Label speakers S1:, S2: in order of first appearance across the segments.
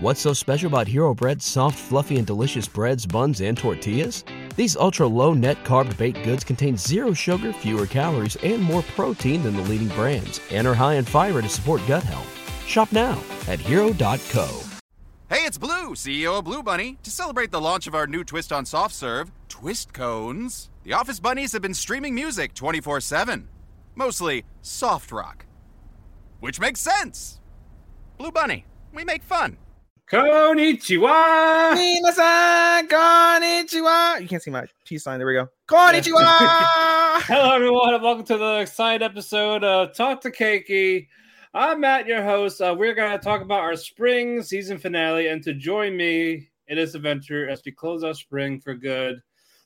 S1: What's so special about Hero Bread's soft, fluffy, and delicious breads, buns, and tortillas? These ultra low net carb baked goods contain zero sugar, fewer calories, and more protein than the leading brands, and are high in fiber to support gut health. Shop now at hero.co.
S2: Hey, it's Blue, CEO of Blue Bunny. To celebrate the launch of our new twist on soft serve, Twist Cones, the Office Bunnies have been streaming music 24 7. Mostly soft rock. Which makes sense. Blue Bunny, we make fun.
S3: Konnichiwa!
S4: Minasan, konnichiwa. You can't see my peace sign. There we go. Konnichiwa.
S3: Hello, everyone, and welcome to the exciting episode of Talk to Keiki. I'm Matt, your host. Uh, we're going to talk about our spring season finale, and to join me in this adventure as we close out spring for good,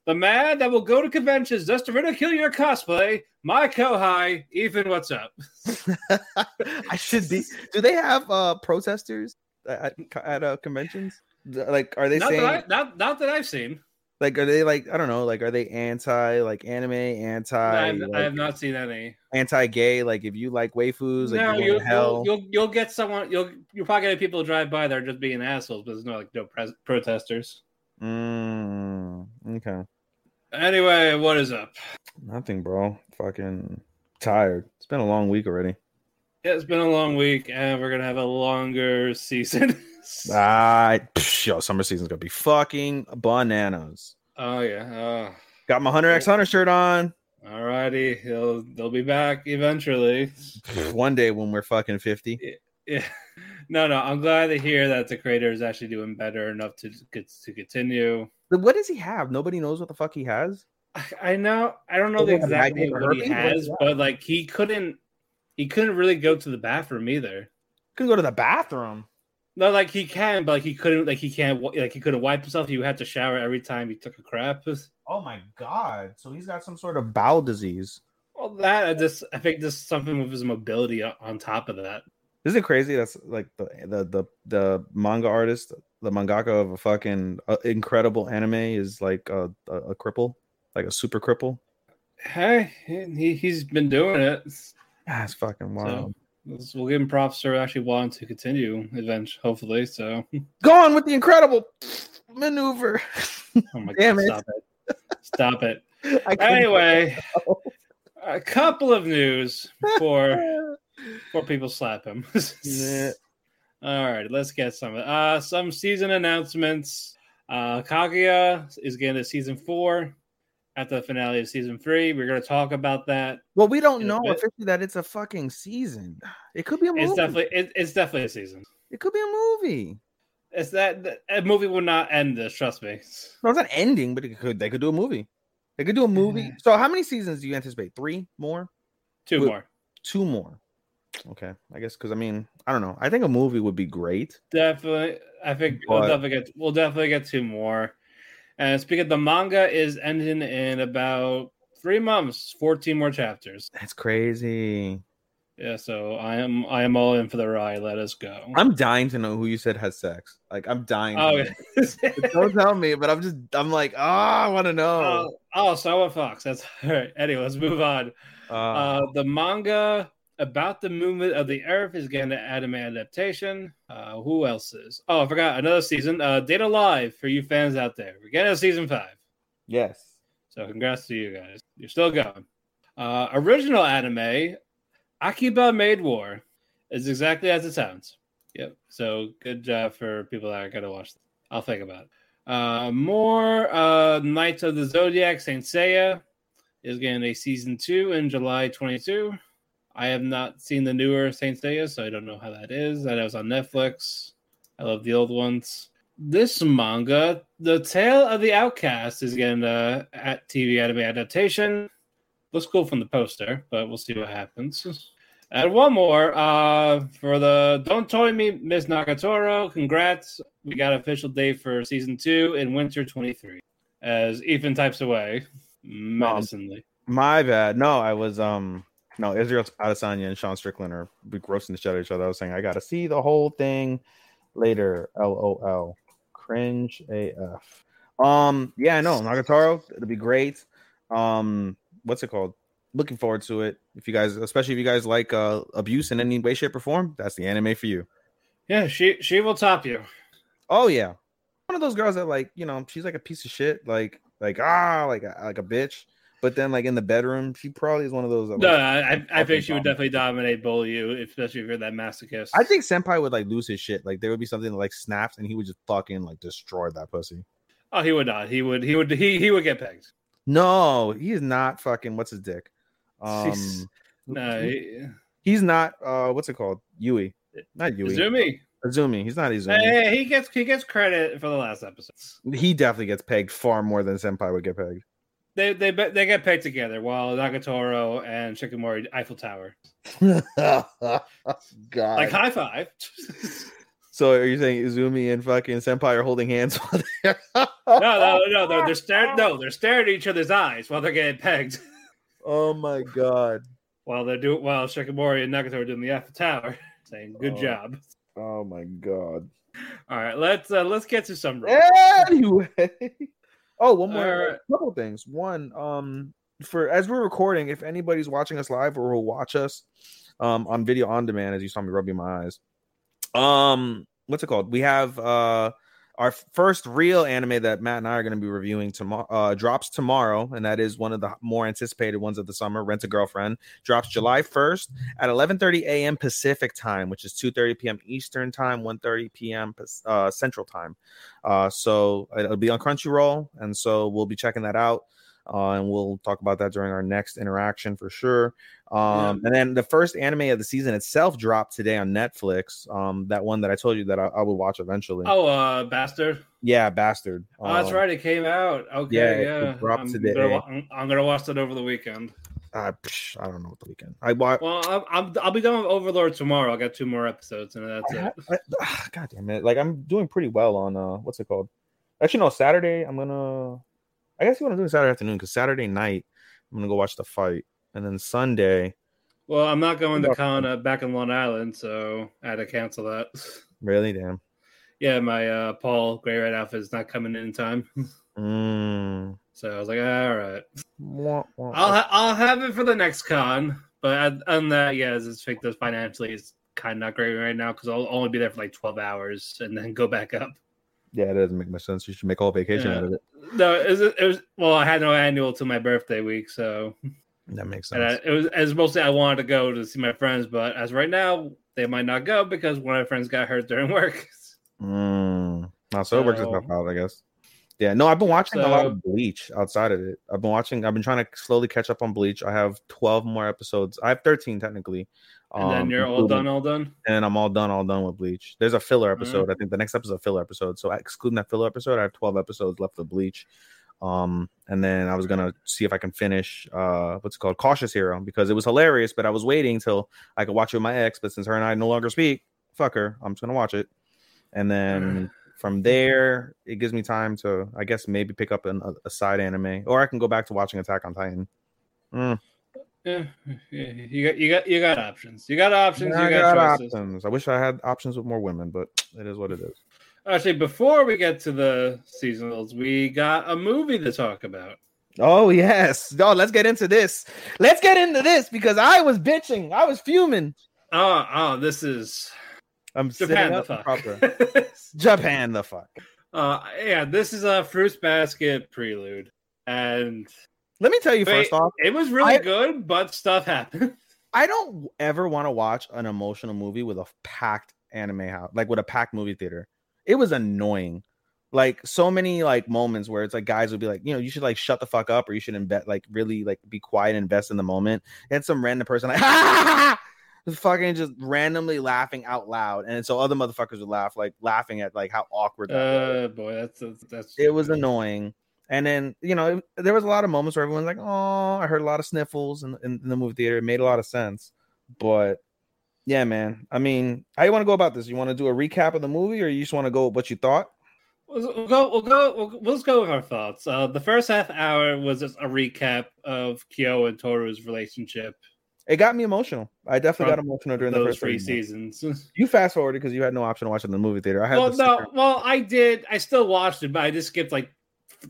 S3: the man that will go to conventions just to ridicule your cosplay, my kohai, Ethan. What's up?
S4: I should be. Do they have uh protesters at at uh, conventions? Like, are they
S3: Not
S4: saying
S3: that, I, not, not that I've seen.
S4: like are they like I don't know like are they anti like anime anti
S3: I, have, I
S4: like,
S3: have not seen any.
S4: anti gay like if you like waifus like
S3: no,
S4: you're going
S3: you'll,
S4: to hell
S3: you'll, you'll you'll get someone. You'll you're probably gonna get people drive by that are just being assholes, but there's no like no pres- protesters.
S4: Mm, okay
S3: Anyway, what is up?
S4: nothing bro fucking tired it's been a long week already
S3: Yeah, it's been a long week, and we're gonna have a longer season.
S4: ah psh, yo summer season's gonna be fucking bananas
S3: oh yeah.
S4: got my hunter x hunter shirt on
S3: Oh, alrighty, he'll they'll be back eventually.
S4: one day when we're fucking 50
S3: Yeah. No, no, I'm glad to hear that the creator is actually doing better enough to to continue.
S4: But what does he have nobody knows what the fuck he has
S3: I- I know I don't know
S4: Is
S3: the
S4: it a
S3: exact
S4: magnet
S3: name
S4: or
S3: what he
S4: herpes? What is
S3: has, but like he couldn't he couldn't really go to the bathroom either.
S4: could go to the bathroom
S3: No, like he can, but like he couldn't. Like he can't. wi- Like he couldn't wipe himself. He would have to shower every time he took a crap.
S4: oh my god so he's got some sort of bowel disease
S3: All that I just I think there's something with his mobility o- on top of that.
S4: Isn't it crazy? That's like the the the, the manga artist, the mangaka of a fucking uh, incredible anime is like a, a a cripple, like a super cripple.
S3: Hey, he he's been doing it.
S4: That's Ah, fucking wild.
S3: So we'll give him props for actually wanting to continue eventually, hopefully. So
S4: Gone with the incredible maneuver.
S3: oh my
S4: Damn
S3: god,
S4: it.
S3: stop it. Stop it.
S4: I couldn't-
S3: Anyway, a couple of news before before people slap him.
S4: Nah.
S3: All right, let's get some. Uh, some season announcements. Uh, Kaguya is getting to season four at the finale of season three. We're going to talk about that.
S4: well, we don't
S3: In a
S4: know
S3: bit.
S4: officially that it's a fucking season. It could be a movie.
S3: It's definitely it, it's definitely a season.
S4: It could be a movie.
S3: It's that that- a movie will not end this. Trust me.
S4: No, it's not ending, but it could. They could do a movie. They could do a movie.
S3: Yeah.
S4: So, how many seasons do you anticipate? Three more?
S3: Two
S4: Wait.
S3: more.
S4: Two more? Okay, I guess because I mean, I don't know. I think a movie would be great.
S3: Definitely, I think we'll
S4: But-
S3: definitely get we'll definitely get two more. And speaking of the manga, is ending in about three months. Fourteen more chapters.
S4: That's crazy.
S3: Yeah, so I am I am all in for the ride. Let us go.
S4: I'm dying to know who you said has sex. Like I'm dying. to
S3: Oh,
S4: know.
S3: yeah.
S4: Don't tell me, but I'm just I'm like, ah, I want to know.
S3: oh, oh, so what Fox. That's all right. Anyway, let's move on.
S4: Uh,
S3: Uh, the manga about the movement of the Earth is getting an anime adaptation. Uh, who else is? Oh, I forgot another season. Uh, Data Live for you fans out there. We're getting a season five.
S4: yes.
S3: So congrats to you guys. You're still going. Uh, original anime, Akiba Made War, is exactly as it sounds. Yep. So good job for people that are going to watch. I'll think about it. Uh, more uh, Knights of the Zodiac, Saint Seiya, is getting a season two in July 22. I have not seen the newer Saint Seiya, so I don't know how that is. That was on Netflix. I love the old ones this manga, The Tale of the Outcast, is getting a at TV anime adaptation. Looks cool from the poster, but we'll see what happens. And one more uh, for the Don't Toy Me, Miss Nagatoro. Congrats. We got official date for season two in winter 23. As Ethan types away menacingly.
S4: My bad. No, I was um no Israel Adesanya and Sean Strickland are be grossing the shit out of each other. I was saying I gotta see the whole thing later. LOL. Cringe AF. Um yeah, no, Nagataro, it'll be great. Um what's it called? Looking forward to it. If you guys especially if you guys like uh abuse in any way, shape, or form, that's the anime for you.
S3: Yeah, she she will top you.
S4: Oh yeah, one of those girls that like you know she's like a piece of shit, like like ah like a, like a bitch. But then like in the bedroom, she probably is one of those. That,
S3: No,
S4: like,
S3: I, I- I
S4: fucking
S3: think she would
S4: dumb.
S3: definitely dominate bowl you, especially if you're that masochist.
S4: I think Senpai would like lose his shit. Like there would be something that like snaps, and he would just fucking like destroy that pussy.
S3: Oh, he would not. He would. He would. He he would get pegged.
S4: No, he is not fucking. What's his dick? Um,
S3: Jeez. No,
S4: Mm-hmm.
S3: he,
S4: he's not. Uh, what's it called? Yui. Not Yui.
S3: Izumi.
S4: Izumi. He's not Izumi.
S3: Hey, he gets he gets credit for the last episodes.
S4: He definitely gets pegged far more than Senpai would get pegged.
S3: They they be- they get pegged together while Nagatoro and Shikamori Eiffel Tower
S4: God.
S3: like high five.
S4: so are you saying Izumi and fucking Senpai are holding hands while they're
S3: no, no, no, they're, they're staring. No, they're staring at each other's eyes while they're getting pegged.
S4: Oh my god.
S3: While they're doing while Shikamori and Nagatoro are doing the Eiffel Tower, saying good
S4: Oh.
S3: job.
S4: Oh my god.
S3: All right, let's uh, let's get to some. rumors.
S4: Anyway. Oh, one more
S3: Alright.
S4: couple things. One, um, for as we're recording, if anybody's watching us live or will watch us um on video on demand, as you saw me rubbing my eyes. Um, what's it called? We have uh our first real anime that Matt and I are going to be reviewing tomorrow uh, drops tomorrow, and that is one of the more anticipated ones of the summer. Rent a Girlfriend drops July first at 11:30 a.m. Pacific time, which is 2:30 p.m. Eastern time, 1:30 p.m. Pac- Uh, Central time. Uh, so it'll be on Crunchyroll, and so we'll be checking that out. Uh, and we'll talk about that during our next interaction for sure. Um, And then the first anime of the season itself dropped today on Netflix. Um, that one that I told you that I, I would watch eventually.
S3: Oh, uh, bastard!
S4: Yeah, bastard.
S3: Oh, that's
S4: Um,
S3: right. It came out. Okay,
S4: yeah, it
S3: yeah.
S4: dropped
S3: I'm,
S4: today.
S3: Gonna, wa- I'm- I'm gonna watch that over the weekend.
S4: I, psh, I don't know what the weekend. I watch.
S3: Well, I'm, I'm I'll be done with Overlord tomorrow. I got two more episodes, and that's
S4: Uh-huh.
S3: it.
S4: ah, God damn it! Like I'm doing pretty well on uh, what's it called? Actually, no. Saturday, I'm gonna. I guess you want to do it Saturday afternoon because Saturday night I'm gonna go watch the fight, and then Sunday.
S3: Well, I'm not going to
S4: Yeah.
S3: Kana back in Long Island, so I had to cancel that.
S4: Really, damn.
S3: Yeah, my uh, Paul Gray Red outfit is not coming in time,
S4: Mm.
S3: so I was like, ah, all right,
S4: Wah, wah,
S3: I'll
S4: wah.
S3: ha- I'll have it for the next con. But on that, yeah, as it's fake, financially it's kind of not great right now because I'll only be there for like 12 hours and then go back up.
S4: yeah, it doesn't make much sense. You should make a whole vacation
S3: Yeah.
S4: out of it.
S3: No, it was, it was well. I had no annual till my birthday week, so
S4: That makes sense.
S3: and I, it was as mostly I wanted to go to see my friends, but as right now they might not go because one of my friends got hurt during work.
S4: Mm. Now, so it works itself
S3: So-
S4: out, I guess. Yeah, no, I've been watching a lot
S3: So-
S4: of Bleach outside of it. I've been watching. I've been trying to slowly catch up on Bleach. I have twelve more episodes. I have thirteen technically.
S3: And then
S4: um,
S3: you're all
S4: including-
S3: done, all done.
S4: And then I'm all done, all done with Bleach. There's a filler
S3: Mm-hmm.
S4: episode. I think the next episode filler episode. So excluding that filler episode, I have twelve episodes left of Bleach. Um, and then I was gonna see if I can finish uh what's it called Cautious Hero because it was hilarious, but I was waiting till I could watch it with my ex, but since her and I no longer speak, fuck her. I'm just gonna watch it. And
S3: Mm-hmm.
S4: then from there, it gives me time to I guess maybe pick up an, a, a side anime, or I can go back to watching Attack on Titan. Mm,
S3: Yeah, yeah, you got you got you got options. You got options.
S4: I
S3: you got,
S4: got
S3: choices.
S4: options. I wish I had options with more women, but it is what it is.
S3: Actually, before we get to the seasonals, we got a movie to talk about.
S4: Oh yes. No, let's get into this. Let's get into this because I was bitching. I was fuming.
S3: Oh, oh, this is
S4: I'm
S3: Japan. The
S4: up in proper-
S3: fuck.
S4: Japan the fuck.
S3: uh, yeah, this is a fruits basket prelude, and
S4: Let me tell you
S3: Wait,
S4: first off,
S3: It was really
S4: I-
S3: good, but stuff happened.
S4: I don't ever want to watch an emotional movie with a packed anime house, like with a packed movie theater. It was annoying. Like so many like moments where it's like guys would be like, you know, you should like shut the fuck up or you should invest like really like be quiet and invest in the moment. And some random person like just fucking just randomly laughing out loud. And so other motherfuckers would laugh, like laughing at like how awkward that was
S3: Uh, boy, that's that's, that's
S4: it was annoying. And then you know it- there was a lot of moments where everyone's like, "Oh, I heard a lot of sniffles in, in, in the movie theater." It made a lot of sense, but yeah, man. I mean, how you want to go about this? You want to do a recap of the movie, or you just want to go with what you thought?
S3: We'll we'll go. We'll go. We'll, we'll just go with our thoughts. Uh, the first half hour was just a recap of Kyo and Toru's relationship
S4: It got me emotional. I definitely
S3: From
S4: got emotional during the
S3: those
S4: first
S3: three
S4: three
S3: seasons.
S4: You fast forwarded because you had no option to watch it in the movie theater. I had
S3: well,
S4: the
S3: no, well, I did. I still watched it, but I just skipped like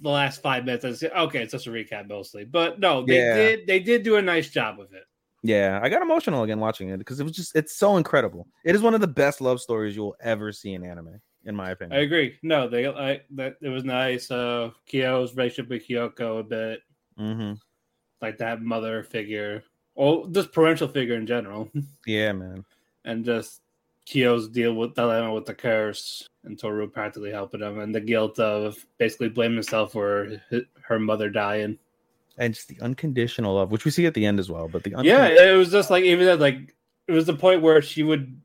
S3: the last five minutes. I said, okay, it's just a recap mostly. But no, they
S4: Yeah.
S3: did. They did do a nice job with it.
S4: Yeah, I got emotional again watching it because it was just it's so incredible. It is one of the best love stories you will ever see in anime. in my
S3: I
S4: opinion.
S3: agree. No, they I that it was nice. Uh, Kyo's relationship with Kyoko a bit,
S4: hmm
S3: like that mother figure, or just parental figure in general,
S4: Yeah, man.
S3: and just Kyo's deal with dilemma with the curse, and Toru practically helping him, and the guilt of basically blaming himself for hi- her mother dying.
S4: And just the unconditional love, which we see at the end as well. But the uncon-
S3: Yeah, it was just like even that, like it was the point where she would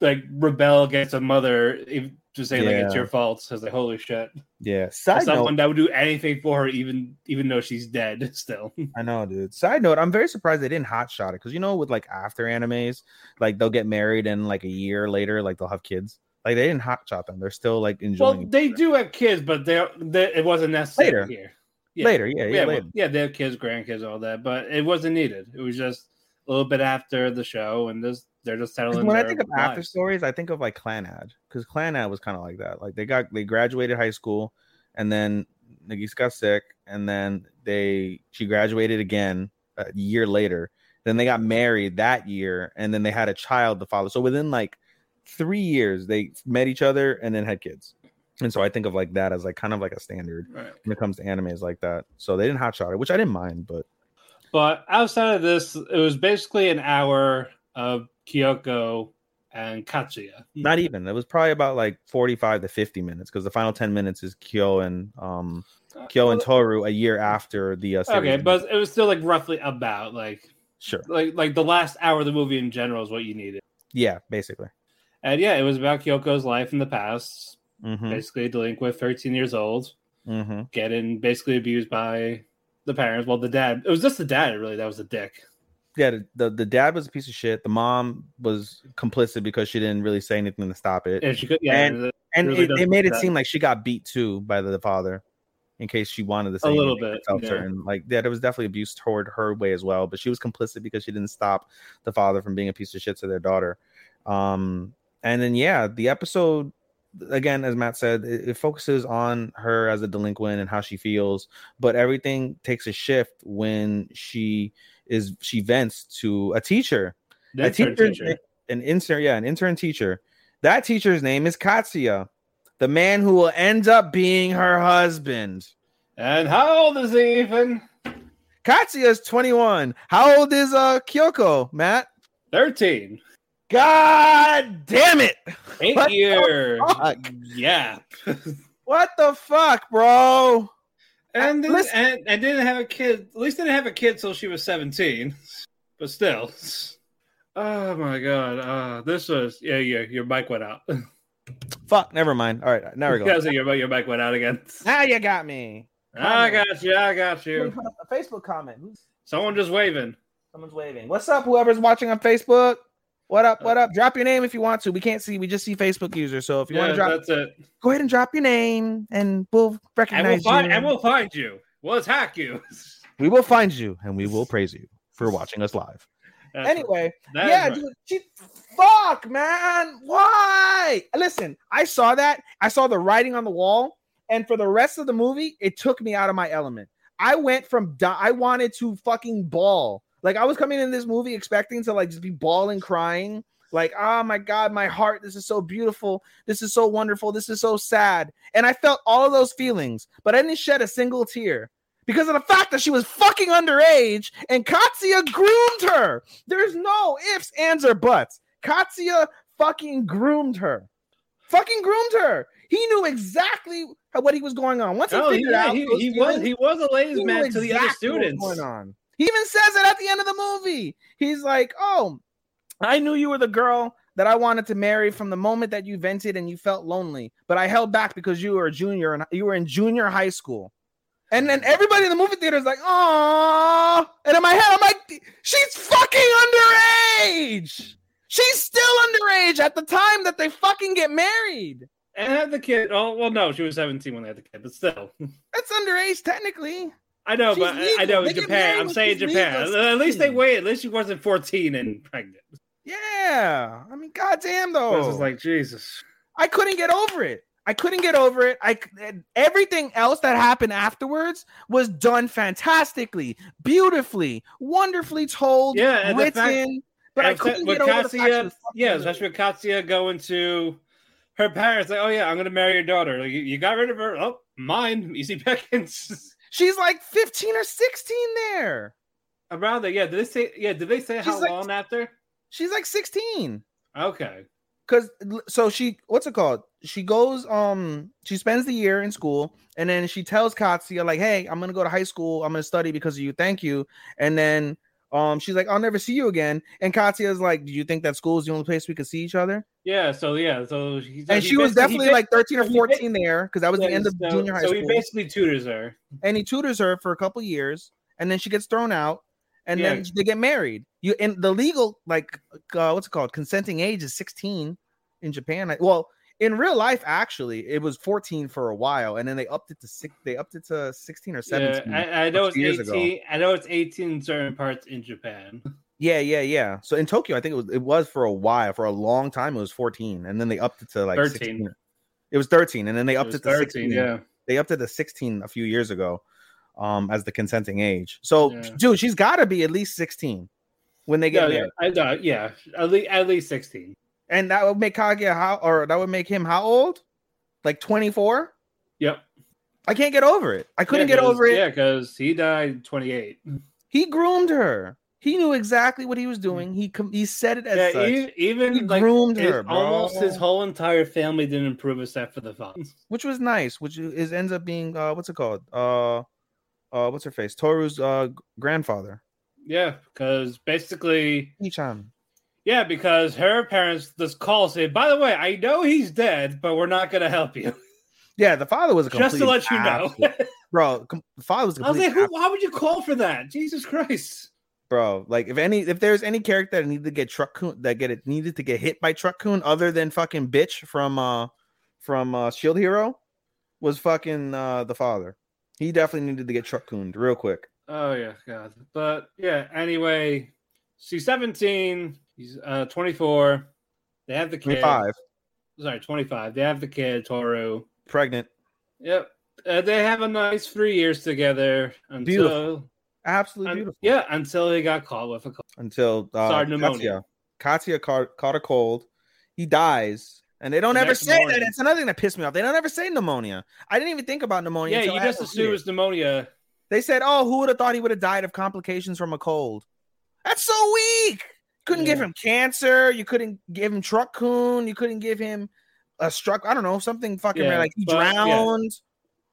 S3: like rebel against her mother, even, just saying like it's
S4: Yeah.
S3: your fault. So I was like, holy shit.
S4: yeah. Side note,
S3: someone that would do anything for her, even even though she's dead still.
S4: I know, dude. Side note, I'm very surprised they didn't hotshot it because you know, with like after animes, like they'll get married and like a year later, like they'll have kids. Like they didn't hotshot them. They're still like
S3: well,
S4: enjoying it
S3: they do have kids, but they, they it wasn't necessary
S4: Later.
S3: here. yeah.
S4: later. Yeah, yeah,
S3: Yeah, well,
S4: later.
S3: yeah, they have kids, grandkids, all that, but it wasn't needed. It was just a little bit after the show, and this they're just
S4: 'Cause
S3: settling.
S4: When I
S3: their
S4: think of after
S3: lives.
S4: stories, I think of like Clan Ad because Clan Ad was kind of like that. Like they got they graduated high school and then Nagisa got sick and then they she graduated again a year later. Then they got married that year and then they had a child the following. So within like three years, they met each other and then had kids. And so I think of like that as like kind of like a standard
S3: Right.
S4: when it comes to animes like that. So they didn't hotshot it, which I didn't mind, but
S3: But outside of this, it was basically an hour of Kyoko and Katsuya.
S4: not even. It was probably about like 45 to 50 minutes because the final 10 minutes is Kyo and um Kyo and Toru a year after the uh, series
S3: Uh, okay,
S4: ended.
S3: but it was still like roughly about like
S4: sure,
S3: like like the last hour of the movie in general is what you needed.
S4: yeah, basically.
S3: And yeah, it was about Kyoko's life in the past,
S4: Mm-hmm.
S3: basically a delinquent, 13 years old,
S4: Mm-hmm.
S3: getting basically abused by the parents. Well, the dad, it was just the dad, really, that was a dick.
S4: Yeah, the, the the dad was a piece of shit. The mom was complicit because she didn't really say anything to stop it,
S3: And she could, yeah,
S4: And
S3: the-
S4: and
S3: really
S4: it, they
S3: doesn't
S4: made it
S3: that-
S4: seem like she got beat too by the father, in case she wanted to say
S3: little
S4: anything
S3: bit,
S4: herself
S3: yeah.
S4: certain. Like yeah, there was definitely abuse toward her way as well, but she was complicit because she didn't stop the father from being a piece of shit to their daughter. Um, and then yeah, the episode again, as Matt said, it, it focuses on her as a delinquent and how she feels, but everything takes a shift when she is she vents to a teacher
S3: the
S4: a
S3: intern
S4: teacher,
S3: teacher.
S4: an intern, yeah, an intern teacher. That teacher's name is Katsuya, the man who will end up being her husband.
S3: And how old is he even?
S4: Katsuya is 21. How old is uh Kyoko, Matt?
S3: 13.
S4: God damn it.
S3: Eight
S4: What the
S3: years.
S4: fuck?
S3: Yeah.
S4: What the fuck, bro?
S3: And, then,
S4: Listen-
S3: and and didn't have a kid. At least didn't have a kid till she was seventeen. But still, oh my god, uh, this was yeah, yeah. Your mic went out.
S4: Fuck, never mind. All right, now we go.
S3: Because your mic- your mic went out again.
S4: Now you got me.
S3: I got you. I got
S4: Somebody
S3: you.
S4: put up a Facebook comment. Who's-
S3: Someone just waving.
S4: Someone's waving. What's up, whoever's watching on Facebook? What
S3: Uh,
S4: up? What up? Drop your name if you want to. We can't see. We just see Facebook users. So if you want
S3: Yeah,
S4: to drop
S3: that's it.
S4: go ahead and drop your name and we'll
S3: And we'll
S4: recognize
S3: find
S4: you.
S3: and we'll find you. We'll attack you.
S4: we will find you and we will praise you for watching us live.
S3: That's
S4: anyway,
S3: right. That is
S4: yeah,
S3: right.
S4: dude, she, fuck, man. Why? Listen, I saw that. I saw the writing on the wall. And for the rest of the movie, it took me out of my element. I went from, di- I wanted to fucking ball. Like, I was coming in this movie expecting to, like, just be bawling, crying. Like, oh my God, my heart. This is so beautiful. This is so wonderful. This is so sad. And I felt all of those feelings, but I didn't shed a single tear because of the fact that she was fucking underage and Katsuya groomed her. There's no ifs, ands, or buts. Katsuya fucking groomed her. Fucking groomed her. He knew exactly what he was going on. Once he
S3: Oh,
S4: figured
S3: yeah,
S4: out
S3: he,
S4: those
S3: he
S4: feelings,
S3: was he was a ladies'
S4: he
S3: man
S4: knew
S3: to the other
S4: exactly what was
S3: students.
S4: Going on. He even says it at the end of the movie. He's like, "Oh, I knew you were the girl that I wanted to marry from the moment that you vented and you felt lonely, but I held back because you were a junior and you were in junior high school." And then everybody in the movie theater is like, "Oh!" And in my head, I'm like, "She's fucking underage. She's still underage at the time that they fucking get married.
S3: And had the kid. Oh well, no, she was seventeen when they had the kid, but still.
S4: That's underage technically."
S3: I know,
S4: She's
S3: but I- I
S4: legal.
S3: know
S4: They
S3: in
S4: can
S3: Japan.
S4: marry
S3: I'm
S4: when
S3: saying
S4: she's
S3: Japan.
S4: legal.
S3: At least they waited. At least she wasn't 14 and pregnant.
S4: Yeah, I mean, goddamn
S3: I
S4: though.
S3: was just like, Jesus.
S4: I couldn't get over it. I couldn't get over it. I c- everything else that happened afterwards was done fantastically, beautifully, wonderfully told,
S3: Yeah, and the
S4: written.
S3: fact-
S4: but I
S3: And
S4: couldn't
S3: with
S4: get over the fact she
S3: Katsuya-
S4: was fucking
S3: yeah,
S4: little.
S3: especially with Katsuya going to her parents like, oh yeah, I'm gonna marry your daughter. Like you, you got rid of her. Oh, mine, Easy Peckins.
S4: She's like 15 or 16 there.
S3: Around there, yeah. Did they say? Yeah, did they say how
S4: She's like-
S3: long after?
S4: She's like 16.
S3: Okay.
S4: Cause l- so she what's it called? She goes um she spends the year in school and then she tells Katsuya like, "Hey, I'm gonna go to high school. I'm gonna study because of you. Thank you." And then um she's like, "I'll never see you again." And Katsuya's like, "Do you think that school is the only place we could see each other?"
S3: Yeah. So yeah. So he, so
S4: And
S3: he
S4: she was
S3: basi- he
S4: definitely
S3: ba-
S4: like 13 or
S3: he ba-
S4: 14 there because that was the end of
S3: so,
S4: junior high
S3: so
S4: school.
S3: he basically tutors her.
S4: and he tutors her for a couple years, and then she gets thrown out, and then
S3: Yeah.
S4: they get married. You and the legal like uh, what's it called? Consenting age is sixteen in Japan. I- Well, in real life, actually, it was fourteen for a while, and then they upped it to six. They upped it to sixteen or
S3: Yeah,
S4: seventeen. Yeah,
S3: I, I know it's
S4: Two years ago.
S3: eighteen. I know it's eighteen in certain parts in Japan.
S4: yeah, yeah, So in Tokyo, I think it was it was for a while, for a long time, it was fourteen, and then they upped it to like
S3: 13.
S4: 16. It was thirteen, and then they
S3: It
S4: upped
S3: was
S4: it, to sixteen.
S3: Yeah.
S4: they upped it to 16 a few years ago um as the consenting age so
S3: Yeah.
S4: dude she's got to be at least 16 when they
S3: Yeah,
S4: get
S3: yeah,
S4: married
S3: I know, yeah, at least at least sixteen.
S4: and that would make kaguya how or that would make him how old like 24
S3: Yep,
S4: i can't get over it i couldn't get over it
S3: Yeah, because he died twenty eight.
S4: he groomed her he knew exactly what he was doing he com- he said it as
S3: Yeah,
S4: such.
S3: e-
S4: he,
S3: even like
S4: groomed
S3: his-
S4: her bro.
S3: almost his whole entire family didn't improve except for the father.
S4: which was nice which is ends up being uh what's it called uh uh what's her face toru's uh g- grandfather
S3: Yeah, because basically,
S4: Icham.
S3: yeah, because her parents just call say, by the way, I know he's dead, but we're not gonna help you.
S4: yeah the father was a
S3: Just to
S4: complete
S3: let you know.
S4: absolute- bro com- the father was a
S3: I was
S4: complete
S3: like, who, why would you call for that? Jesus Christ.
S4: bro. Like if any if there's any character that needed to get truck coon that get it needed to get hit by truck coon other than fucking bitch from uh from uh Shield Hero was fucking uh the father. He definitely needed to get truck cooned real quick.
S3: Oh yeah, God. But yeah, anyway, she's 17, he's uh 24. They have the kid.
S4: 25,
S3: Sorry, 25. They have the kid, Toru.
S4: pregnant.
S3: Yep. Uh, they have a nice three years together until
S4: Beautiful. Absolutely
S3: un-
S4: beautiful.
S3: yeah, until he got caught with a cold.
S4: Until uh,
S3: Sorry, pneumonia.
S4: Katya, Katya caught, caught a cold. He dies. And they don't
S3: The
S4: ever
S3: next
S4: say
S3: morning.
S4: that. It's another thing that pissed me off. They don't ever say pneumonia. I didn't even think about pneumonia.
S3: Yeah,
S4: until
S3: you
S4: I had
S3: just
S4: to read
S3: assume
S4: it.
S3: it's pneumonia.
S4: They said, "Oh, who would have thought he would have died of complications from a cold?" That's so weak. Couldn't give
S3: Yeah.
S4: him cancer. You couldn't give him truck coon. You couldn't give him a struck. I don't know something fucking
S3: Yeah,
S4: like he
S3: but- yeah.
S4: drowned.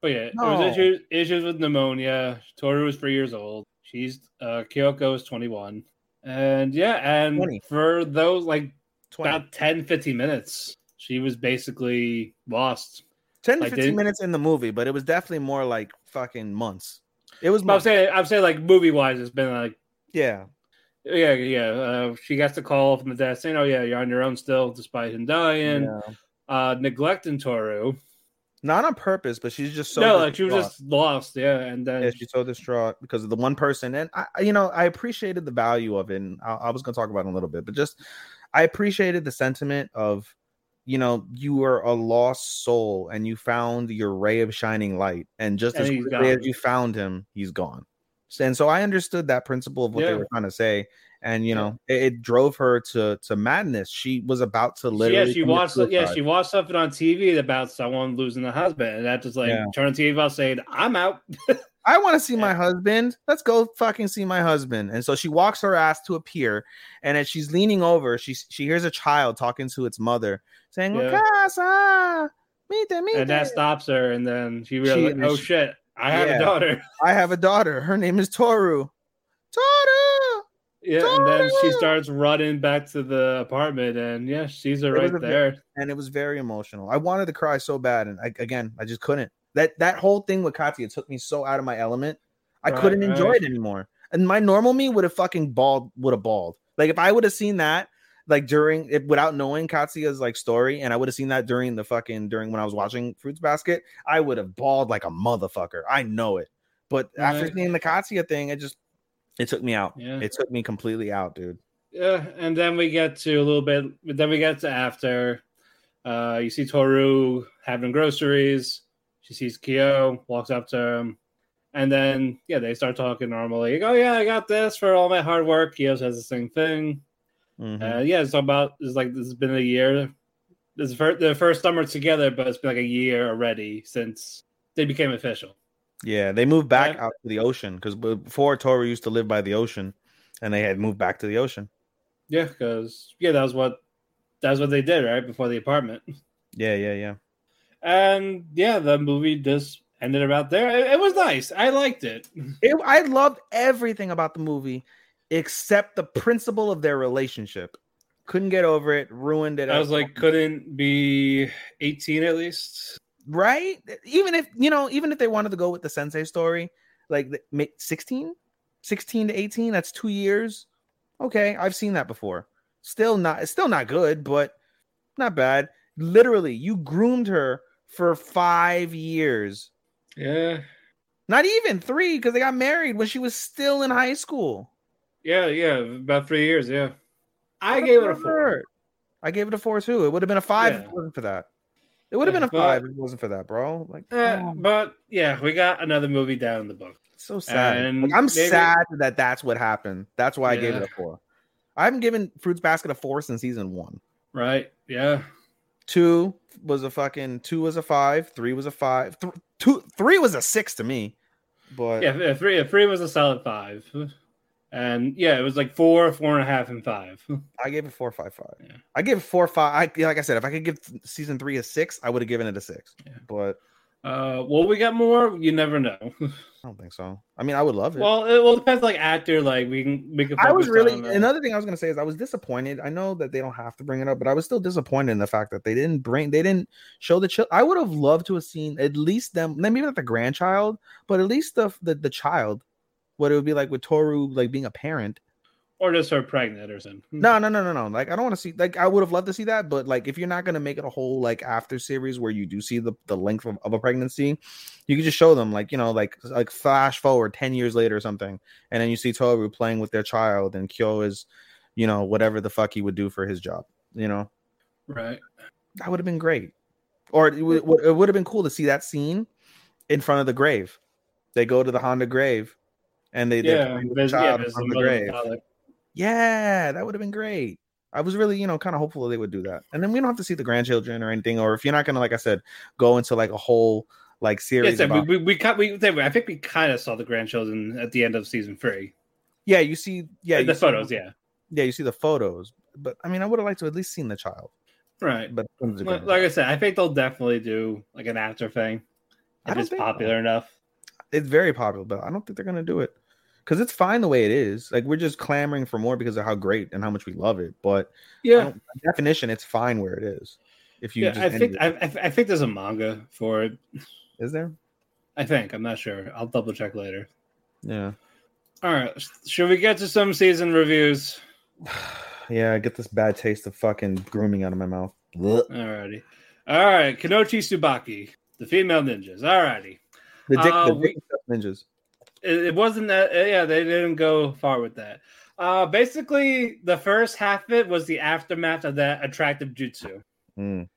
S3: But yeah, it
S4: No.
S3: was issues, issues with pneumonia. Toru was three years old. She's uh Kyoko is 21. And yeah, and
S4: 20.
S3: for those like
S4: 20,
S3: about 10 15 minutes she was basically lost
S4: 10
S3: like,
S4: to
S3: they-
S4: fifteen minutes in the movie, but it was definitely more like fucking months. It was
S3: But i'm
S4: months.
S3: saying i'm saying like movie wise it's been like
S4: yeah,
S3: yeah yeah uh, she gets the call from the dad saying oh yeah you're on your own still despite him dying
S4: yeah.
S3: uh neglecting toru
S4: not on purpose, but she's just so
S3: no like she was
S4: distraught.
S3: just lost yeah and then
S4: Yeah, she's so distraught because of the one person. And I, I- you know, I appreciated the value of it. And I, I was going to talk about it in a little bit, but just I appreciated the sentiment of, you know, you were a lost soul and you found your ray of shining light. And just
S3: And
S4: as
S3: he's
S4: quickly
S3: gone.
S4: as you found him, he's gone. So- And so I understood that principle of what they
S3: Yeah.
S4: were trying to say. And you know, it, it drove her to to madness. She was about to
S3: yeah,
S4: literally.
S3: she
S4: commit
S3: watched. Yeah,
S4: suicide.
S3: she watched something on TV about someone losing a husband, and that just like
S4: Yeah.
S3: turned TV off, saying, "I'm out."
S4: I want to see
S3: Yeah.
S4: my husband. Let's go fucking see my husband. And so she walks her ass to a pier, and as she's leaning over, she she hears a child talking to its mother, saying,
S3: Yeah.
S4: "Mikasa, meet them,
S3: And that stops her, and then she realized,
S4: and
S3: "Oh
S4: she-
S3: shit, I have
S4: Yeah.
S3: a daughter."
S4: I have a daughter. Her name is Toru. Toru.
S3: Yeah, and then she
S4: Donna!
S3: starts running back to the apartment, and yeah, she's
S4: was
S3: right
S4: a bit-
S3: there.
S4: And it was very emotional. I wanted to cry so bad, and I, again, I just couldn't. That that whole thing with Katya took me so out of my element. I
S3: Right,
S4: couldn't enjoy
S3: right.
S4: it anymore. And my normal me would have fucking bawled, would have bawled. Like if I would have seen that, like during it without knowing Katsuya's like story, and I would have seen that during the fucking during when I was watching Fruits Basket, I would have bawled like a motherfucker. I know it. But after
S3: Right.
S4: seeing the Katsuya thing, it just it took me out.
S3: Yeah,
S4: It took me completely out, dude.
S3: yeah, and then we get to a little bit. Then we get to after. Uh, you see Toru having groceries. She sees Kyo, walks up to him, and then yeah, they start talking normally. Like, oh yeah, I got this for all my hard work. Kyo says the same thing.
S4: Mhm.
S3: Uh, yeah, it's about it's like this has been a year This is the fir- the first summer together, but it's been like a year already since they became official.
S4: Yeah, they moved back
S3: Yeah.
S4: out to the ocean because before Tori used to live by the ocean, and they had moved back to the ocean.
S3: Yeah, because yeah, that was what that was what they did right before the apartment.
S4: Yeah, yeah, yeah.
S3: And yeah, the movie just ended about there. It, it was nice. I liked it.
S4: It, I loved everything about the movie except the principle of their relationship. Couldn't get over it. Ruined it.
S3: I was like, couldn't be eighteen at least.
S4: right? Even if you know, even if they wanted to go with the sensei story, like the- ma- 16, 16 to 18, that's two years. Okay, I've seen that before. Still not, it's still not good, but not bad. Literally, you groomed her for five years,
S3: Yeah,
S4: not even three, because they got married when she was still in high school.
S3: yeah, yeah. About three years. Yeah, I
S4: What
S3: gave it a four.
S4: pervert. I gave it a four too. It would have been a five if
S3: Yeah.
S4: it wasn't for that. It would have
S3: Yeah,
S4: been a
S3: but-
S4: five if it wasn't for that, bro. Like,
S3: Uh, but yeah, we got another movie down in the book.
S4: So sad.
S3: And
S4: Like, I'm
S3: maybe-
S4: sad that that's what happened. That's why I gave it
S3: Yeah.
S4: a four. I haven't given Fruits Basket a four since season one.
S3: Right? Yeah.
S4: Two was a fucking two was a five. Three was a five. Th- two three was a six to me. But
S3: Yeah, yeah, three. yeah, Three was a solid five, and yeah, it was like four, four and a half, and five.
S4: I gave it four five five.
S3: Yeah.
S4: I gave it four five. I like I said, if I could give season three a six, I would have given it a six.
S3: Yeah.
S4: But
S3: Uh, well, we got more. You never know.
S4: I don't think so. I mean, I would love it.
S3: well, it well depends. Like actor, like we can we can.
S4: I
S3: focus
S4: was really
S3: on, uh,
S4: another thing I was gonna say is I was disappointed. I know that they don't have to bring it up, but I was still disappointed in the fact that they didn't bring they didn't show the child. I would have loved to have seen at least them, maybe not the grandchild, but at least the the, the child. What it would be like with Toru like being a parent.
S3: or just her pregnant or something. Hmm.
S4: No, no, no, no, no. Like I don't want to see like I would have loved to see that, but like if you're not gonna make it a whole like after series where you do see the, the length of, of a pregnancy, you could just show them like you know, like like flash forward ten years later or something, and then you see Toru playing with their child and Kyo is, you know, whatever the fuck he would do for his job. You know,
S3: right?
S4: that would have been great. Or it would it would have been cool to see that scene in front of the grave. They go to the Honda grave and they, they
S3: Yeah,
S4: play with the
S3: there's, yeah,
S4: child
S3: there's
S4: on
S3: the
S4: the
S3: mother and
S4: grave.
S3: father.
S4: Yeah, that would have been great. I was really, you know, kind of hopeful that they would do that. And then we don't have to see the grandchildren or anything. Or if you're not gonna, like I said, go into like a whole like
S3: Yeah,
S4: series.
S3: so
S4: about-
S3: we, we, we, cut- we, I think we kind of saw the grandchildren at the end of season three.
S4: yeah, you see, yeah, you
S3: the
S4: see-
S3: photos. Yeah,
S4: yeah, you see the photos. But I mean, I would have liked to at least seen the child.
S3: right.
S4: But
S3: Like like I said, I think they'll definitely do like an actor thing.
S4: I
S3: If
S4: don't
S3: it's
S4: think
S3: popular enough,
S4: it's very popular, but I don't think they're gonna do it because it's fine the way it is. Like we're just clamoring for more because of how great and how much we love it. But
S3: yeah.
S4: don't- by definition, it's fine where it is. If you
S3: yeah,
S4: just
S3: I
S4: end
S3: think
S4: it.
S3: I, I- I think there's a manga for it.
S4: is there?
S3: I think I'm not sure. I'll double check later.
S4: Yeah,
S3: All right, should we get to some season reviews?
S4: yeah. I get this bad taste of fucking grooming out of my mouth. Blech.
S3: Alrighty. All right, Kanochi Subaki, the female ninjas. Alrighty.
S4: The dick,
S3: Uh,
S4: the
S3: we-
S4: dick stuff ninjas.
S3: It, it wasn't that. uh, Yeah, they didn't go far with that. Uh, basically, the first half of it was the aftermath of that attractive jutsu.
S4: Mm.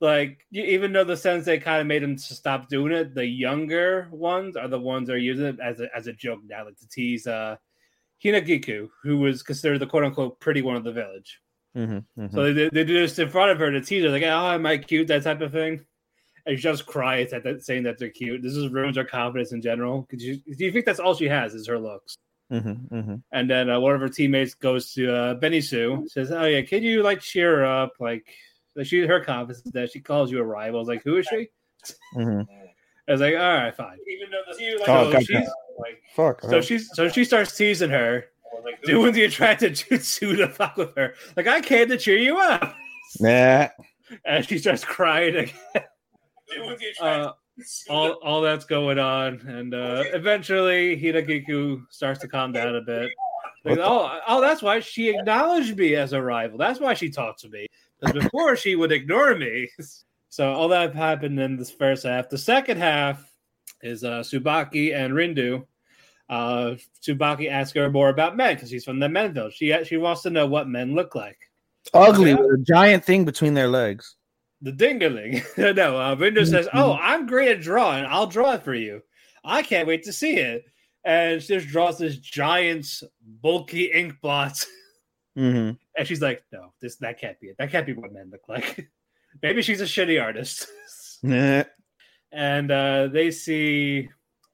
S3: Like, you, even though the sensei kind of made him to stop doing it, the younger ones are the ones that are using it as a, as a joke now, like to tease uh, Hinagiku, who was considered the quote unquote pretty one of the village.
S4: Mm-hmm,
S3: So they, they do this in front of her to tease her, like, oh, am I cute? That type of thing. And she just cries at that, saying that they're cute. This is ruins her confidence in general. Could you, do you think that's all she has is her looks?
S4: mm-hmm, mm-hmm.
S3: And then uh, one of her teammates goes to uh, Benny Sue, says, oh, yeah, can you, like, cheer her up? Like, like she, her confidence is that she calls you a rival. I was like, who is she?
S4: Mm-hmm.
S3: I was like, all right, fine. Even though you, like,
S4: Oh,
S3: so
S4: gotcha.
S3: she's, like,
S4: Fuck.
S3: so she's so she starts teasing her, doing the attractive jutsu to fuck with her. Like, I came to cheer you up.
S4: nah.
S3: and she starts crying again. Uh, all, all that's going on, and uh, eventually Hiragiku starts to calm down a bit. Like,
S4: What the-
S3: oh, oh, that's why she acknowledged me as a rival. That's why she talked to me. Because before she would ignore me. So all that happened in this first half. The second half is uh, Subaki and Rindu. Uh, Subaki asks her more about men because she's from the men village. She she wants to know what men look like.
S4: Ugly with a giant thing between their legs.
S3: the dingaling. no, uh, Rinder says, "Oh, I'm great at drawing. I'll draw it for you. I can't wait to see it." And she just draws this giant, bulky ink blot,
S4: Mm-hmm.
S3: and she's like, "No, this that can't be it. That can't be what men look like." Maybe she's a shitty artist.
S4: Nah.
S3: and uh, they see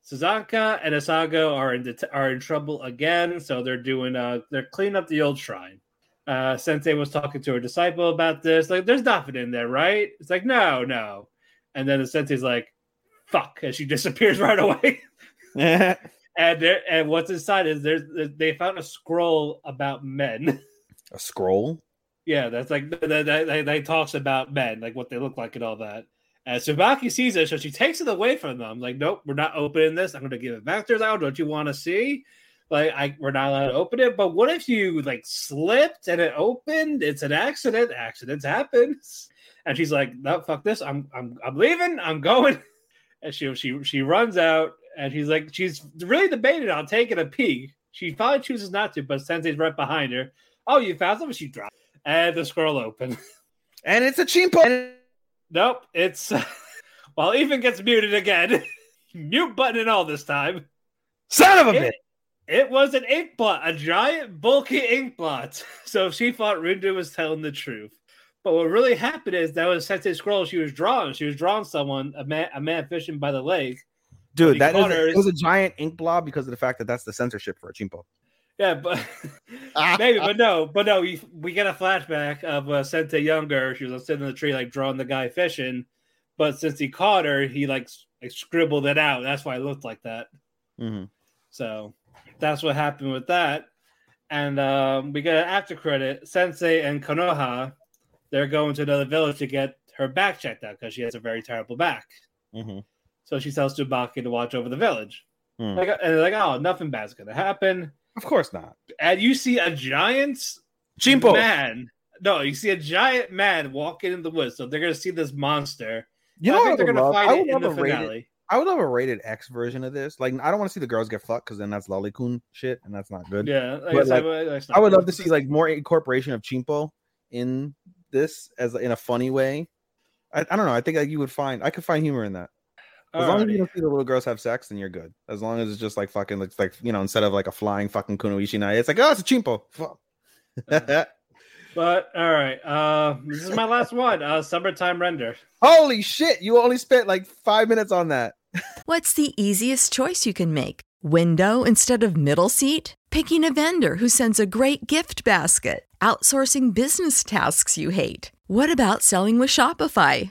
S3: Suzaka and Asago are in det- are in trouble again. So they're doing uh they're cleaning up the old shrine. Uh, Sensei was talking to her disciple about this. Like, there's nothing in there, right? It's like, no, no. And then the sensei's like, "Fuck!" and she disappears right away.
S4: Nah.
S3: and there, and what's inside is there's they found a scroll about men.
S4: A scroll?
S3: Yeah, that's like that, that, that, that talks about men, like what they look like and all that. And Subaki sees it, so she takes it away from them. Like, nope, we're not opening this. I'm going to give it back to her. Like, oh, don't you want to see? Like, I, we're not allowed to open it. But what if you like slipped and it opened? It's an accident. Accidents happen. And she's like, no, fuck this. I'm, I'm, I'm leaving. I'm going. And she, she, she runs out. And she's like, she's really debated on taking a peek. She probably chooses not to, but Sensei's right behind her. Oh, you found something? She dropped. And Eh, the scroll open.
S4: And it's a chimpo.
S3: Nope, it's well, even gets muted again. Mute button and all this time.
S4: Son of a
S3: It, it was an ink blot, a giant, bulky ink blot. So she thought Rindu was telling the truth. But what really happened is that was Sensei Scroll she was drawing. She was drawing someone, a man, a man fishing by the lake.
S4: Dude, that is,
S3: Connors.
S4: it was a giant ink blob because of the fact that that's the censorship for a chimpo.
S3: Yeah, but maybe, but no, but no. We, we get a flashback of uh, Sente younger. She was sitting in the tree, like drawing the guy fishing, but since he caught her, he like, s- like scribbled it out. That's why it looked like that.
S4: Mm-hmm.
S3: So that's what happened with that. And um, we get an after credit. Sensei and Konoha, they're going to another village to get her back checked out because she has a very terrible back.
S4: Mm-hmm.
S3: So she tells Tsubaki to watch over the village.
S4: Hmm.
S3: Like, and they're like, oh, nothing bad's going to happen.
S4: Of course not.
S3: And you see a giant
S4: Chimpo.
S3: man. No, you see a giant man walking in the woods. So they're going to see this monster.
S4: You
S3: I
S4: know,
S3: think
S4: what I
S3: they're
S4: would
S3: going to
S4: love?
S3: find
S4: I would
S3: it in
S4: love
S3: the
S4: a rated.
S3: finale.
S4: I would love a rated X version of this. Like, I don't want to see the girls get fucked because then that's lolicon shit, and that's not good.
S3: Yeah. like I
S4: But,
S3: said,
S4: like,
S3: well, that's not
S4: I would
S3: good.
S4: love to see like more incorporation of chimpo in this as in a funny way. I, I don't know. I think like you would find I could find humor in that. As long as
S3: Alrighty.
S4: you don't see the little girls have sex, then you're good. As long as it's just like fucking looks like you know, instead of like a flying fucking kunoichi night, it's like oh, it's a chimpo. Fuck.
S3: Uh-huh. But all right, uh, this is my last one. Uh, summertime render.
S4: Holy shit! You only spent like five minutes on that.
S5: What's the easiest choice you can make? Window instead of middle seat? Picking a vendor who sends a great gift basket? Outsourcing business tasks you hate? What about selling with Shopify?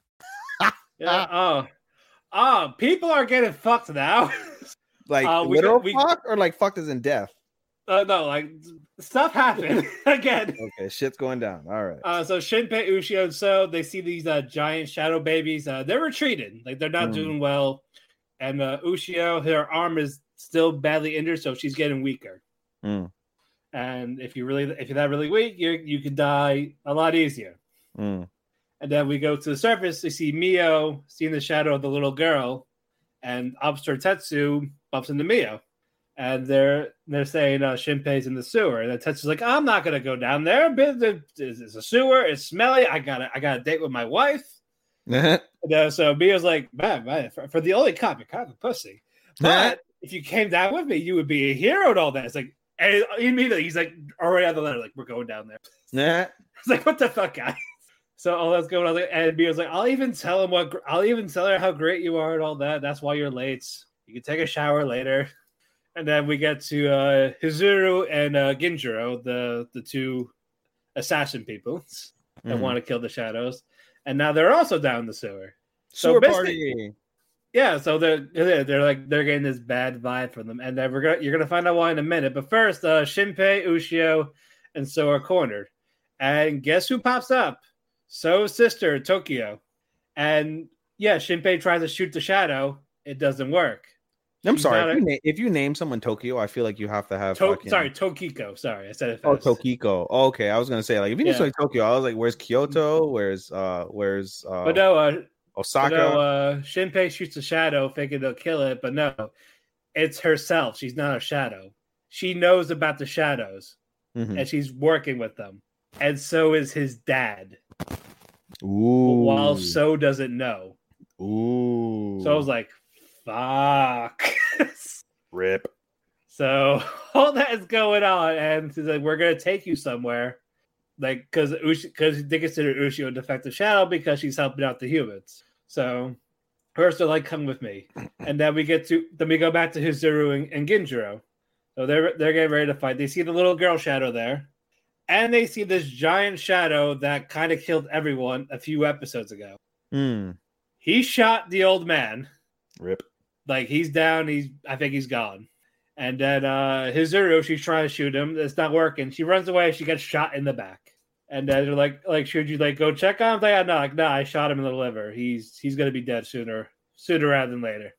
S3: Yeah. Oh, oh, people are getting fucked now.
S4: Like
S3: Uh, we
S4: literal
S3: got- we-
S4: fuck or like fucked is in death.
S3: uh, no, like stuff happened again.
S4: Okay, shit's going down. All right.
S3: Uh, so Shinpei, Ushio, and So they see these uh, giant shadow babies. Uh, they're retreating, like they're not
S4: Mm.
S3: doing well. And uh, Ushio, her arm is still badly injured, so she's getting weaker.
S4: Mm.
S3: And if you really, if you're that really weak, you you could die a lot easier.
S4: Mm.
S3: And then we go to the surface. We see Mio seeing the shadow of the little girl, and Officer Tetsu bumps into Mio, and they're they're saying uh, Shinpei's in the sewer. And then Tetsu's like, "I'm not gonna go down there. But the- It's it's a sewer. It's smelly. I got I got a date with my wife." And, uh, so Mio's like, "Man, man for, for the only cop, you're kind of a pussy. But if you came down with me, you would be a hero and all that." It's like, and immediately he's like, already on the letter, like, "We're going down there." It's like, what the fuck, guys? So all that's going on, like, and Mio's like, I'll even tell him what, gr- I'll even tell her how great you are and all that. That's why you're late. You can take a shower later. And then we get to uh, Hizuru and uh, Ginjiro, the the two assassin people that
S4: Mhm.
S3: want to kill the shadows. And now they're also down the sewer. So
S4: Sewer
S3: basically-
S4: party.
S3: Yeah, so they're they're they're like they're getting this bad vibe from them, and then we're gonna, you're gonna find out why in a minute. But first, uh, Shinpei, Ushio, and so are cornered, And guess who pops up? So's sister, Tokyo. And yeah, Shinpei tries to shoot the shadow. It doesn't work.
S4: I'm
S3: She's
S4: sorry.
S3: not
S4: If
S3: a-
S4: you, na- if you name someone Tokyo, I feel like you have to have.
S3: To-
S4: fucking-
S3: Sorry, Tokiko. Sorry, I said it
S4: Oh,
S3: fast.
S4: Tokiko. Oh, okay, I was gonna say like if you
S3: Yeah.
S4: name
S3: Mm-hmm.
S4: someone Tokyo, I was like, where's Kyoto? Where's uh, where's uh,
S3: But no, uh,
S4: Osaka?
S3: So uh, Shinpei shoots a shadow, thinking they'll kill it, but no, it's herself. She's not a shadow. She knows about the shadows,
S4: Mhm.
S3: and she's working with them. And so is his dad,
S4: Ooh.
S3: while So doesn't know.
S4: Ooh.
S3: So I was like, "Fuck."
S4: rip.
S3: so all that is going on, and she's like, "We're gonna take you somewhere." Like, because because they consider Ushio a defective shadow because she's helping out the humans. So first they're like, "Come with me," and then we get to then we go back to Hizuru and, and Ginjiro. So they're they're getting ready to fight. They see the little girl shadow there, and they see this giant shadow that kind of killed everyone a few episodes ago.
S4: Mm.
S3: He shot the old man
S4: Rip.
S3: like he's down he's i think he's gone and then uh hizuru she's trying to shoot him it's not working she runs away she gets shot in the back and then they're like like should you like go check on him like no like, no i shot him in the liver he's he's gonna be dead sooner sooner rather than later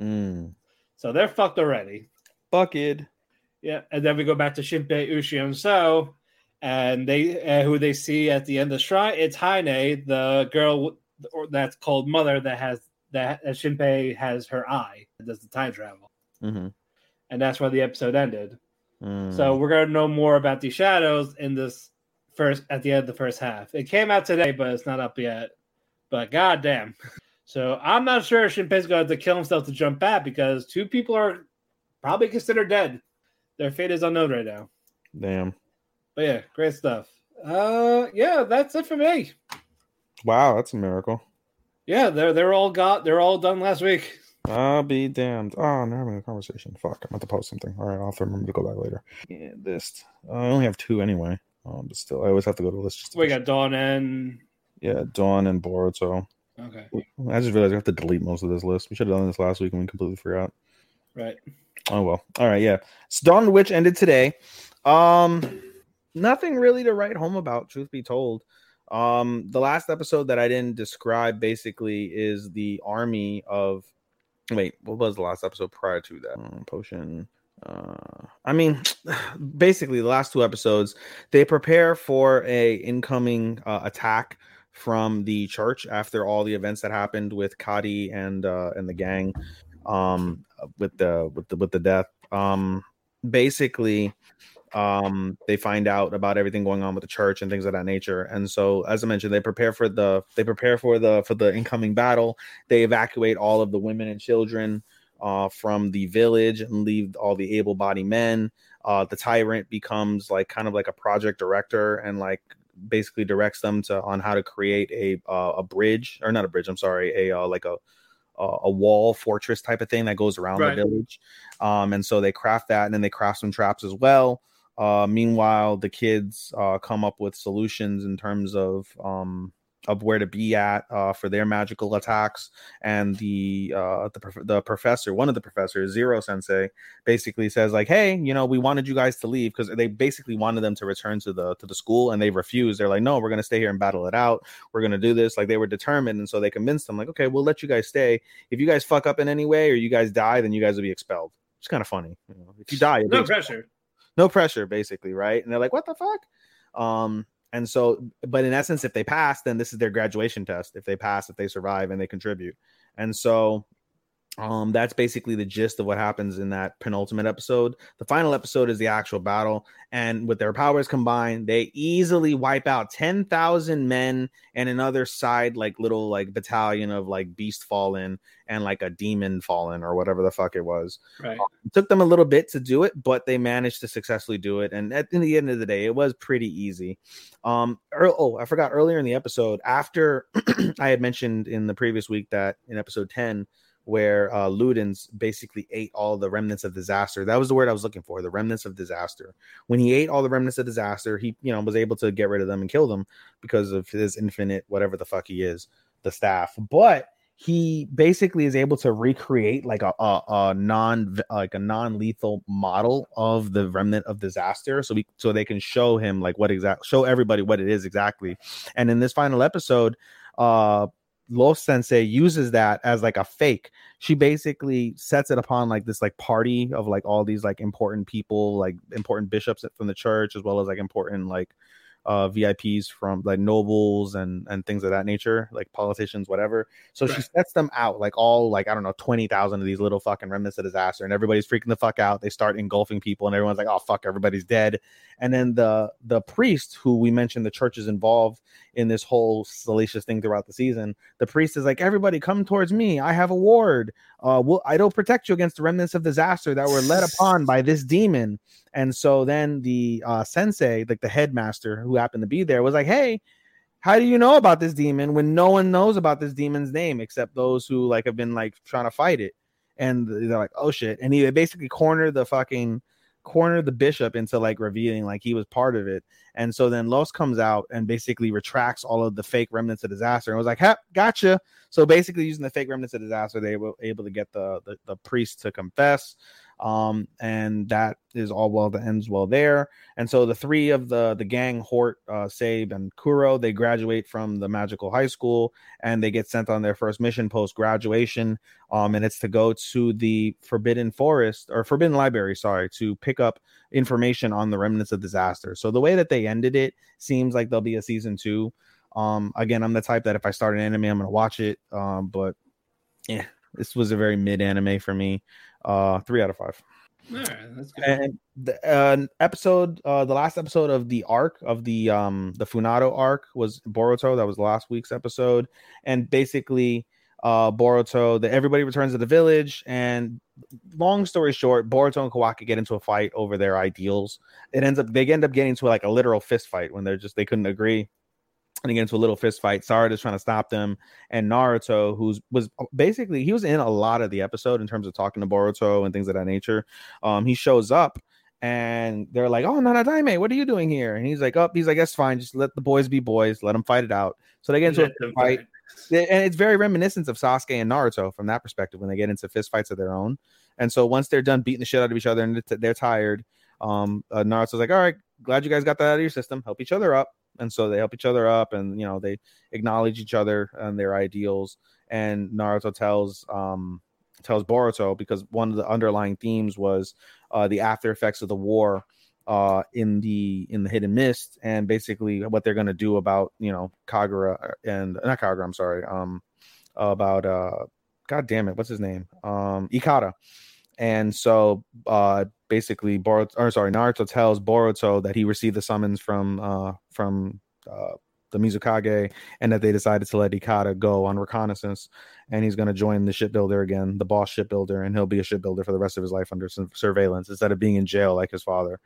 S4: Mm.
S3: so they're fucked already
S4: Bucket.
S3: yeah and then we go back to shinpei ushi and so and they uh, who they see at the end of the shrine it's Haine, the girl w- or that's called mother that has that that shinpei has her eye that does the time travel
S4: Mhm.
S3: and that's where the episode ended.
S4: Mm.
S3: So we're gonna know more about the shadows in this first at the end of the first half. It came out today, but it's not up yet. But goddamn. So I'm not sure if Shinpei's gonna have to kill himself to jump back because two people are probably considered dead. Their fate is unknown right now.
S4: damn.
S3: But yeah, great stuff. Uh yeah, that's it for me.
S4: Wow, that's a miracle.
S3: Yeah, they're they're all got they're all done last week.
S4: I'll be damned. Oh, now I'm having a conversation. Fuck, I'm about to post something. All right, I'll have to remember to go back later. Yeah, list. I only have two anyway. Um, but still, I always have to go to the list. Just to
S3: We
S4: make
S3: got Dawn and
S4: sure. yeah, Dawn and Boruto.
S3: Okay.
S4: I just realized I have to delete most of this list. We should have done this last week and we completely forgot.
S3: Right.
S4: Oh well. All right, yeah. So Dawn of the Witch ended today. Um nothing really to write home about, truth be told. Um the last episode that I didn't describe basically is the army of wait, what was the last episode prior to that? Mm, potion. Uh I mean basically the last two episodes they prepare for a incoming uh, attack from the church after all the events that happened with Cody and uh and the gang um with the with the with the death um basically um they find out about everything going on with the church and things of that nature and so as i mentioned they prepare for the they prepare for the for the incoming battle they evacuate all of the women and children uh from the village and leave all the able-bodied men uh the tyrant becomes like kind of like a project director and like basically directs them to on how to create a uh, a bridge or not a bridge i'm sorry a uh, like a uh, a wall fortress type of thing that goes around
S3: Right.
S4: the village. Um, and so they craft that and then they craft some traps as well. Uh, meanwhile, the kids uh, come up with solutions in terms of um, of where to be at uh, for their magical attacks. And the uh, the, prof- the professor, one of the professors, Zero Sensei, basically says like, "Hey, you know, we wanted you guys to leave because they basically wanted them to return to the to the school, and they refused. They're like, no, we're gonna stay here and battle it out. We're gonna do this. Like they were determined, and so they convinced them like, okay, we'll let you guys stay, if you guys fuck up in any way or you guys die, then you guys will be expelled. It's kind of funny. you know. If you die, you'll be
S3: No
S4: expelled
S3: pressure.
S4: no pressure basically right and they're like what the fuck um and so but in essence if they pass then this is their graduation test if they pass if they survive and they contribute and so um that's basically the gist of what happens in that penultimate episode the final episode is the actual battle and with their powers combined they easily wipe out 10,000 men and another side like little like battalion of like beast fallen and like a demon fallen or whatever the fuck it was
S3: Right.
S4: it took them a little bit to do it, but they managed to successfully do it. And at the end of the day, it was pretty easy. Um, ear- oh, I forgot earlier in the episode after I had mentioned in the previous week that in episode 10, where uh, Ludens basically ate all the remnants of disaster. That was the word I was looking for, the remnants of disaster. When he ate all the remnants of disaster, he you know was able to get rid of them and kill them because of his infinite whatever the fuck he is, the staff. But he basically is able to recreate like a, a, a non like a non-lethal model of the remnant of disaster so we so they can show him like what exact show everybody what it is exactly and in this final episode uh Lo Sensei uses that as like a fake. She basically sets it upon like this like party of like all these like important people, like important bishops from the church, as well as like important like uh VIPs from like nobles and and things of that nature, like politicians, whatever. So she
S3: Right.
S4: sets them out like all like I don't know twenty thousand of these little fucking remnants of disaster, and everybody's freaking the fuck out. They start engulfing people, and everyone's like, oh fuck, everybody's dead. And then the the priest who we mentioned the church is involved in this whole salacious thing throughout the season the priest is like, "Everybody, come towards me. I have a ward. Uh, will I don't protect you against the remnants of disaster that were led upon by this demon." And so then the uh, sensei, like the headmaster who happened to be there, was like, "Hey, how do you know about this demon when no one knows about this demon's name except those who like have been like trying to fight it?" And they're like, "Oh shit!" And he basically cornered the fucking cornered the bishop into like revealing like he was part of it. And so then Los comes out and basically retracts all of the fake remnants of disaster and was like, "Hep, gotcha." So basically, using the fake remnants of disaster, they were able to get the the, the priest to confess, um, and that is all well that ends well there. And so the three of the the gang, Hort, uh, Sabe, and Kuro, they graduate from the magical high school and they get sent on their first mission post graduation, um, and it's to go to the Forbidden Forest or Forbidden Library, sorry, to pick up information on the remnants of disaster. So the way that they ended it seems like there'll be a season two. Um, again, I'm the type that if I start an anime, I'm gonna watch it. Um, but yeah, this was a very mid anime for me. Uh, three out of five.
S3: All right, that's good.
S4: And the uh, episode, uh, the last episode of the arc of the um the Funado arc was Boruto. That was last week's episode, and basically, uh, Boruto. That everybody returns to the village, and long story short, Boruto and Kawaki get into a fight over their ideals. It ends up they end up getting to like a literal fist fight when they're just they couldn't agree. And they get into a little fist fight. Sarada's trying to stop them, and Naruto, who's was uh, basically he was in a lot of the episode in terms of talking to Boruto and things of that nature. Um, he shows up and they're like, "Oh, Nana Daime, what are you doing here?" And he's like, "Up." he's like, "That's fine. Just let the boys be boys. Let them fight it out." So they get into
S3: Let
S4: a
S3: them
S4: fight,
S3: fight.
S4: and it's very reminiscent of Sasuke and Naruto from that perspective when they get into fist fights of their own. And so once they're done beating the shit out of each other and they're t- they're tired, um, uh, Naruto's like, "All right, glad you guys got that out of your system. Help each other up." And so they help each other up, and you know they acknowledge each other and their ideals. And Naruto tells um, tells Boruto because one of the underlying themes was uh, the after effects of the war uh, in the in the hidden mist and basically what they're going to do about you know Kagura uh, and not Kagura I'm sorry um about uh god damn it what's his name um Ikata and so uh basically Boruto or sorry Naruto tells Boruto that he received the summons from uh from uh the Mizukage, and that they decided to let Ikata go on reconnaissance, and he's going to join the shipbuilder again, the boss shipbuilder, and he'll be a shipbuilder for the rest of his life under sur- surveillance instead of being in jail like his father.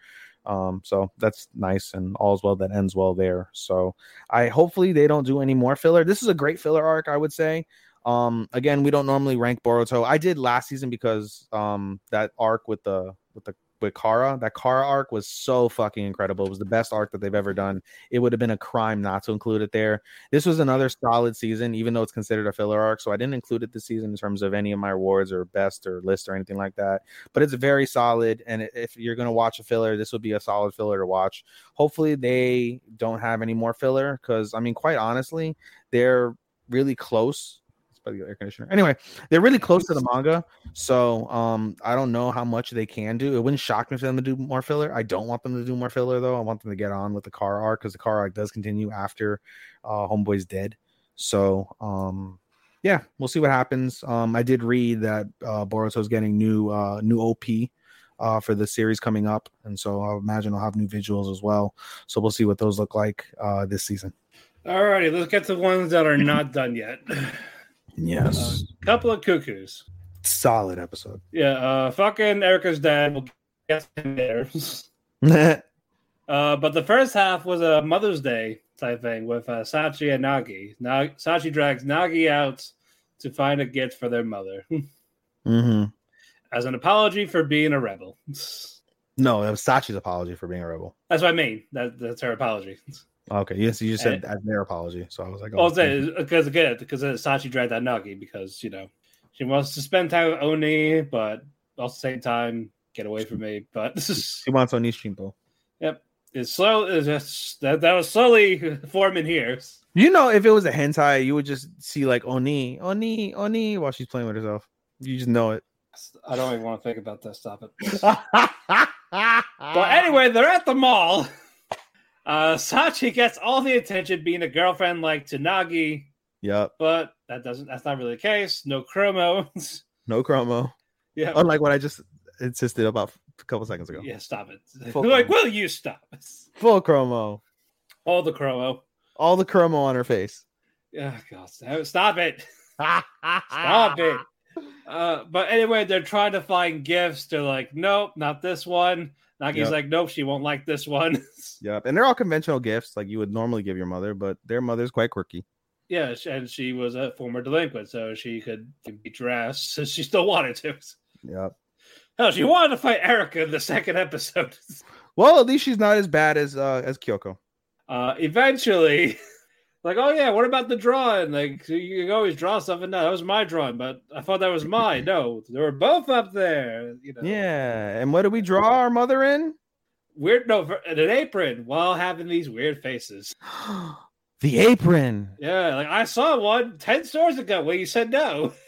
S4: Um, so that's nice, and all's well that ends well there. So I hopefully they don't do any more filler. This is a great filler arc, I would say. Um, again, we don't normally rank Boruto. I did last season because um that arc with the with the with Kara, that Kara arc was so fucking incredible. It was the best arc that they've ever done it would have been a crime not to include it there. This was another solid season, even though it's considered a filler arc. So I didn't include it this season in terms of any of my awards or best or list or anything like that. But it's very solid. And i- if you're going to watch a filler, this would be a solid filler to watch. Hopefully, they don't have any more filler because, I mean, quite honestly, they're really close. It's by the air conditioner. Anyway, they're really close to the manga. So um, I don't know how much they can do. It wouldn't shock me for them to do more filler. I don't want them to do more filler though. I want them to get on with the car arc because the car arc does continue after uh, Homeboy's dead. So um, yeah, we'll see what happens. Um, I did read that uh, Boruto's getting new uh, new OP. Uh, for the series coming up, and so I imagine I'll have new visuals as well. So we'll see what those look like uh, this season.
S3: All righty, let's get to the ones that are not done yet.
S4: Yes,
S3: Couple of cuckoos.
S4: solid episode.
S3: Yeah, uh, fucking Erica's dad will get him there. Uh, but the first half was a Mother's Day type thing with uh, Sachi and Nagi. Na- Sachi drags Nagi out to find a gift for their mother
S4: hmm
S3: as an apology for being a rebel.
S4: No, that was Sachi's apology for being a rebel.
S3: That's what I mean. That, that's her apology.
S4: Okay. Yes, you just said
S3: And-
S4: I their apology. So I was like,
S3: All I'm saying is because again, because Sachi dragged that Nagi because you know she wants to spend time with Oni, but also at the same time get away from me. But this is
S4: she wants Onishimpo.
S3: it's slow. It's just, that that was slowly forming here.
S4: You know, if it was a hentai, you would just see like Oni, Oni, Oni while she's playing with herself. You just know it.
S3: I don't even want to think about that. Stop it. But anyway, they're at the mall. Uh, Sachi gets all the attention being a girlfriend like Tanagi,
S4: Yep.
S3: but that doesn't that's not really the case. No chromos.
S4: No chromo.
S3: yeah.
S4: Unlike what I just insisted about a couple seconds ago.
S3: yeah, stop it.
S4: Full
S3: like,
S4: chromo.
S3: will you stop?
S4: Full chromo.
S3: All the chromo.
S4: All the chromo on her face.
S3: Oh god, stop- stop it. Stop it. Uh, but anyway, they're trying to find gifts. They're like, nope, not this one. Nagi's
S4: Yep.
S3: like, nope, she won't like this one.
S4: Yep. And they're all conventional gifts like you would normally give your mother, but their mother's quite quirky.
S3: yeah, sh- and she was a former delinquent, so she could be dressed. So she still wanted to.
S4: Yep.
S3: Hell, she wanted to fight Erica in the second episode.
S4: Well, at least she's not as bad as uh as Kyoko.
S3: Uh, eventually, like, oh yeah, what about the drawing? Like, you can always draw something. No, that was my drawing, but I thought that was mine. No, they were both up there. You know,
S4: Yeah. And what did we draw our mother in?
S3: weird. No, ver- in an apron while having these weird faces.
S4: the apron.
S3: Yeah, like I saw one 10 stores ago where you said no.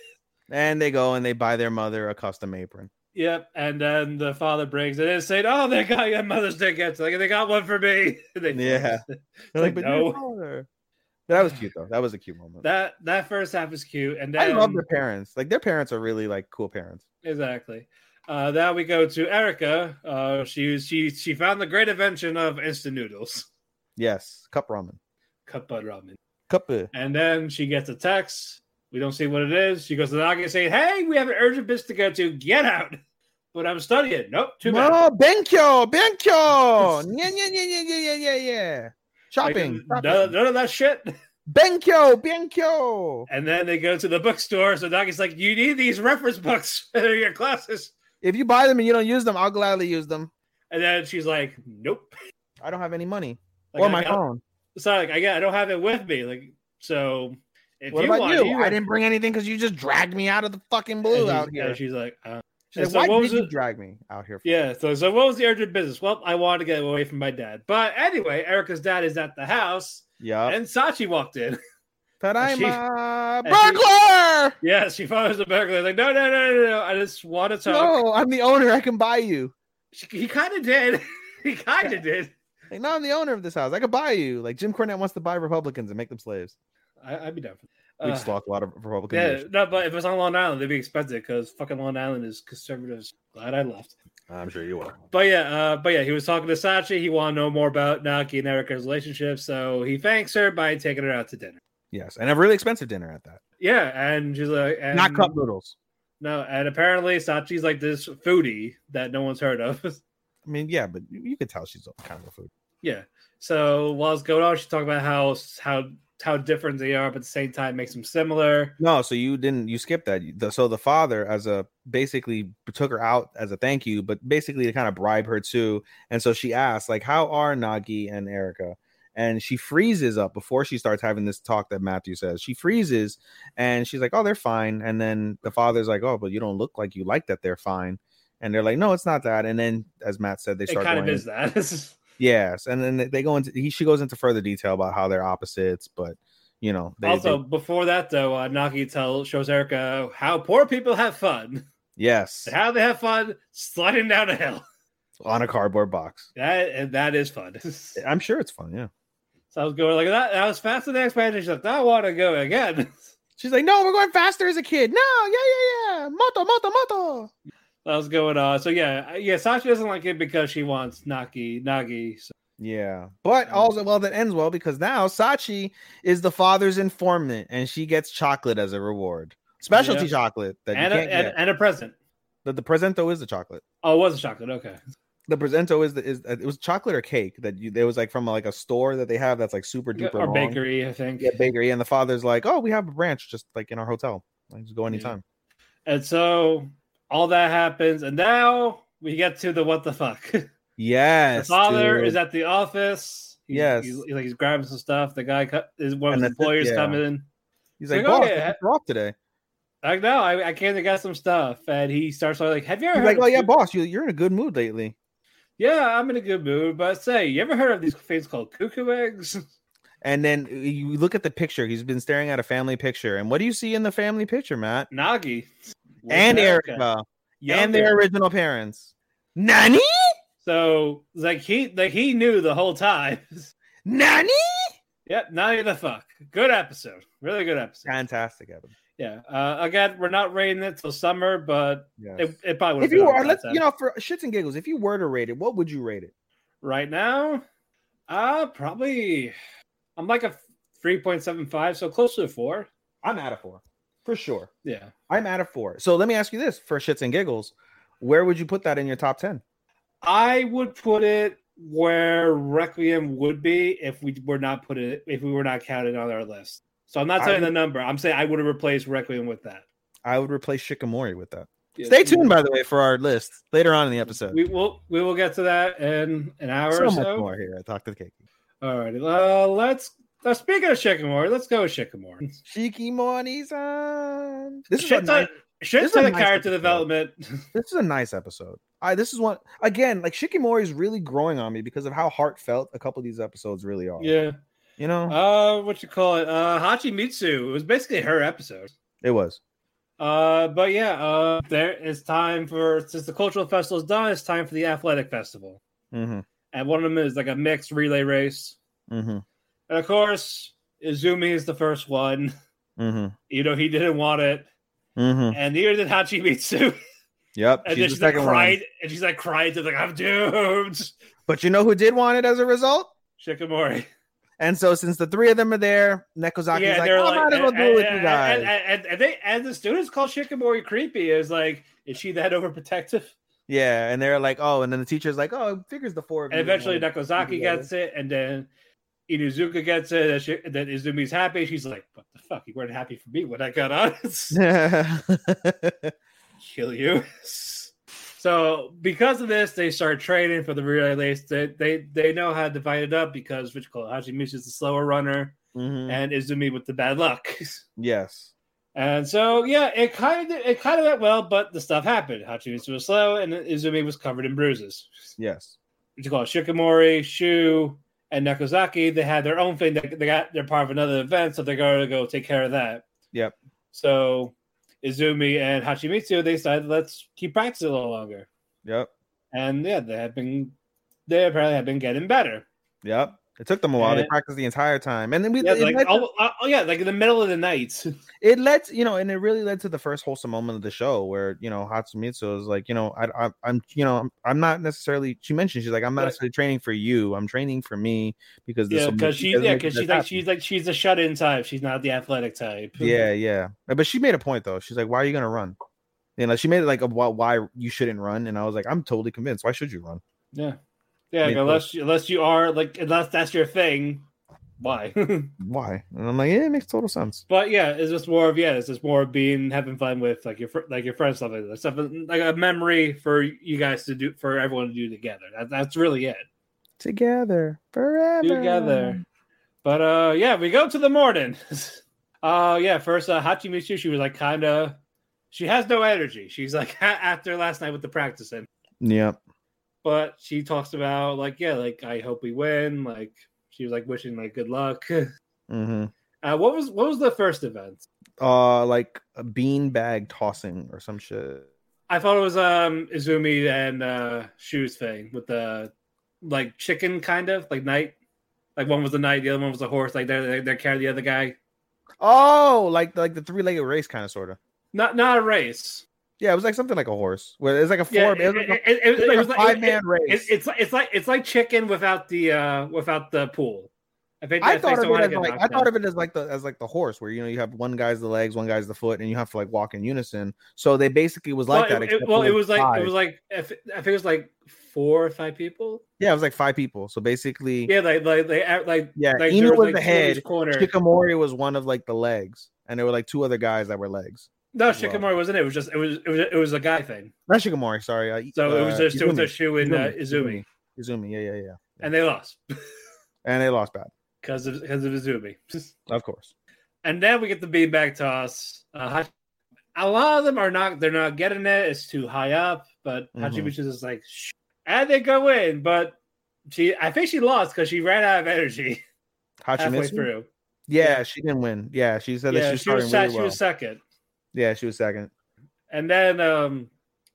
S4: And they go and they buy their mother a custom apron.
S3: Yep, and then the father brings it in and saying, "Oh, they got your mother's Day gifts. Like they got one for me." They-
S4: Yeah. They're
S3: like,
S4: like, but
S3: no.
S4: your mother. That was cute though. That was a cute moment.
S3: that that first half is cute, and
S4: I
S3: then
S4: love their parents. Like their parents are really like cool parents.
S3: Exactly. Uh, now we go to Erica. Uh, she she she found the great invention of instant noodles,
S4: Yes, cup ramen.
S3: cup bud ramen,
S4: Cup. uh,
S3: and then she gets a text. We don't see what it is. She goes to the Nagi saying, "Hey, we have an urgent business to go to. Get out." But I'm studying. Nope, too bad.
S4: No, benkyo, benkyo. Yeah, yeah, yeah, yeah, yeah, yeah, yeah, yeah.
S3: Like,
S4: Shopping.
S3: none,
S4: shopping.
S3: none of that shit.
S4: Benkyo, benkyo.
S3: And then they go to the bookstore. So Nagi's like, "You need these reference books for your classes."
S4: If you buy them and you don't use them, I'll gladly use them.
S3: And then she's like, "Nope."
S4: I don't have any money
S3: Like,
S4: or
S3: I
S4: my
S3: got-
S4: phone.
S3: It's not like I got. I don't have it with me. Like so. If
S4: What
S3: you
S4: about
S3: want,
S4: you?
S3: you
S4: I didn't bring anything because you just dragged me out of the fucking
S3: And
S4: blue
S3: she's-
S4: out
S3: yeah,
S4: here.
S3: she's like, uh,
S4: She's
S3: and so
S4: like,
S3: what
S4: why
S3: was
S4: did you
S3: it-
S4: drag me out here? For?
S3: yeah. So, so what was the urgent business? Well, I wanted to get away from my dad. But anyway, Erica's dad is at the house,
S4: Yeah.
S3: and Sachi walked in.
S4: Ta-da,
S3: and she-
S4: burglar!
S3: yeah, she follows the burglar. Like, no, no, no, no, no. I just want to talk.
S4: No, I'm the owner. I can buy you.
S3: She, he kind of did. he kind of did.
S4: Like, no, I'm the owner of this house. I could buy you. Like Jim Cornette wants to buy Republicans and make them slaves.
S3: I, I'd be down for that.
S4: We
S3: Uh,
S4: just lost a lot of Republican
S3: yeah,
S4: leadership.
S3: no, but if it's on Long Island, they'd be expensive because fucking Long Island is conservatives. Glad I left.
S4: I'm sure you are.
S3: But yeah, uh, but yeah, he was talking to Sachi. He wanted to know more about Naki and Erica's relationship, so he thanks her by taking her out to dinner.
S4: Yes, and a really expensive dinner at that.
S3: Yeah, and she's like, and,
S4: Not cup noodles.
S3: No, and apparently Sachi's like this foodie that no one's heard of.
S4: I mean, yeah, but you you could tell she's kind of a food.
S3: yeah. So while it's going on, she's talking about how how how different they are, but at the same time makes them similar.
S4: No, so you didn't. You skipped that. You- the- So the father, as a basically, took her out as a thank you, but basically to kind of bribe her too. And so she asked, like, "How are Nagi and Erica?" And she freezes up before she starts having this talk that Matthew says. She freezes, and she's like, "Oh, they're fine." And then the father's like, "Oh, but you don't look like you like that. They're fine." And they're like, "No, it's not that." And then, as Matt said, they
S3: it
S4: start
S3: kind of
S4: going
S3: is that.
S4: Yes, and then they- they go into he she goes into further detail about how they're opposites, but you know they,
S3: also,
S4: they-
S3: before that though, uh, Naki tell shows Erica how poor people have fun,
S4: yes
S3: how they have fun sliding down a hill.
S4: on a cardboard box.
S3: That and that is fun. so
S4: I'm sure it's fun. Yeah,
S3: I was going like that. That was faster than expected. She's like, I want to go again.
S4: she's like, no, we're going faster as a kid. No, yeah, yeah, yeah, moto, moto, moto.
S3: that was going on. So yeah, uh, yeah, Sasha doesn't like it because she wants Naki Nagi. So
S4: Yeah,
S3: Mm.
S4: but also well that ends well because now Sachi is the father's informant and she gets chocolate as a reward, specialty
S3: Yeah.
S4: chocolate that
S3: and
S4: you
S3: a,
S4: can't
S3: and,
S4: get.
S3: and a present.
S4: That the presento is the chocolate.
S3: Oh, it was a chocolate. Okay.
S4: The presento is the is it was chocolate or cake that you it was like from like a store that they have that's like super duper
S3: Or
S4: long.
S3: bakery, I think.
S4: yeah, bakery. And the father's like, "Oh, we have a branch just like in our hotel. Like, just go
S3: Yeah.
S4: anytime."
S3: And so all that happens. And now we get to the what the fuck. the
S4: Yes,
S3: father
S4: dude.
S3: is at the office. He's,
S4: Yes.
S3: he's, he's, like he's grabbing some stuff. The guy cut, is one of
S4: And
S3: his
S4: that's it,
S3: employers
S4: yeah.
S3: coming in.
S4: He's like,
S3: Like, oh,
S4: boss,
S3: yeah.
S4: you're off today.
S3: Like, no, I, I came to get some stuff, and he starts like, "Have you ever
S4: He's
S3: heard
S4: like,
S3: of
S4: oh yeah,
S3: food-
S4: boss, you, you're in a good mood lately.
S3: Yeah, I'm in a good mood, but say, you ever heard of these things called cuckoo eggs?
S4: And then you look at the picture. He's been staring at a family picture. And what do you see in the family picture, Matt?
S3: Nagi
S4: and
S3: Erica.
S4: Erica
S3: Yeah,
S4: and their original parents. Nanny,
S3: So like he like he knew the whole time.
S4: nanny.
S3: yep, Nagi the fuck. Good episode, really good episode.
S4: Fantastic, Evan.
S3: Yeah. Uh, again, we're not rating it till summer, but
S4: Yes.
S3: it, it probably would.
S4: if you are, let's you know, for shits and giggles, if you were to rate it, what would you rate it?
S3: right now, uh probably I'm like a three point seven five, so close to a four.
S4: I'm at a four for sure.
S3: Yeah.
S4: I'm at a four. So let me ask you this: for shits and giggles, where would you put that in your top ten?
S3: I would put it where Requiem would be if we were not put it if we were not counted on our list. So I'm not saying
S4: I-
S3: the number. I'm saying I would have replaced Requiem with that.
S4: I would replace Shikamori with that.
S3: Yeah.
S4: Stay tuned, by the way, for our list later on in the episode.
S3: We will we will get to that in an hour
S4: so
S3: or
S4: much
S3: so.
S4: more here. I talked to the cake.
S3: All right. Uh, let's uh, speaking of Shikimori, let's go with Shikimori.
S4: Shikimori-san. This is a
S3: Shit's on-
S4: nice,
S3: shit's
S4: is a
S3: on the
S4: nice
S3: character
S4: episode.
S3: development.
S4: this is a nice episode. I this is one again like Shikimori is really growing on me because of how heartfelt a couple of these episodes really are.
S3: yeah.
S4: You know,
S3: Uh, what you call it? Uh, Hachimitsu. It was basically her episode.
S4: it was.
S3: Uh, but yeah, uh, there it's time for since the cultural festival is done, it's time for the athletic festival,
S4: hmm
S3: and one of them is like a mixed relay race,
S4: hmm
S3: and of course, Izumi is the first one.
S4: hmm
S3: You know he didn't want it,
S4: hmm
S3: and neither did Hachimitsu.
S4: Yep.
S3: And
S4: she's
S3: then she's like
S4: the second one.
S3: crying, and she's like crying to like I'm doomed.
S4: But you know who did want it as a result?
S3: Shikamori.
S4: And so since the three of them are there, Nekozaki's
S3: yeah,
S4: like,
S3: they're
S4: I
S3: like, eh,
S4: might as well
S3: and,
S4: do it with
S3: and-
S4: you guys.
S3: And, and, and they and the students call Shikamori creepy. Is like, is she that overprotective?
S4: yeah, and they're like, oh, and then the teacher's like, oh, it figures the four of
S3: And
S4: you
S3: eventually
S4: wanted-
S3: Nakozaki
S4: Yeah.
S3: gets it, and then Inuzuka gets it. And she, then Izumi's happy. She's like, "What the fuck? You weren't happy for me when I got on. Kill you." So because of this, they start training for the relay race. They they, they know how to divide it up because which called Hachimitsu is the slower runner,
S4: Mhm.
S3: and Izumi with the bad luck.
S4: Yes.
S3: And so, yeah, it kind of it kind of went well, but the stuff happened. Hachimitsu was slow, and Izumi was covered in bruises.
S4: Yes.
S3: What you call it? Shikamori, Shu, and Nakozaki. They had their own thing. They, they got they're part of another event, so they're going to go take care of that.
S4: Yep.
S3: So Izumi and Hachimitsu, they decided let's keep practicing a little longer.
S4: Yep.
S3: And yeah, they have been they apparently have been getting better.
S4: Yep. It took them a while. they
S3: And-
S4: practiced the entire time. And then we
S3: Yeah,
S4: it,
S3: like
S4: led to-
S3: oh, oh yeah, like in the middle of the night.
S4: it led to- you know, and it really led to the first wholesome moment of the show where, you know, Hatsumitsu is like, you know, I, I I'm you know, I'm, I'm not necessarily she mentioned she's like, I'm not
S3: Right.
S4: necessarily training for you. I'm training for me because this
S3: yeah,
S4: will make-
S3: because she
S4: it'll
S3: yeah,
S4: make
S3: because
S4: this
S3: she's like
S4: happen."
S3: she's like she's a shut in type. She's not the athletic type.
S4: Yeah, yeah. But she made a point though. She's like, "Why are you gonna run?" You know, she made it like a why, why you shouldn't run, and I was like, "I'm totally convinced. Why should you run?"
S3: Yeah. Yeah,
S4: mean,
S3: like, unless unless you are like unless that's your thing, why?
S4: Why? And I'm like, "Yeah, it makes total sense."
S3: but yeah, it's just more of yeah, it's just more of being having fun with like your fr- like your friends stuff like that stuff like a memory for you guys to do for everyone to do together. That, that's really it
S4: Together forever.
S3: together. But uh, yeah, we go to the morning. uh, yeah, first uh, Hachimitsu, she was like kind of she has no energy. She's like after last night with the practicing.
S4: Yep.
S3: but she talks about like yeah like i hope we win like she was like wishing like good luck uh,
S4: hmm
S3: what was what was the first event
S4: Uh, like a bean bag tossing or some shit.
S3: i thought it was um izumi and uh shoes thing with the like chicken kind of like night like one was a knight the other one was a horse like they're they're, they're carrying the other guy
S4: Oh, like like the three legged race kind of sort of.
S3: not not a race
S4: Yeah, it was like something like a horse. Where it's like a four.
S3: yeah,
S4: it was
S3: it,
S4: like
S3: it,
S4: a,
S3: it- it- it was like-
S4: five
S3: it-
S4: man race.
S3: it- it's like it's like it's like chicken without the uh without the pool i think
S4: I
S3: that's
S4: thought
S3: based
S4: of
S3: on
S4: it
S3: how
S4: as
S3: get
S4: like
S3: knocked
S4: I
S3: out.
S4: thought of it as like the as like the horse where you know you have one guy's the legs, one guy's the foot, and you have to like walk in unison. So they basically was like
S3: well,
S4: that.
S3: It,
S4: except
S3: it, well,
S4: for,
S3: it was like
S4: five.
S3: it was like if, I think it was like four or five people.
S4: yeah, it was like five people. So basically, yeah,
S3: Yeah, like like they act like like
S4: Inu
S3: there
S4: was, the
S3: two in each
S4: head,
S3: Corner.
S4: Shikamori was one of like the legs, and there were like two other guys that were legs.
S3: no,
S4: as well.
S3: Shikamori wasn't. It It was just it was it was it was a guy thing.
S4: Not Shikamori, sorry. Uh,
S3: So it was
S4: uh,
S3: just it was a
S4: Izumi.
S3: shoe in uh, Izumi,
S4: Izumi. Izumi, yeah, yeah, yeah.
S3: and they lost.
S4: and they lost bad,
S3: because of because of Izumi.
S4: of course.
S3: and then we get the beanbag toss. Uh, Hachi- a lot of them are not; they're not getting it. It's too high up. But
S4: Mhm.
S3: Hachibuchi is like, Shh. and they go in. But she, I think she lost because she ran out of energy halfway
S4: Hachimitsu.
S3: through.
S4: Yeah, she didn't win. Yeah, she said that
S3: yeah,
S4: she was
S3: she was,
S4: starting
S3: sec-
S4: really
S3: she
S4: well.
S3: was second,
S4: yeah, she was second.
S3: and then um,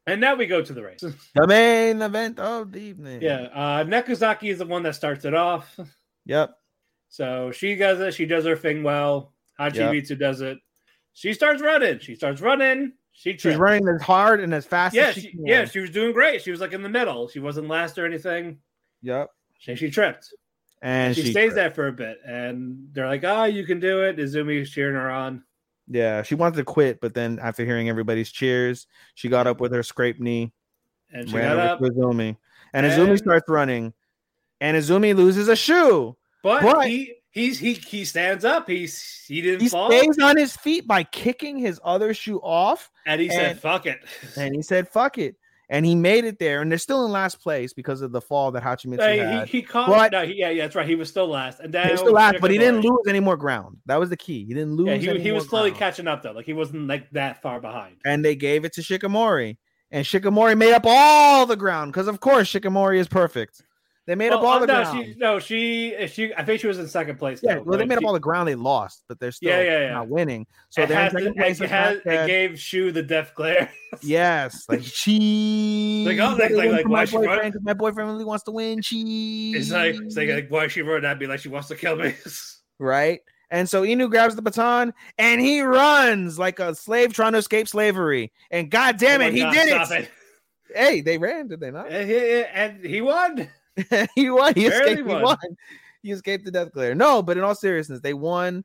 S3: and now we go to the race.
S4: The main event of the evening.
S3: yeah, uh, Nekuzaki is the one that starts it off.
S4: Yep.
S3: So she does it. She does her thing well. Hachimitsu does it. She starts running. She starts running. She
S4: She's
S3: trips.
S4: running as hard and as fast
S3: Yeah,
S4: as she,
S3: she,
S4: can.
S3: yeah, she was doing great. She was like in the middle. She wasn't last or anything.
S4: Yep.
S3: She, she tripped.
S4: And
S3: she,
S4: she,
S3: stays
S4: tripped.
S3: there for a bit, and they're like, "Ah, you can do it." Izumi's cheering her on.
S4: Yeah, she wanted to quit, but then after hearing everybody's cheers, she got up with her scrape knee,
S3: And she
S4: ran
S3: got
S4: over
S3: up,
S4: to Izumi, and,
S3: and-
S4: Izumi starts running, and Izumi loses a shoe.
S3: but,
S4: but-
S3: he he's he he stands up. He's he didn't
S4: He
S3: fall,
S4: stays on his feet by kicking his other shoe off,
S3: and he said,
S4: and-
S3: "Fuck it."
S4: and he said, "Fuck it," and he made it there, and they're still in last place because of the fall that Hachimitsu
S3: Hey,
S4: had.
S3: he, he caught.
S4: But-
S3: no, he, yeah, yeah, that's right. He was still last, and then
S4: He was still last, but he didn't
S3: Shikamori.
S4: lose any more ground. That was the key. He didn't lose.
S3: Yeah, he,
S4: any
S3: he was
S4: more
S3: slowly
S4: ground.
S3: catching up though. Like he wasn't like that far behind.
S4: and they gave it to Shikamori. And Shikamori made up all the ground because, of course, Shikamori is perfect. They made up
S3: Well, uh,
S4: all the
S3: no,
S4: ground.
S3: she, no, she uh, she I think she was in second place.
S4: yeah,
S3: though,
S4: well, they
S3: but
S4: made up
S3: she-
S4: all the ground they lost, but they're still
S3: Yeah, yeah, yeah.
S4: not winning. So
S3: it
S4: they're in
S3: has
S4: second
S3: to-
S4: place.
S3: It,
S4: it's
S3: has, it
S4: not bad.
S3: gave Shu the death glare.
S4: yes, like cheese.
S3: Like, oh, like- like- like, why
S4: my
S3: she run-
S4: boyfriend, 'cause my boyfriend really wants to win. Cheese.
S3: It's like, it's like, like, why she wrote that? Be like, she wants to kill me.
S4: right? And so Inu grabs the baton and he runs like a slave trying to escape slavery. And god damn
S3: Oh
S4: it,
S3: my
S4: he
S3: God,
S4: did
S3: stop
S4: it. Hey, they ran, did they not?
S3: And he, and he won.
S4: he won. He
S3: Barely
S4: escaped.
S3: won.
S4: He won. He escaped the death glare. No, but in all seriousness, they won.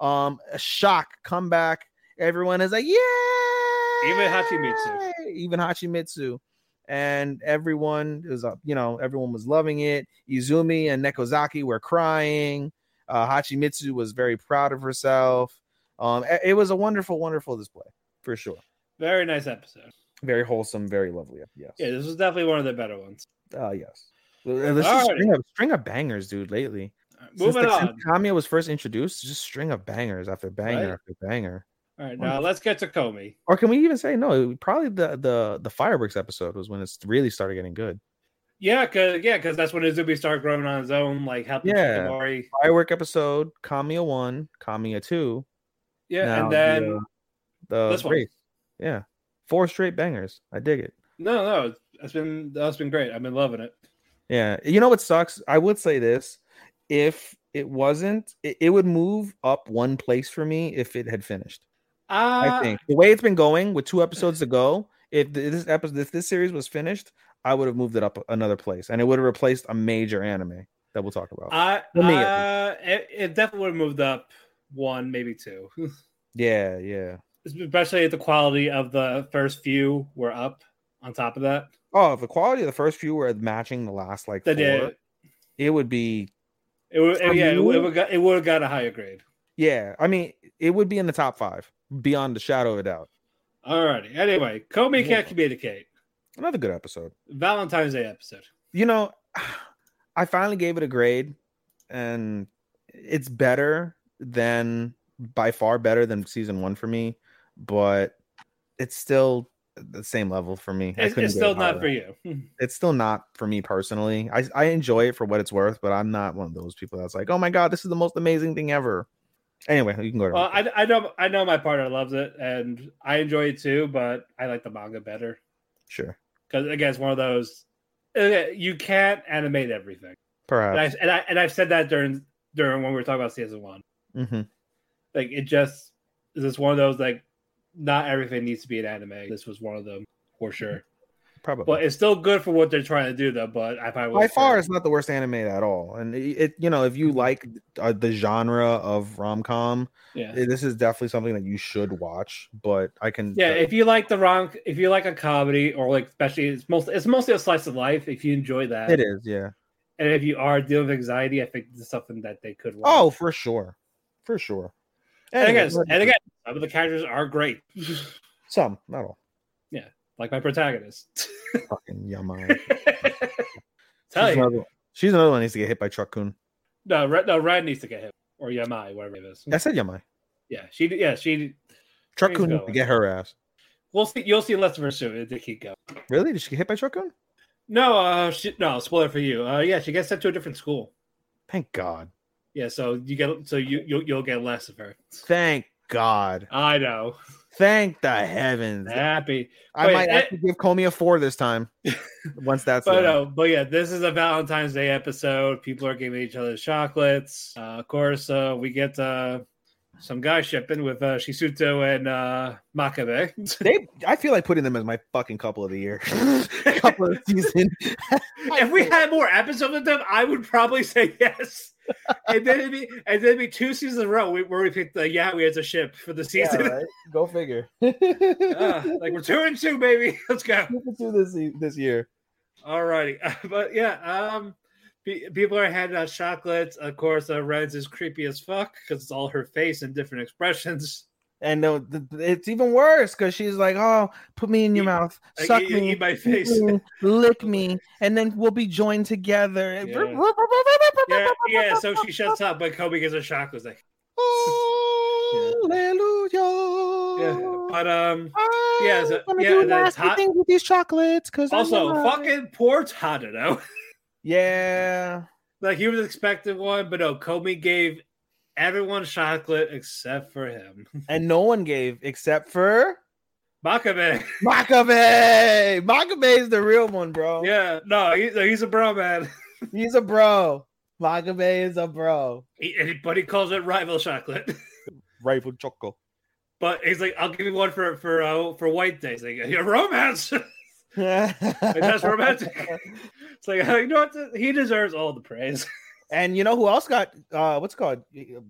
S4: Um, a shock comeback. Everyone is like, yeah.
S3: Even Hachimitsu.
S4: Even Hachimitsu. And everyone was up. You know, everyone was loving it. Izumi and Nekozaki were crying. Uh, Hachimitsu was very proud of herself. Um, it- it was a wonderful, wonderful display for sure.
S3: Very nice episode.
S4: Very wholesome, very lovely. Yes.
S3: Yeah, this was definitely one of the better ones.
S4: Uh, yes. This is
S3: Alrighty.
S4: string of, string of bangers, dude. Lately,
S3: All right,
S4: since,
S3: moving
S4: the,
S3: on.
S4: since Kamiya was first introduced, just string of bangers after banger
S3: Right.
S4: after banger.
S3: All right, now let's get to Comey.
S4: Or can we even say no? Probably the the the fireworks episode was when it's really started getting good.
S3: Yeah, cause yeah, cause that's when Izubi started growing on his own, like helping
S4: Yeah.
S3: Shikamori.
S4: Firework episode, Kamiya one, Kamiya two,
S3: Yeah,
S4: Now
S3: and then
S4: the, uh, the
S3: this one.
S4: race. Yeah, four straight bangers. I dig it.
S3: no, no, it's- it's been that's been great. I've been loving it.
S4: Yeah, you know what sucks? I would say this: if it wasn't, it, it would move up one place for me if it had finished.
S3: Uh,
S4: I think the way it's been going with two episodes to go, if th- this episode, if this series was finished, I would have moved it up another place, and it would have replaced a major anime that we'll talk about.
S3: I,
S4: For me, at
S3: uh, it, it definitely would have moved up one, maybe two,
S4: yeah, yeah.
S3: especially if the quality of the first few were up. On top of that,
S4: Oh, if the quality of the first few were matching the last like
S3: that
S4: four,
S3: yeah,
S4: it would be.
S3: it would,
S4: For
S3: yeah, it
S4: me-
S3: would, it would got, it would have got a higher grade.
S4: Yeah, I mean, it would be in the top five, beyond the shadow of a doubt.
S3: Alrighty. Anyway, Comey
S4: Yeah.
S3: can't communicate.
S4: Another good episode.
S3: Valentine's Day episode.
S4: you know, I finally gave it a grade, and it's better than by far better than season one for me, but it's still the same level for me. I
S3: It's,
S4: couldn't
S3: it's
S4: give
S3: still
S4: it
S3: not
S4: higher.
S3: for you.
S4: It's still not for me personally. I I enjoy it for what it's worth, but I'm not one of those people that's like, oh my god, this is the most amazing thing ever. Anyway, you can go to
S3: Well, I, I know I know my partner loves it and I enjoy it too, but I like the manga better
S4: sure,
S3: because again, it's one of those uh, you can't animate everything. And
S4: perhaps.
S3: I and I and I've said that during during when we were talking about season one.
S4: hmm
S3: Like it just is just one of those like not everything needs to be an anime. This was one of them for sure.
S4: Probably.
S3: But it's still good for what they're trying to do though. But I probably
S4: by
S3: would've
S4: far
S3: said-
S4: it's not the worst anime at all and it, it- you know if
S3: Mm-hmm.
S4: you like uh, the genre of rom-com
S3: yeah.
S4: eh, this is definitely something that you should watch but i can
S3: yeah, if you like the wrong, if you like a comedy or like especially it's mostly it's mostly a slice of life. If you enjoy that,
S4: it is yeah
S3: and if you are dealing with anxiety, I think this is something that they could. Watch.
S4: oh for sure for sure
S3: and
S4: Anyway,
S3: again, and again, some of the characters are great,
S4: some not all
S3: like my protagonist.
S4: fucking yamai she's
S3: Tell you,
S4: another, she's another one that needs to get hit by truck coon
S3: No, Red, no, Red needs to get him or Yamai, whatever it is.
S4: I said Yamai.
S3: Yeah, she. Yeah, she.
S4: Truckun
S3: Please go.
S4: needs to get her ass.
S3: We'll see. You'll see less of her soon if they keep going.
S4: Really? Did she get hit by Truckun?
S3: No, uh, she, no spoiler for you. Uh, yeah, she gets sent to a different school.
S4: Thank God.
S3: Yeah, so you get so you you'll, you'll get less of her.
S4: Thank God.
S3: I know.
S4: Thank the heavens.
S3: Happy,
S4: I
S3: Wait,
S4: might
S3: eh.
S4: actually give Comey a four this time. Once that's
S3: but uh,
S4: done.
S3: no, but yeah, this is a Valentine's Day episode. People are giving each other chocolates. Uh, of course, uh, we get uh, some guy shipping with uh, Shisuto and uh, Makabe.
S4: They, I feel like putting them as my fucking couple of the year, couple of the season.
S3: if we had more episodes of them, I would probably say yes. and then it'd be, and then it'd be two seasons in a row we- where we picked the Yahweh as a ship for the
S4: Yeah,
S3: season.
S4: right? Go figure.
S3: Ah, like we're two and two, baby. Let's go.
S4: do this e- this year.
S3: All righty, but yeah, um, pe- people are handing out chocolates. Of course, uh, Ren's is creepy as fuck because it's all her face and different expressions.
S4: And the, the- it's even worse because she's like, "Oh, put me in your
S3: Eat-
S4: mouth,
S3: like,
S4: suck
S3: eat-
S4: me,
S3: eat my face."
S4: mm, lick me, and then we'll be joined together." And-
S3: Yeah. Yeah, yeah. So she shuts up, but Kobe gives her chocolates. Like, yeah.
S4: Hallelujah.
S3: But um,
S4: Yeah,
S3: Yeah, so-
S4: I'm gonna
S3: yeah,
S4: do
S3: and then it's
S4: nasty
S3: hot-
S4: things with these chocolates because
S3: also fucking poor Tadano.
S4: yeah.
S3: like he was expecting one, but no, Kobe gave everyone chocolate except for him.
S4: and no one gave except for
S3: Makabe.
S4: Makabe. Makabe is the real one, bro.
S3: Yeah, no, he, he's a bro man.
S4: He's a bro. Makabe is a bro.
S3: He, and he- but he calls it rival chocolate.
S4: Rifle Choco.
S3: But he's like, I'll give you one for for uh, for White Day. He's like, "Yeah, romance. like, that's romantic. it's like, you know what? He deserves all the praise.
S4: and you know who else got uh what's it called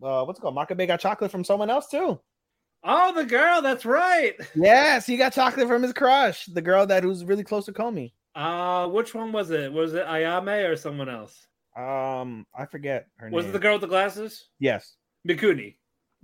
S4: uh what's it called Makabe got chocolate from someone else too.
S3: Oh, the girl. That's right.
S4: Yes, he got chocolate from his crush, the girl that who's really close to Comey.
S3: Uh, which one was it? Was it Ayame or someone else?
S4: Um, I forget her
S3: Was it
S4: name.
S3: the girl with the glasses?
S4: Yes.
S3: Mikuni.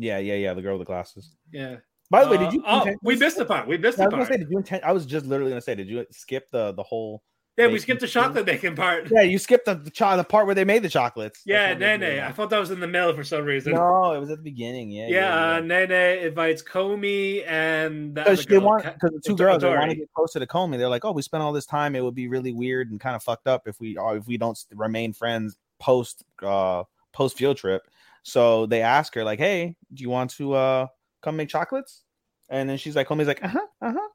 S4: Yeah, yeah, yeah. The girl with the glasses.
S3: Yeah.
S4: By the way, did
S3: Uh,
S4: you?
S3: Oh, we missed the part. We missed
S4: I
S3: the
S4: was gonna
S3: part.
S4: say, did you intend? I was just literally gonna say, did you skip the the whole?
S3: yeah, we
S4: baking
S3: skipped the
S4: thing.
S3: chocolate making part.
S4: Yeah, you skipped the the, cho- the part where they made the chocolates.
S3: Yeah,
S4: That's what we
S3: Nene. I
S4: did.
S3: thought that was in the middle for some reason.
S4: No, it was at the beginning. Yeah,
S3: yeah, Uh, Nene invites Komi and the
S4: Because
S3: other
S4: they
S3: girl,
S4: want
S3: Ka-
S4: because the two
S3: Tori.
S4: girls they want to get closer to Comey. They're like, oh, we spent all this time. It would be really weird and kind of fucked up if we uh, if we don't s- remain friends post uh post field trip. So they ask her like, hey, do you want to uh come make chocolates? And then she's like, Comey's like, uh huh, uh huh.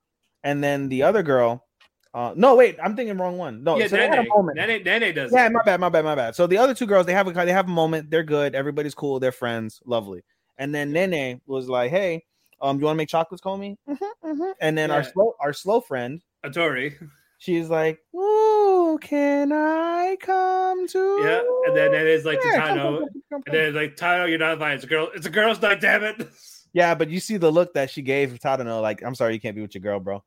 S4: And then the other girl, uh no, wait, I'm thinking wrong one. No,
S3: yeah,
S4: so they had
S3: Nene.
S4: a moment.
S3: Nene. Nene does.
S4: Yeah,
S3: it.
S4: my bad, my bad, my bad. So the other two girls, they have a they have a moment. They're good. Everybody's cool. They're friends. Lovely. And then Nene was like, "Hey, um, you want to make chocolates, Comey?" Mm-hmm, mm-hmm. And then our
S3: Yeah.
S4: slow our slow friend,
S3: Atori.
S4: she's like, "Ooh, can I come to?"
S3: Yeah, and then it is like
S4: Yeah, come, come,
S3: Tano,
S4: come, come,
S3: and
S4: come.
S3: then like Tano, you're not invited. It's a girl. It's a girl's night. Damn it!
S4: yeah, but you see the look that she gave Tadano, like, "I'm sorry, you can't be with your girl, bro."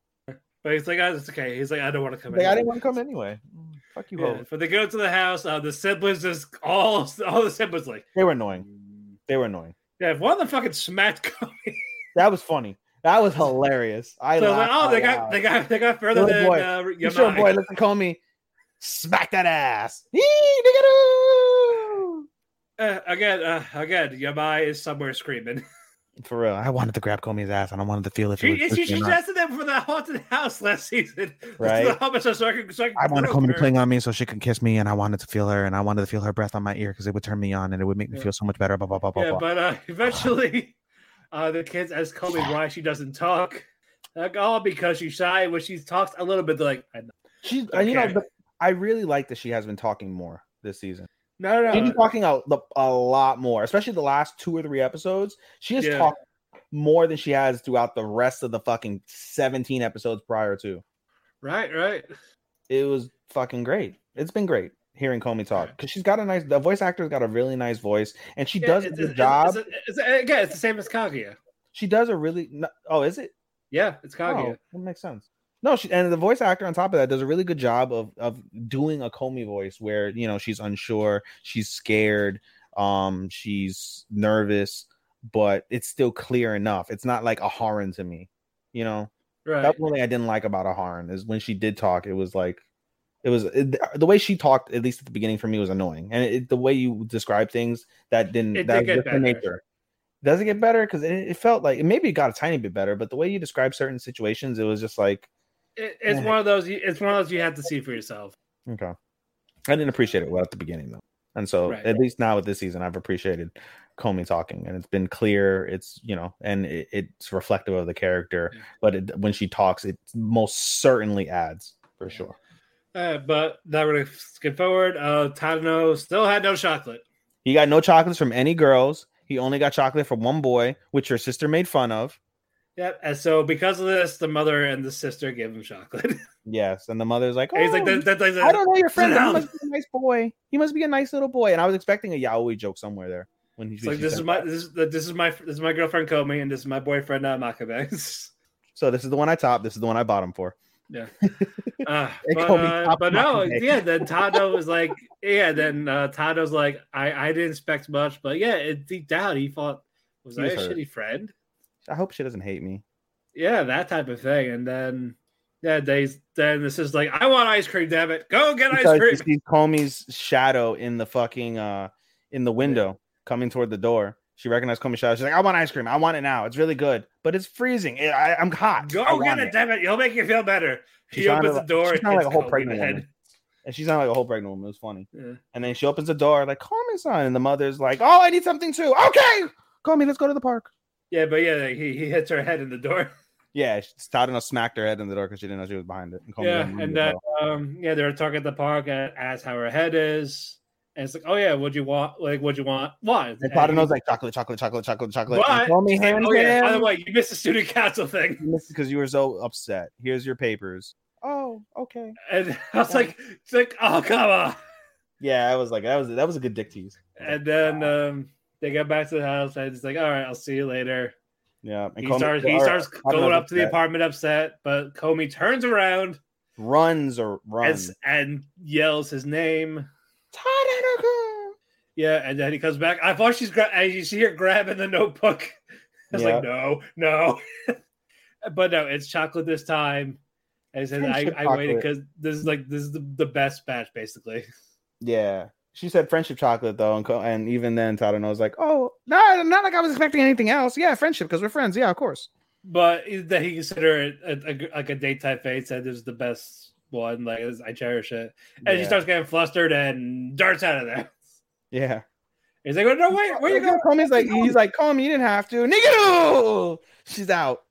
S3: But he's like, oh, it's okay. He's like, I don't want to come.
S4: Like, I
S3: anyway."
S4: didn't want to come anyway. Mm, Fuck you,
S3: Yeah,
S4: hoes.
S3: But they go to the house. Uh, the siblings just all all the siblings like,
S4: They were annoying. They were annoying.
S3: yeah. If one of them fucking smacked Kobe,
S4: That was funny. That was hilarious. I
S3: so I was like,
S4: laughed
S3: oh, they
S4: out
S3: got
S4: loud.
S3: they got they got further
S4: Good
S3: than
S4: boy.
S3: uh,
S4: You sure,
S3: Yamai.
S4: boy? Listen, call me. Smack that ass. Yee, nigga-doo.
S3: Uh, again, uh, again, Yamai is somewhere screaming.
S4: For real, I wanted to grab Comey's ass, and I wanted to feel if it
S3: She,
S4: was
S3: she,
S4: pussy
S3: she
S4: or not.
S3: suggested that for the haunted house last season.
S4: Right.
S3: How much so I can, so I can
S4: I wanted
S3: grow
S4: Comey
S3: her.
S4: playing on me so she could kiss me, and I wanted to feel her, and I wanted to feel her breath on my ear because it would turn me on, and it would make me
S3: Yeah.
S4: feel so much better. Blah blah blah blah
S3: Yeah,
S4: blah.
S3: but uh, eventually, uh, the kids ask Kobe why she doesn't talk. Like, oh, because she's shy. When she talks a little bit, they're like, I know.
S4: She's,
S3: uh, you know, Okay. the-
S4: I really like that she has been talking more this season.
S3: no, no,
S4: She's
S3: no.
S4: been talking a, the- a lot more, especially the last two or three episodes. She has
S3: Yeah.
S4: talked more than she has throughout the rest of the fucking seventeen episodes prior to.
S3: Right, right.
S4: it was fucking great. It's been great hearing Comey talk because she's got a nice. The voice actor's got a really nice voice, and she
S3: Yeah,
S4: does a
S3: it's-
S4: good
S3: it's-
S4: job.
S3: it's- it's- it's- again, it's the same as Kaguya.
S4: she does a really. n- Oh, is it?
S3: Yeah, it's
S4: Oh,
S3: Kaguya.
S4: that makes sense. No, she, and the voice actor on top of that does a really good job of of doing a Comey voice where you know she's unsure, she's scared, um, she's nervous, but it's still clear enough. It's not like a horn to me, you know.
S3: right.
S4: That's one thing I didn't like about a Harn is when she did talk, it was like It was it, the way she talked, at least at the beginning for me, was annoying, and it, the way you describe things that didn't
S3: It
S4: that
S3: did get
S4: was just the
S3: better.
S4: nature. Does it get better? Because it, it felt like maybe it got a tiny bit better, but the way you describe certain situations, it was just like
S3: It, it's
S4: Yeah.
S3: one of those. you- It's one of those you have to see for yourself.
S4: okay. I didn't appreciate it well at the beginning though, and so
S3: Right.
S4: at least now with this season, I've appreciated Comey talking, and it's been clear. It's you know, and it, it's reflective of the character,
S3: Yeah.
S4: but it, when she talks, it most certainly adds for sure.
S3: Uh, but that would skip forward. Uh, Tadano still had no chocolate.
S4: He got no chocolates from any girls. He only got chocolate from one boy, which your sister made fun of.
S3: Yep. And so because of this, the mother and the sister gave him chocolate.
S4: Yes, and the mother's like, oh,
S3: and he's like, that, that, that-
S4: I don't know your friend. but He
S3: down."
S4: must be a nice boy. He must be a nice little boy. And I was expecting a yaoi joke somewhere there when he
S3: It's like
S4: she
S3: this
S4: said
S3: is my
S4: that.
S3: this is this is my this is my girlfriend Comey and this is my boyfriend uh, Makabe.
S4: So this is the one I topped. This is the one I bottom for.
S3: Uh,
S4: They
S3: but,
S4: call me
S3: uh,
S4: Top
S3: but no,
S4: Makabe.
S3: yeah. Then Tado was like, yeah. Then uh, Tado's like, I I didn't expect much, but yeah, it, deep down he thought, was
S4: He
S3: I a
S4: was hurt.
S3: shitty friend?
S4: I hope she doesn't hate me.
S3: Yeah, that type of thing. And then yeah, they then this is like, I want ice cream. Damn it, go get ice
S4: Because
S3: cream.
S4: she sees Comey's shadow in the fucking uh in the window coming toward the door. She recognized Comey's shadow. She's like, I want ice cream. I want it now. It's really good, but it's freezing. I, I, am hot. I
S3: Go
S4: want
S3: get it, damn it! You'll make you feel better.
S4: She
S3: He opens the
S4: sounded
S3: door.
S4: like- she sounded like
S3: hits
S4: a whole
S3: Comey in
S4: pregnant
S3: the head.
S4: woman. And she's not like a whole pregnant woman. It was funny.
S3: Yeah.
S4: And then she opens the door, like, call me, son. And the mother's like, oh, I need something too. Okay, call me. Let's go to the park.
S3: Yeah, but yeah, like, he, he hits her head in the door.
S4: Yeah, she- Tadano smacked her head in the door because she didn't know she was behind it. And Comey
S3: yeah,
S4: didn't move
S3: and
S4: at
S3: then
S4: all.
S3: um, yeah, they were talking at the park and asked how her head is, and it's like, oh yeah, would you want like would you want what?
S4: and Tadano's like, chocolate, chocolate, chocolate, chocolate, chocolate.
S3: What?
S4: And Comey hands
S3: oh yeah. By the
S4: him.
S3: way, you missed the student council thing,
S4: Because you were so upset. Here's your papers. Oh, okay.
S3: and I was like, it's like, oh come on.
S4: Yeah, I was like, that was that was a good dick tease.
S3: And then um, they got back to the house, and it's like, all right, I'll see you later.
S4: yeah, and
S3: He
S4: Comey-
S3: starts he
S4: or
S3: starts going
S4: Tadano's
S3: up to the
S4: upset.
S3: apartment upset, but Comey turns around
S4: runs or
S3: and,
S4: runs.
S3: s- and yells his name.
S4: Tadano-kun!
S3: Yeah, and then he comes back. I thought she's gra- and you see her grabbing the notebook. I was
S4: Yeah.
S3: like, no, no. but no, it's chocolate this time. And he says, I,
S4: Friendship
S3: I waited
S4: chocolate.
S3: because this is like this is the, the best batch, basically.
S4: Yeah. She said friendship chocolate though, and, co- and even then, Tadano was like, "Oh, no, not like I was expecting anything else. Yeah, friendship because we're friends. Yeah, of course.
S3: But is that he considered it a, a, like a date type fate said this is the best one. Like this- I cherish it. And she
S4: yeah.
S3: starts getting flustered and darts out of there.
S4: yeah.
S3: He's like, "Oh, no, wait, where you going?
S4: Comey's like, he's like, Comey, you didn't have to. Nigga, she's out.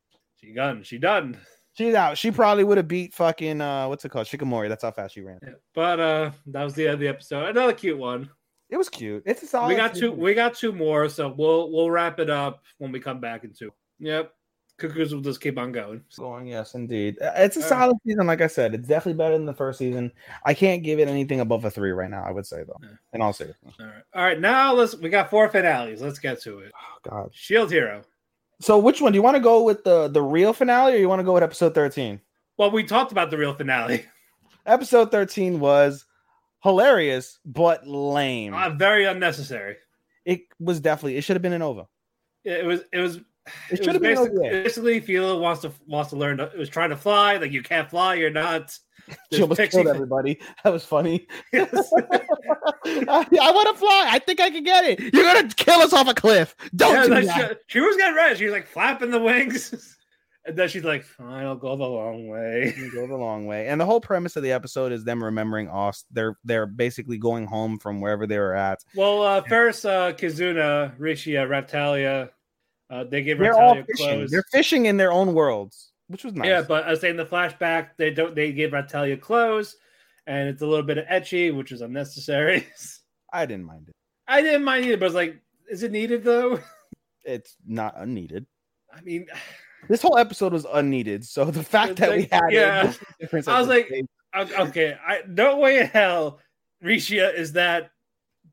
S3: She gone. She done.
S4: She's out. She probably would have beat fucking uh, what's it called, Shikamori. That's how fast she ran.
S3: Yeah. But uh that was the end of the episode. Another cute one.
S4: It was cute. It's a solid.
S3: we got two.
S4: season.
S3: We got two more, so we'll we'll wrap it up when we come back in two. Yep, cuckoos will just keep on going.
S4: going. Yes, indeed. Uh, It's a
S3: Uh.
S4: solid season. Like I said, it's definitely better than the first season. I can't give it anything above a three right now. I would say though,
S3: Yeah.
S4: and I'll say, oh
S3: All right, all right. Now let's. We got four finales. Let's get to it.
S4: Oh, god.
S3: Shield Hero.
S4: So which one do you want to go with the the real finale, or you want to go with episode thirteen?
S3: Well, we talked about the real finale.
S4: Episode thirteen was hilarious but lame.
S3: Uh, very unnecessary.
S4: it was definitely. It should have been an OVA.
S3: It was. It was.
S4: It should have been
S3: basically,
S4: over.
S3: basically Fila wants to wants to learn. To, it was trying to fly. Like you can't fly. You're not.
S4: She almost
S3: There's
S4: killed
S3: pixie-
S4: everybody. That was funny.
S3: Yes.
S4: I, want to fly. I think I can get it. You're gonna kill us off a cliff. Don't
S3: Yeah,
S4: do
S3: like,
S4: that.
S3: she, she was getting ready. She was like flapping the wings, and then she's like, "Fine, I'll go the long way."
S4: You go the long way. And the whole premise of the episode is them remembering Aust. They're they're basically going home from wherever they were at.
S3: Well, uh, first, uh, Kizuna, Rishia, Raptalia, uh, they give
S4: They're all
S3: Raptalia
S4: fishing.
S3: clothes.
S4: They're fishing in their own worlds, which was nice.
S3: Yeah, but I was saying the flashback, they don't. They give Raptalia clothes, and it's a little bit of etchy, which is unnecessary.
S4: I didn't mind it.
S3: I didn't mind either, but it's like, is it needed though?
S4: It's not unneeded.
S3: I mean,
S4: This whole episode was unneeded. So the fact
S3: It's
S4: that we
S3: like-
S4: had
S3: yeah.
S4: it, makes a difference
S3: I
S4: at
S3: was
S4: this
S3: like-
S4: stage.
S3: o- okay, I no way in hell Rishia is that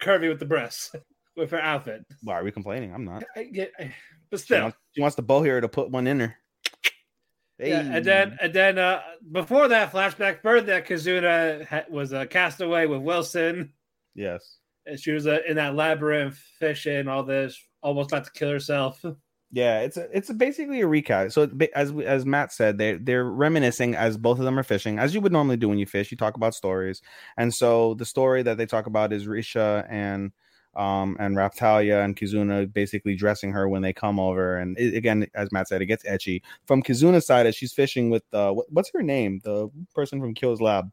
S3: curvy with the breasts with her outfit.
S4: why are we complaining? I'm not.
S3: I get, but
S4: She
S3: still,
S4: wants, she wants the bow hero to put one in her.
S3: Yeah,
S4: Hey.
S3: and then and then uh, before that flashback, further that Kazuna ha- was a castaway with Wilson,
S4: yes,
S3: and she was uh, in that labyrinth fishing all this, almost not to kill herself.
S4: Yeah, it's a, it's a basically a recap. So ba- as we- as Matt said, they they're reminiscing as both of them are fishing, as you would normally do when you fish. You talk about stories, and so the story that they talk about is Risha and um and Raptalia and Kizuna basically dressing her when they come over. And it, again, as Matt said, it gets etchy from Kizuna's side as she's fishing with uh what, what's her name, the person from Kill's lab.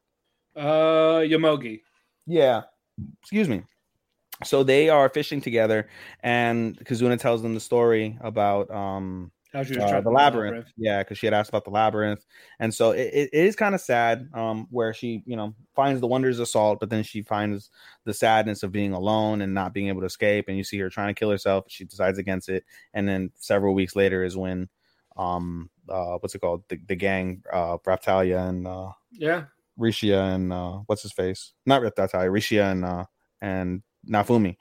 S3: Uh, Yomogi.
S4: Yeah. Excuse me. So they are fishing together, and Kazuna tells them the story about um
S3: How she was
S4: uh,
S3: trapped
S4: the
S3: in
S4: labyrinth. Yeah, because she had asked about the labyrinth, and so it, it- it is kind of sad. Um, where she you know finds the wonders of salt, but then she finds the sadness of being alone and not being able to escape. And you see her trying to kill herself. She decides against it, and then several weeks later is when um uh what's it called the, the gang uh Raptalia and uh
S3: Yeah.
S4: Rishia and uh, what's his face? Not Reptatai, Rishia and uh, and Nafumi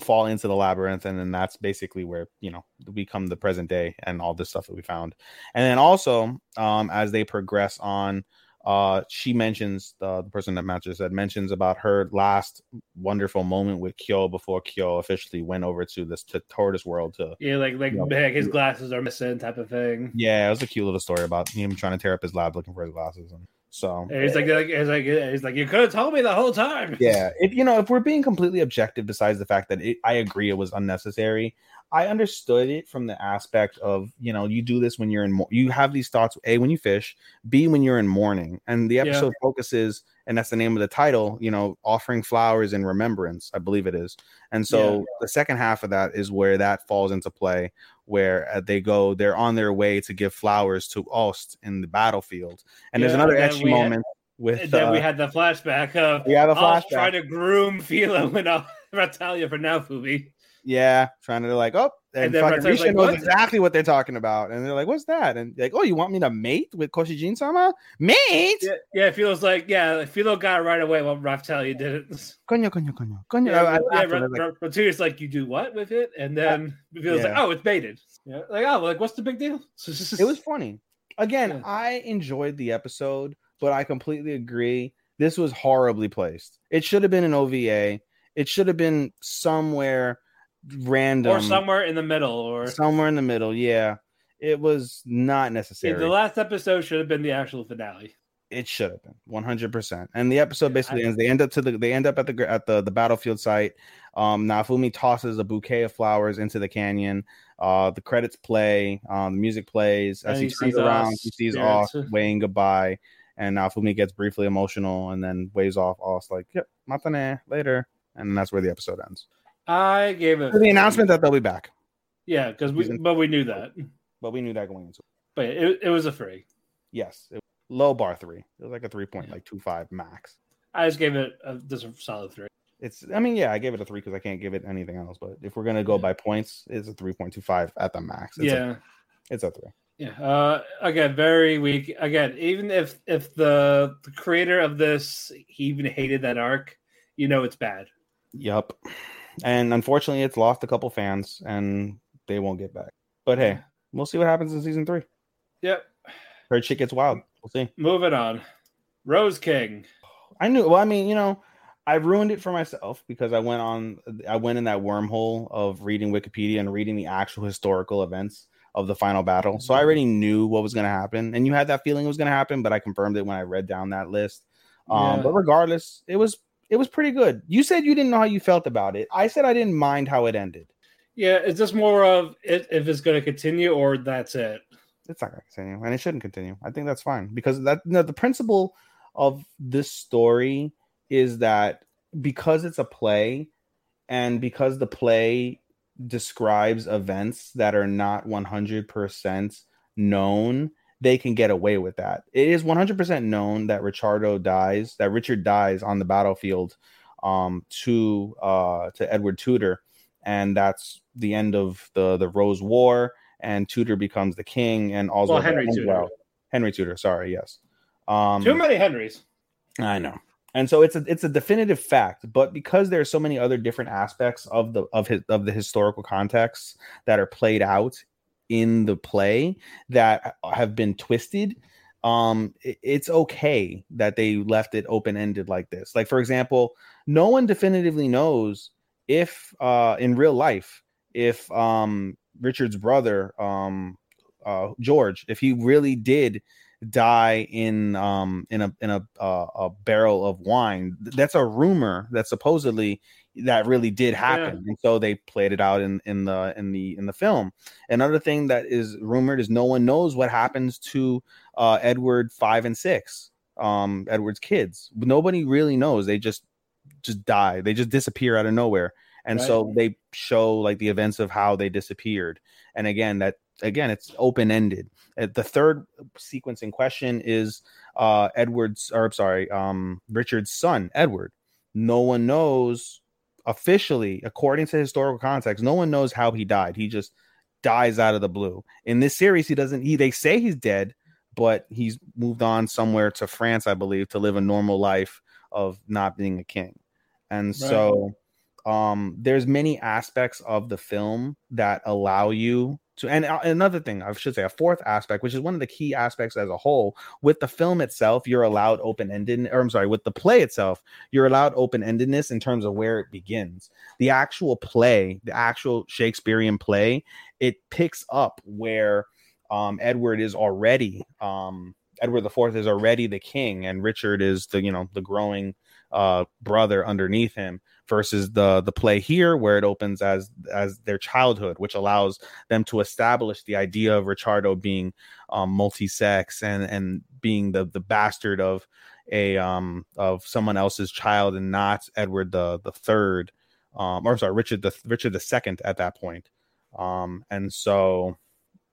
S4: fall into the labyrinth, and then that's basically where you know we come the present day and all this stuff that we found. And then also, um, as they progress on, uh, she mentions uh, the person that Matt just said mentions about her last wonderful moment with Kyo before Kyo officially went over to this to Tortoise World to
S3: Yeah, like like
S4: Yeah.
S3: heck, his glasses are missing type of thing.
S4: yeah, it was a cute little story about him trying to tear up his lab looking for his glasses, and so
S3: And he's like, like he's like he's like you could have told me the whole time.
S4: yeah if you know if we're being completely objective besides the fact that it, i agree it was unnecessary i understood it from the aspect of you know you do this when you're in mo- you have these thoughts a when you fish b when you're in mourning and the
S3: Yeah.
S4: episode focuses and that's the name of the title you know offering flowers in remembrance i believe it is and so
S3: Yeah.
S4: the second half of that is where that falls into play where uh, they go they're on their way to give flowers to Ulst in the battlefield and there's
S3: Yeah,
S4: another
S3: and then
S4: etchy
S3: we had-
S4: moment with
S3: And then we
S4: uh,
S3: had the flashback of
S4: we have a
S3: us
S4: flashback.
S3: trying to groom Fila when I Natalia for now, Fubi.
S4: Yeah, trying to like, oh, and,
S3: And then
S4: fucking
S3: Ratai's
S4: Risha
S3: like,
S4: knows
S3: "What?"
S4: exactly what they're talking about, and they're like, "What's that?" And like, "Oh, you want me to mate with Koshijin sama? Mate?
S3: Yeah, yeah, it feels like yeah, Philo got it right away when Raftalia did it.
S4: Konyo, konyo, konyo, konyo."
S3: Yeah,
S4: I- I
S3: yeah,
S4: laughed when I
S3: Ra-
S4: was Uh, like,
S3: Ra- Ratai's like, you do what with it? And then it feels like,
S4: yeah.
S3: oh, it's baited. Yeah, like oh, like what's the big deal?
S4: it was funny. Again,
S3: Yeah.
S4: I enjoyed the episode, but I completely agree. This was horribly placed. It should have been an OVA. It should have been somewhere random,
S3: or somewhere in the middle, or
S4: um, somewhere in the middle. Yeah, it was not
S3: Yeah,
S4: necessary.
S3: the last episode should have been the actual finale.
S4: it should have been 100% and the episode basically ends they end up to the they end up at the gr- at the, the battlefield site um nafumi tosses a bouquet of flowers into the canyon uh the credits play um the music plays
S3: And
S4: as he,
S3: he
S4: turns
S3: sees
S4: around
S3: us.
S4: he sees
S3: Yeah,
S4: off
S3: it's-
S4: waving goodbye and nafumi gets briefly emotional and then waves off off like yep matane later and that's where the episode ends
S3: I gave it
S4: the announcement that they'll be back
S3: Yeah, because we but we knew that,
S4: but we knew that going into it
S3: but it, it was a free.
S4: yes it, low bar three it was like a three point like two five max
S3: I just gave it a, just a solid three.
S4: It's. I mean, yeah, I gave it a three because I can't give it anything else. But if we're gonna go by points, it's a three point two five at the max. It's
S3: yeah.
S4: a, it's a three.
S3: Yeah. Uh, again, very weak. Again, even if if the, the creator of this he even hated that arc, you know it's bad.
S4: Yup. And unfortunately, it's lost a couple fans, and they won't get back. But hey, we'll see what happens in season three.
S3: Yep.
S4: Her shit gets wild. We'll see.
S3: Moving on. Rose King.
S4: I knew. Well, I mean, you know, I ruined it for myself because I went on. I went in that wormhole of reading Wikipedia and reading the actual historical events of the final battle. So I already knew what was going to happen, and you had that feeling it was going to happen. But I confirmed it when I read down that list. Um,
S3: Yeah.
S4: But regardless, it was it was pretty good. You said you didn't know how you felt about it. I said I didn't mind how it ended.
S3: Yeah, is this more of it, if it's going to continue or that's it?
S4: it's not going to continue and it shouldn't continue i think that's fine because that no, the principle of this story is that because it's a play and because the play describes events that are not 100% known they can get away with that it is 100% known that richardo dies that richard dies on the battlefield um, to uh, to edward tudor and that's the end of the the rose war and tudor becomes the king and also
S3: Well, Henry Tudor.
S4: henry tudor sorry yes um,
S3: Too many Henrys.
S4: I know. And so it's a it's a definitive fact, but because there are so many other different aspects of the of his of the historical context that are played out in the play that have been twisted, um, i- it's okay that they left it open ended like this. Like for example, no one definitively knows if uh in real life if um Richard's brother, um, uh, George, if he really did die in um in a in a uh, a barrel of wine, th- that's a rumor that supposedly that really did happen, and so they played it out in in the in the in the film. Another thing that is rumored is no one knows what happens to uh, Edward five and six, um, Edward's kids. Nobody really knows. They just just die. They just disappear out of nowhere. And
S3: Right.
S4: so they show like the events of how they disappeared. And again, that again, it's open ended. The third sequence in question is uh, Edward's, or I'm sorry, um, Richard's son, Edward. No one knows officially, according to historical context, no one knows how he died. He just dies out of the blue. In this series, he doesn't. He they say he's dead, but he's moved on somewhere to France, I believe, to live a normal life of not being a king. And so um there's many aspects of the film that allow you to and uh, another thing I should say a fourth aspect which is one of the key aspects as a whole with the film itself you're allowed open-ended or I'm sorry with the play itself you're allowed open-endedness in terms of where it begins the actual play the actual Shakespearean play it picks up where um Edward is already um Edward the Fourth is already the king and Richard is the you know the growing uh, brother underneath him versus the the play here where it opens as as their childhood which allows them to establish the idea of Ricardo being um, multi-sex and and being the the bastard of a um of someone else's child and not Edward the the third um or sorry Richard the Richard the second at that point um and so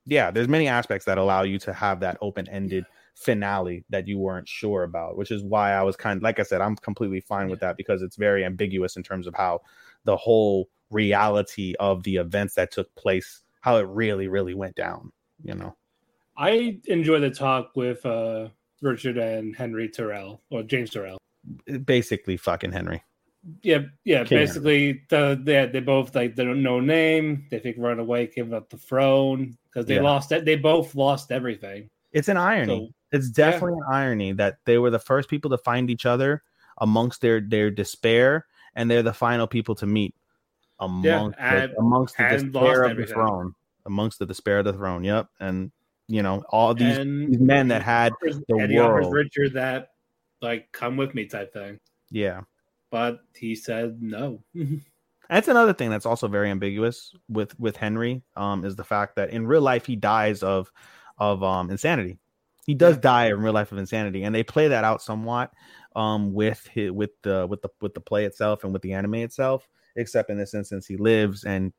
S4: yeah there's many aspects that allow you to have that open-ended finale that you weren't sure about, which is why I was kind of like I said, I'm completely fine with that because it's very ambiguous in terms of how the whole reality of the events that took place, how it really, really went down, you know.
S3: I enjoy the talk with uh, Richard and Henry Terrell or James Terrell.
S4: Basically fucking Henry.
S3: Yeah, yeah.
S4: King Henry.
S3: basically, the, they they both like they don't know name. They think run away, giving up the throne because they
S4: Yeah.
S3: lost that. They both lost everything.
S4: It's an irony.
S3: So-
S4: it's definitely an irony that they were the first people to find each other amongst their their despair and they're the final people to meet amongst
S3: and-
S4: the, amongst the
S3: and
S4: despair
S3: lost
S4: of the
S3: everything.
S4: throne. Amongst the despair of the throne. Yep. And you know, all these
S3: and
S4: these men that had the
S3: and he offers
S4: world.
S3: Richard that like come with me type thing,
S4: yeah
S3: but he said no.
S4: that's another thing that's also very ambiguous with with henry um is the fact that in real life he dies of of um insanity he does die in real life of insanity and they play that out somewhat um with his, with the with the with the play itself and with the anime itself except in this instance he lives and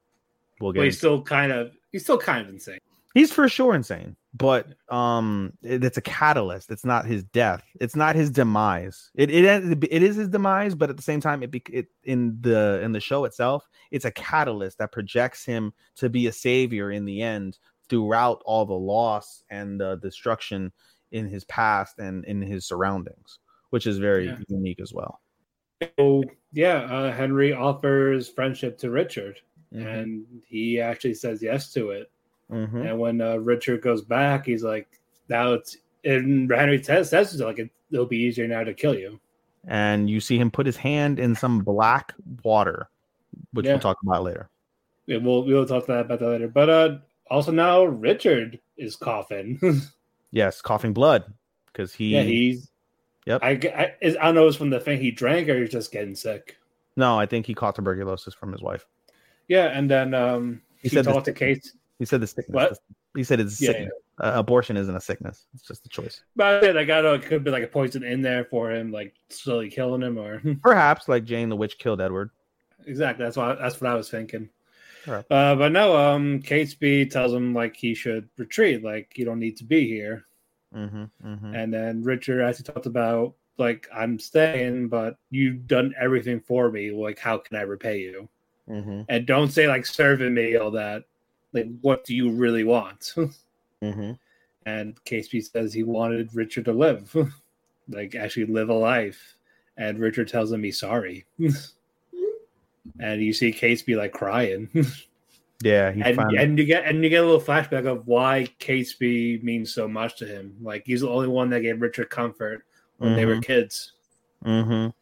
S4: we'll get
S3: but he's
S4: into-
S3: still kind of he's still kind of insane.
S4: he's for sure insane but um it- it's a catalyst it's not his death it's not his demise it it, it is his demise but at the same time it, bec- it in the in the show itself it's a catalyst that projects him to be a savior in the end throughout all the loss and the destruction in his past and in his surroundings which is very
S3: Yeah.
S4: unique as well
S3: So yeah, uh, Henry offers friendship to Richard,
S4: Mm-hmm.
S3: and he actually says yes to it.
S4: Mhm.
S3: And when uh, Richard goes back, he's like, now it's, and Henry says, says it's like, it, it'll be easier now to kill you.
S4: and you see him put his hand in some black water which
S3: Yeah.
S4: we'll talk about later
S3: Yeah, We'll, we'll talk to that about that later. But uh, also now Richard is coughing.
S4: Yes, coughing blood because he,
S3: yeah, he's,
S4: Yep.
S3: I, g- I, is- I don't know if it's from the thing he drank or he's just getting sick.
S4: no, I think he caught tuberculosis from his wife.
S3: Yeah. And then um,
S4: He
S3: he,
S4: said the
S3: talked to Kate.
S4: He said the sickness.
S3: What?
S4: He said it's a
S3: Yeah,
S4: sickness. Uh, abortion isn't a sickness. It's just a choice.
S3: But then I got it could be like a poison in there for him, like slowly killing him or.
S4: Perhaps like Jane the witch killed Edward.
S3: Exactly. That's what that's what I was thinking.
S4: Alright.
S3: Uh, but no, um, Catesby tells him like he should retreat, like you don't need to be here.
S4: Mm-hmm, mm-hmm.
S3: And then Richard actually talked about like I'm staying, but you've done everything for me. Like how can I repay you?
S4: Mm-hmm,
S3: And don't say like serving me all that. Like what do you really want?
S4: mm-hmm.
S3: and Catesby says he wanted Richard to live, like actually live a life. And Richard tells him he's sorry. and you see Catesby like crying.
S4: Yeah, he
S3: and
S4: finally,
S3: and you get and you get a little flashback of why Catesby means so much to him. Like he's the only one that gave Richard comfort
S4: Mm-hmm,
S3: when they were kids.
S4: hmm
S3: And,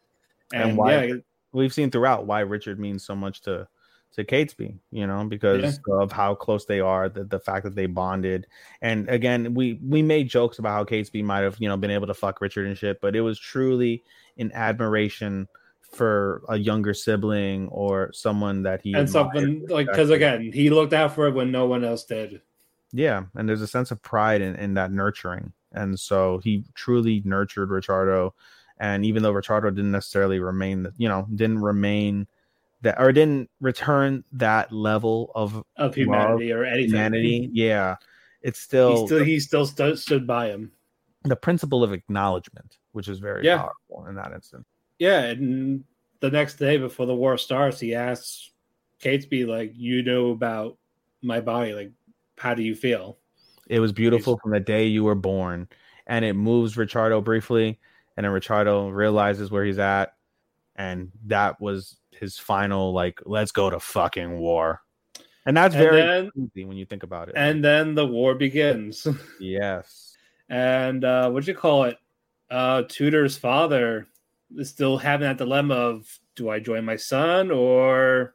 S4: And why-
S3: yeah,
S4: We've seen throughout why Richard means so much to to Catesby, you know, because of how close they are, the, the fact that they bonded. And again, we we made jokes about how Catesby might have, you know, been able to fuck Richard and shit, but it was truly an admiration for a younger sibling or someone that he
S3: and
S4: admired.
S3: something like because again, he looked out for it when no one else did.
S4: Yeah, and there's a sense of pride in, in that nurturing. And so he truly nurtured Ricardo. And even though Ricardo didn't necessarily remain, the, you know, didn't remain that or didn't return that level of
S3: Of humanity or anything.
S4: humanity, yeah, it's
S3: He
S4: still,
S3: still
S4: the,
S3: he still stu- stood by him.
S4: the principle of acknowledgement, which is very
S3: Yeah.
S4: powerful in that instance.
S3: Yeah, and the next day before the war starts, he asks Catesby, like, you know about my body, like, how do you feel?
S4: It was beautiful from the day you were born. And it moves Ricardo briefly, and then Ricardo realizes where he's at. And that was his final, like, let's go to fucking war. And that's
S3: And
S4: very
S3: then-
S4: easy when you think about it.
S3: And then the war begins.
S4: yes.
S3: and uh what'd you call it? Uh Tudor's father is still having that dilemma of do I join my son or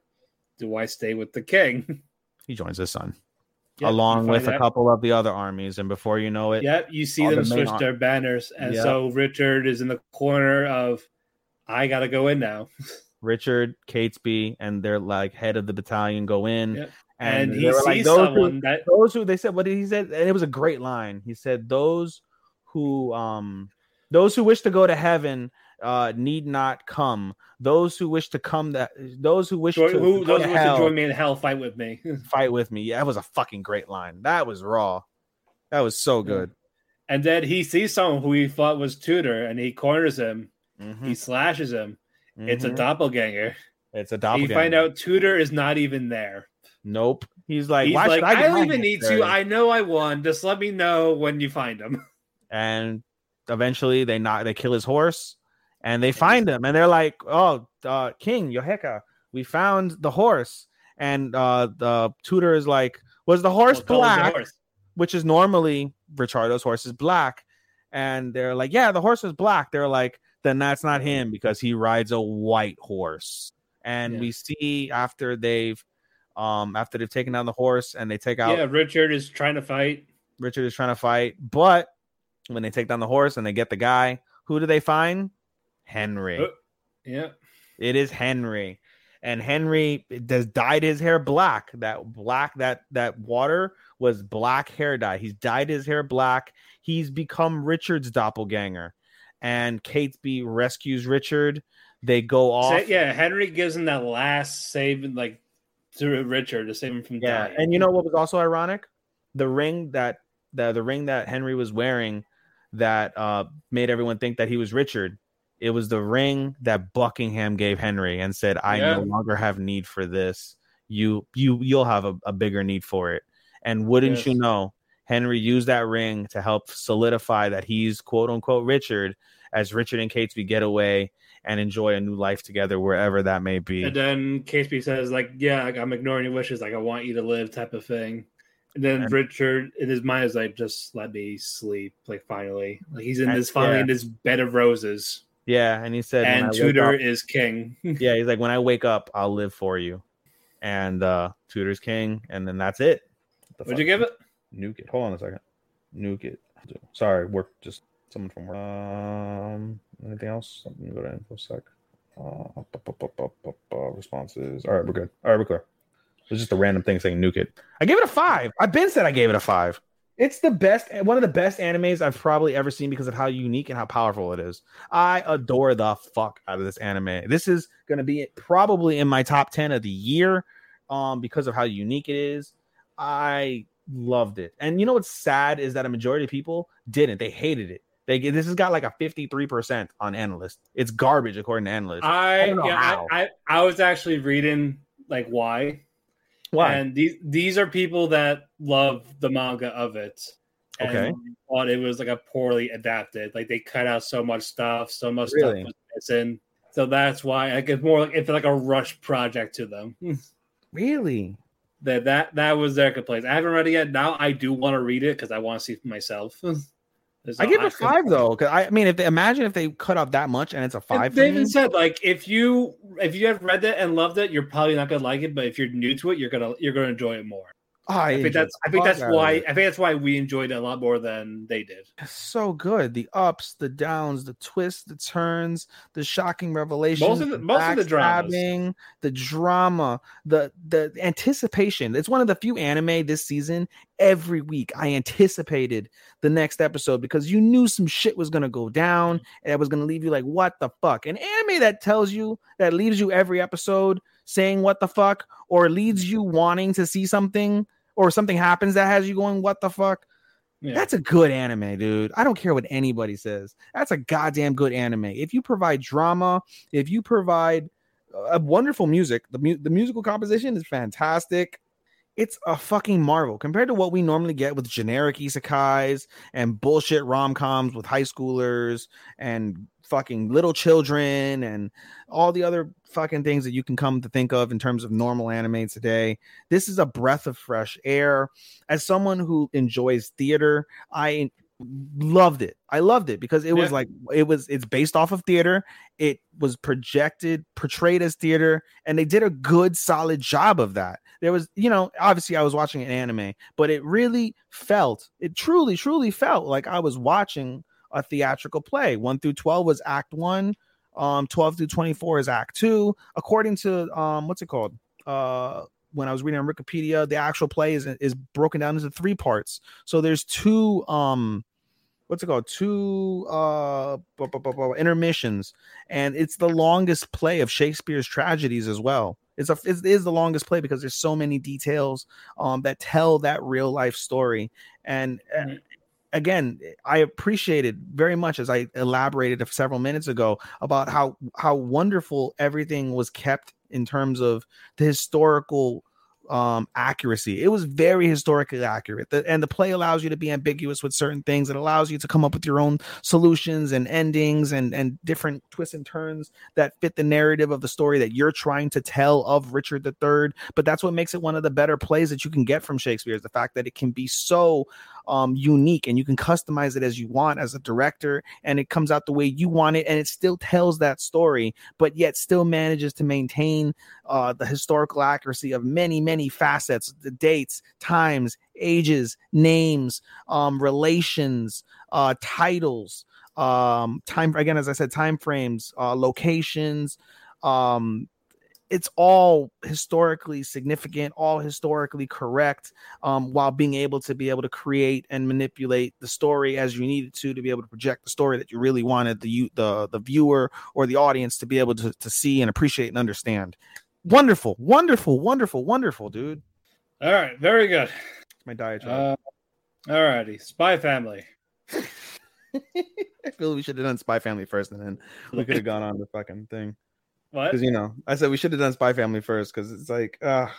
S3: do I stay with the king?
S4: He joins his son,
S3: Yeah,
S4: along
S3: you
S4: with
S3: find
S4: a
S3: out-
S4: couple of the other armies. And before you know it,
S3: Yep, you see
S4: on
S3: them
S4: the main
S3: switch
S4: ar-
S3: their banners, and
S4: Yep.
S3: so Richard is in the corner of I gotta go in now.
S4: Richard, Catesby, and their like head of the battalion go in.
S3: Yep. And,
S4: And, they
S3: he
S4: were
S3: sees
S4: like, "Those who-
S3: someone that
S4: those who they said what did he said and it was a great line he said those who um those who wish to go to heaven uh need not come those who wish to come that those who wish
S3: Join,
S4: to,
S3: who
S4: go
S3: those
S4: to
S3: who wants to
S4: hell
S3: join me in hell fight with me?
S4: fight with me yeah that was a fucking great line that was raw that was so
S3: Mm.
S4: good
S3: and then he sees someone who he thought was Tudor, and he corners him.
S4: Mm-hmm, Hmm.
S3: He slashes him. It's a
S4: Mhm.
S3: doppelganger.
S4: it's a
S3: You
S4: doppelganger
S3: find out Tudor is not even there.
S4: nope he's like
S3: He's
S4: why
S3: like,
S4: should I,
S3: I,
S4: get my
S3: don't even
S4: hands
S3: need
S4: dirty?"
S3: to. I know I won. Just let me know when you find him.
S4: and eventually they knock they kill his horse and they find him and they're like oh uh, king yoheka we found the horse and uh the tutor is like was the horse
S3: Well, call him Oh, the
S4: black
S3: horse.
S4: which is normally ricardo's horse is black and they're like yeah the horse is black they're like then that's not him because he rides a white horse and
S3: Yeah.
S4: we see after they've um after they've taken down the horse and they take out
S3: Yeah, Richard is trying to fight.
S4: Richard is trying to fight, but when they take down the horse and they get the guy, who do they find? Henry.
S3: Uh. Yeah,
S4: It is Henry. And Henry does dyed his hair black. That black that that water was black hair dye. He's dyed his hair black. He's become Richard's doppelganger. And Catesby rescues Richard. They go off.
S3: Sa- yeah. Henry gives him that last saving, like to Richard to save him from
S4: Yeah,
S3: dying.
S4: and you know what was also ironic? The ring that the the ring that Henry was wearing that uh made everyone think that he was Richard. It was the ring that Buckingham gave Henry and said, "I no
S3: Yeah.
S4: longer have need for this. You you you'll have a, a bigger need for it." And wouldn't you
S3: Yes.
S4: know, Henry used that ring to help solidify that he's quote unquote Richard as Richard and Catesby get away and enjoy a new life together wherever that may be.
S3: And uh, then Casey says, like, yeah, like, I'm ignoring your wishes, like I want you to live, type of thing. And then
S4: And-
S3: Richard in his mind is like, just let me sleep, like finally. Like he's in
S4: And-
S3: this finally
S4: yeah.
S3: in this bed of roses.
S4: yeah, and he said, "When I
S3: and
S4: wake
S3: Tudor
S4: up-
S3: is king.
S4: yeah, he's like, when I wake up, I'll live for you. And uh Tudor's king, and then that's it. The
S3: Would you give it?
S4: Nuke it. Hold on a second. Nuke it. Sorry, work. Just someone from work. Um, anything else? Let me go to infosec. Uh, bu- bu- bu- bu- bu- bu- uh, responses. All right, we're good. All right, we're clear. It's just a random thing saying nuke it. I gave it a five. I've been said I gave it a five. It's the best, one of the best animes I've probably ever seen because of how unique and how powerful it is. I adore the fuck out of this anime. This is going to be probably in my top 10 of the year um, because of how unique it is. I loved it. And you know what's sad is that a majority of people didn't. They hated it. They this has got like a 53% on analyst. It's garbage according to analysts. I
S3: I
S4: don't know
S3: yeah,
S4: how.
S3: I, I I was actually reading like why. And these these are people that love the manga of it. And
S4: Okay.
S3: Thought it was like a poorly adapted. Like they cut out so much stuff, so much
S4: Really?
S3: stuff was missing. So that's why like it's more like it's like a rush project to them.
S4: really?
S3: that that that was their complaint. I haven't read it yet. Now I do want to read it because I want to see for myself. There's
S4: I
S3: no
S4: give it a
S3: option.
S4: five though, because I, I mean, if they imagine if they cut out that much and it's a five.
S3: And They
S4: for me,
S3: even said like if you if you have read that and loved it, you're probably not gonna like it. But if you're new to it, you're gonna you're gonna enjoy it more.
S4: I,
S3: I think
S4: enjoyed
S3: that's
S4: the
S3: I think
S4: fuck
S3: that's
S4: out of
S3: why I
S4: it.
S3: think that's why we enjoyed it a lot more than they did.
S4: It's so good. The ups, the downs, the twists, the turns, the shocking revelations,
S3: the- most of the dramas.
S4: backstabbing, the drama, the the anticipation. It's one of the few anime this season. Every week, I anticipated the next episode because you knew some shit was gonna go down and it was gonna leave you like, what the fuck? An anime that tells you that leaves you every episode saying what the fuck, or leads you wanting to see something, or something happens that has you going, what the fuck.
S3: Yeah.
S4: That's a good anime, dude. I don't care what anybody says. That's a goddamn good anime. If you provide drama, if you provide uh, wonderful music, the, mu- the musical composition is fantastic. It's a fucking marvel compared to what we normally get with generic isekais and bullshit rom coms with high schoolers and fucking little children and all the other fucking things that you can come to think of in terms of normal anime today. This is a breath of fresh air as someone who enjoys theater, I loved it. I loved it because it was
S3: Yeah.
S4: like it was it's based off of theater. It was projected, portrayed as theater, and they did a good solid job of that. There was, you know, obviously I was watching an anime, but it really felt, it truly truly felt like I was watching a theatrical play. 1 through 12 was act 1, um 12 through 24 is act 2 according to um what's it called? Uh when I was reading on Wikipedia, the actual play is is broken down into three parts. So there's two um what's it called? Two uh bu- bu- bu- bu- intermissions and it's the longest play of Shakespeare's tragedies as well. It's a it is the longest play because there's so many details um that tell that real life story and uh,
S3: Mhm.
S4: again I appreciated very much as I elaborated several minutes ago about how how wonderful everything was kept in terms of the historical um accuracy it was very historically accurate The- and the play allows you to be ambiguous with certain things it allows you to come up with your own solutions and endings and and different twists and turns that fit the narrative of the story that you're trying to tell of richard iii but that's what makes it one of the better plays that you can get from shakespeare is the fact that it can be so um unique and you can customize it as you want as a director and it comes out the way you want it and it still tells that story but yet still manages to maintain uh, the historical accuracy of many, many facets, the dates, times, ages, names, um, relations, uh, titles, um, time again, as I said, time frames, uh, locations. Um, it's all historically significant, all historically correct, um, while being able to be able to create and manipulate the story as you needed to to be able to project the story that you really wanted the you the the viewer or the audience to be able to, to see and appreciate and understand wonderful, wonderful, wonderful, wonderful, dude.
S3: All right, very good.
S4: My diatribe.
S3: Uh, all righty, Spy Family.
S4: I feel we should have done Spy Family first, and then we could have gone on the fucking thing.
S3: What?
S4: Because you know, I said we should have done Spy Family first because it's like, ah,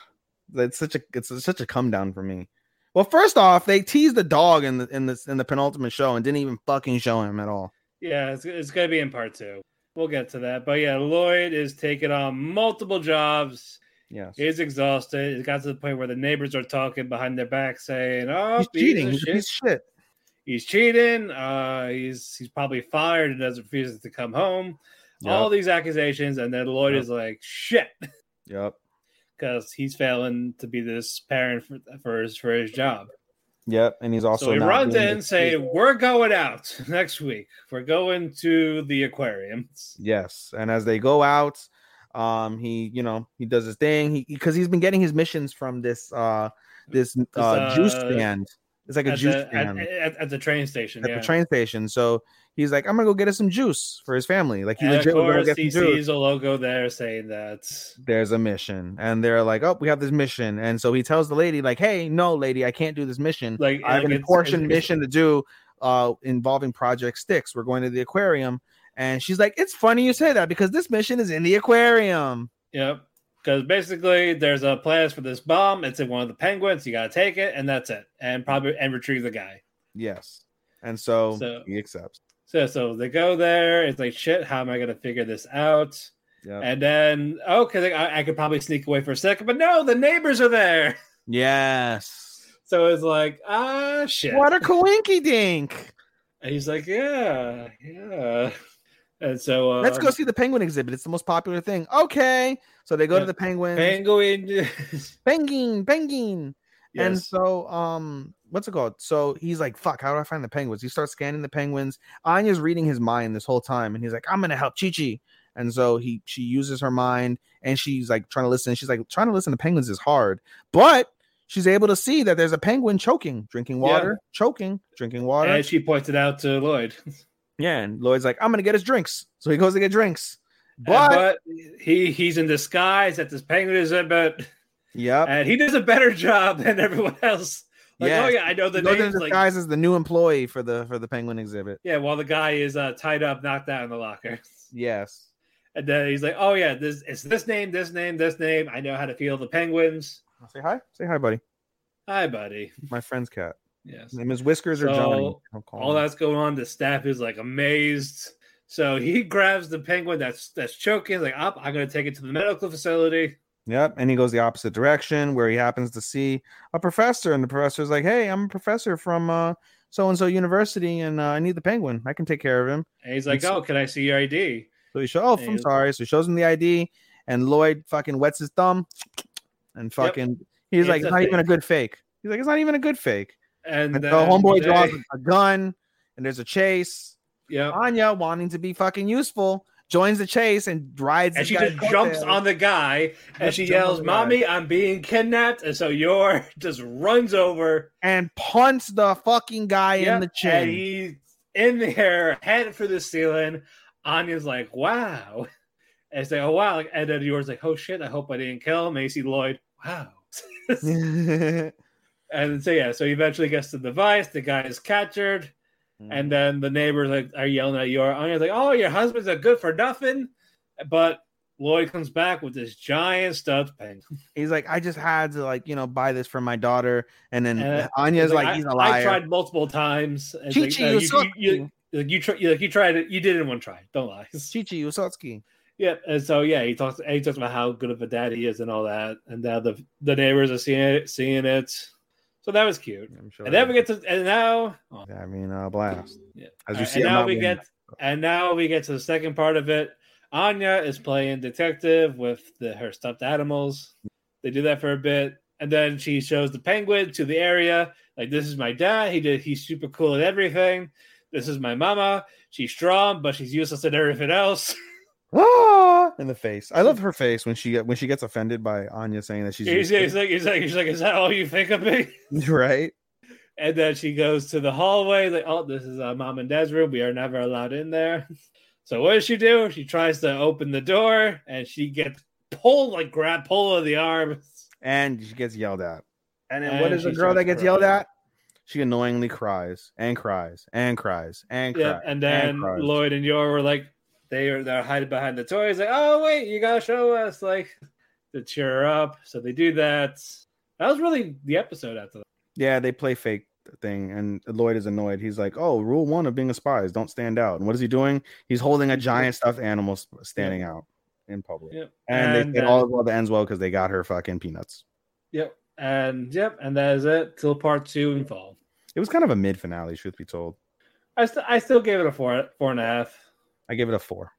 S4: that's such a it's such a come down for me. Well, first off, they teased the dog in the in this in the penultimate show and didn't even fucking show him at all.
S3: Yeah, it's, it's going to be in part two. We'll get to that. But yeah, Lloyd is taking on multiple jobs.
S4: Yes,
S3: He's exhausted. It got to the point where the neighbors are talking behind their back saying, Oh, piece
S4: he's
S3: of
S4: cheating. He's a
S3: shit.
S4: piece of shit.
S3: he's cheating. Uh, he's he's probably fired and doesn't refuses to come home. All
S4: Yep.
S3: these accusations, and then Lloyd
S4: Yep.
S3: is like, "Shit,"
S4: Yep.
S3: because he's failing to be this parent for, for his for his job.
S4: Yep. And he's also
S3: so he
S4: not
S3: runs
S4: being
S3: in,
S4: the-
S3: saying, "We're going out next week. We're going to the aquariums."
S4: Yes, and as they go out, um, he you know he does his thing. He because he's been getting his missions from this uh this uh, juice
S3: uh,
S4: stand. It's like a
S3: at,
S4: juice
S3: the, at,
S4: stand at,
S3: at- at the train station, yeah.
S4: the train station. So he's like, I'm gonna go get us some juice for his family. Like he
S3: and of
S4: legit would go
S3: course,
S4: get
S3: he
S4: some juice.
S3: sees a logo there saying that
S4: There's a mission, and they're like, oh, we have this mission, and so he tells the lady like, hey, no, lady, I can't do this mission.
S3: like
S4: I have
S3: like
S4: an
S3: it's-
S4: important
S3: it's-
S4: mission to do uh, involving Project Sticks. We're going to the aquarium. And she's like, it's funny you say that because this mission is in the aquarium.
S3: Yep. Because basically, there's a plans for this bomb. It's in one of the penguins. You gotta take it, and that's it. And probably and retrieve the guy.
S4: Yes. And so,
S3: So-
S4: he accepts.
S3: So so they go there. It's like shit. How am I gonna figure this out?
S4: Yeah.
S3: And then okay, like, I, I could probably sneak away for a second, but no, the neighbors are there.
S4: Yes.
S3: So it's like ah shit.
S4: What a coinky dink.
S3: And he's like, yeah, yeah. And so uh,
S4: Let's go see the penguin exhibit. It's the most popular thing. Okay. So they go to
S3: Yeah.
S4: the penguin.
S3: Penguin.
S4: penguin, penguin. And
S3: yes.
S4: so, um, what's it called? So he's like, "Fuck, how do I find the penguins?" He starts scanning the penguins. Anya's reading his mind this whole time, and he's like, "I'm gonna help Chichi." And so he she uses her mind, and she's like trying to listen. She's like trying to listen to penguins is hard, but she's able to see that there's a penguin choking, drinking
S3: Yeah.
S4: water, choking, drinking water.
S3: And she pointed out to Lloyd.
S4: yeah, and Lloyd's like, "I'm gonna get his drinks," so he goes to get drinks. But,
S3: But, he he's in disguise at this penguin exhibit,
S4: yep,
S3: and he does a better job than everyone else. Like,
S4: Yeah.
S3: oh yeah, I know the
S4: he goes in
S3: names. Like,
S4: disguise as the new employee for the for the penguin exhibit.
S3: yeah, while the guy is uh, tied up, knocked out in the locker,
S4: Yes.
S3: and then he's like, oh yeah, this it's this name, this name, this name. I know how to feel the penguins.
S4: Say hi. Say hi, buddy.
S3: Hi, buddy.
S4: My friend's cat.
S3: Yes.
S4: His name is Whiskers or Johnny.
S3: So,
S4: I'll call
S3: All
S4: him.
S3: that's going on. The staff is like amazed. So he grabs the penguin that's that's choking. Like, up, I'm gonna take it to the medical facility.
S4: Yep. And he goes the opposite direction where he happens to see a professor. And the professor's like, Hey, I'm a professor from uh so and so university, and uh, I need the penguin. I can take care of him.
S3: And he's like,
S4: It's-
S3: "Oh, can I see your ID?"
S4: So he shows, Oh, I'm
S3: Hey.
S4: sorry. So he shows him the ID, and Lloyd fucking wets his thumb and fucking he's
S3: It's
S4: like,
S3: a
S4: It's not even a
S3: fake."
S4: good fake. He's like, It's not even a good fake.
S3: And,
S4: And,
S3: then
S4: so homeboy
S3: they-
S4: draws a gun, and there's a chase.
S3: Yeah,
S4: Anya, wanting to be fucking useful, joins the chase and rides.
S3: and
S4: this
S3: she
S4: guy's
S3: just jumps
S4: coattails.
S3: on the guy and
S4: Just
S3: she
S4: jump on
S3: yells,
S4: the guy.
S3: "Mommy, I'm being kidnapped!" And so Yor just runs over
S4: and punts the fucking guy in
S3: Yep,
S4: the
S3: and
S4: chin.
S3: he's in the air, headed for the ceiling. Anya's like, "Wow," and it's like, "Oh wow!" And then Yor's like, "Oh shit! I hope I didn't kill him." And you see Lloyd, "Wow." and so yeah, so he eventually gets the device. The guy is captured,
S4: Mm.
S3: and then the neighbors like are yelling at Yor. Anya's like, "Oh, your husband's a good for nothing," but Lloyd comes back with this giant stuffed penguin.
S4: he's like, I just had to like you know buy this for my daughter, and then
S3: Uh,
S4: Anya's like,
S3: I-
S4: he's a
S3: I
S4: liar.
S3: tried multiple times. It's like,
S4: Chi-Chi,
S3: no,
S4: you
S3: you,
S4: suck.
S3: you, you, like, you, tr- you, like, you tried it. You did it in one try. Don't lie.
S4: Chichi Usotsky.
S3: yeah. And so yeah, he talks. He talks about how good of a dad he is and all that. And now the the neighbors are seeing it. Seeing it. So that was cute.
S4: I'm sure.
S3: And then we get to and now oh,
S4: I mean, uh, blast.
S3: Yeah.
S4: As you
S3: and
S4: see, I'm
S3: now
S4: not
S3: we
S4: winning.
S3: get and now we get to the second part of it. Anya is playing detective with the, her stuffed animals. They do that for a bit, and then she shows the penguin to the area. Like this is my dad. He did. He's super cool at everything. This is my mama. She's strong, but she's useless at everything else.
S4: Ah! in the face. I love her face when she when she gets offended by Anya saying that she's
S3: He's,
S4: useful.
S3: he's like, he's like, he's like, is that all you think of me?
S4: right.
S3: And then she goes to the hallway, like, oh, this is uh, mom and dad's room. We are never allowed in there. So what does she do? She tries to open the door and she gets pulled, like grab pull of the arm.
S4: and she gets yelled at. And then
S3: And
S4: what is the
S3: she
S4: girl that
S3: starts
S4: gets
S3: crying.
S4: yelled at? She annoyingly cries and cries and cries and cries.
S3: Yeah. And then
S4: cries.
S3: Lloyd and Yor were like, they are they're hiding behind the toys, like, oh wait, you gotta show us like to cheer her up. So they do that. That was really the episode after that.
S4: Yeah, they play fake thing, and Lloyd is annoyed. He's like, "Oh, rule one of being a spy is don't stand out." And what is he doing? He's holding a giant stuffed animal s- standing out in public.
S3: Yep.
S4: And, they did
S3: then-
S4: all well that ends well because they got her fucking peanuts.
S3: Yep. And yep, and that is it till part two and fall.
S4: It was kind of a mid finale, truth be told.
S3: I st- I still gave it a four four and a half.
S4: I give it a four.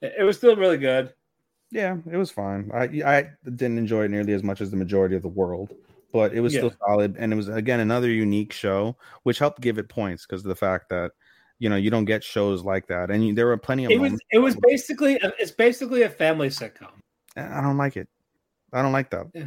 S3: It it was still really good.
S4: Yeah, it was fine. I I didn't enjoy it nearly as much as the majority of the world, but it was still
S3: Yeah.
S4: solid, and it was again another unique show, which helped give it points because of the fact that you know you don't get shows like that, and you, there were plenty of
S3: It was
S4: moments-
S3: it was basically it's basically a family sitcom.
S4: I I don't like it. I don't like that.
S3: Yeah.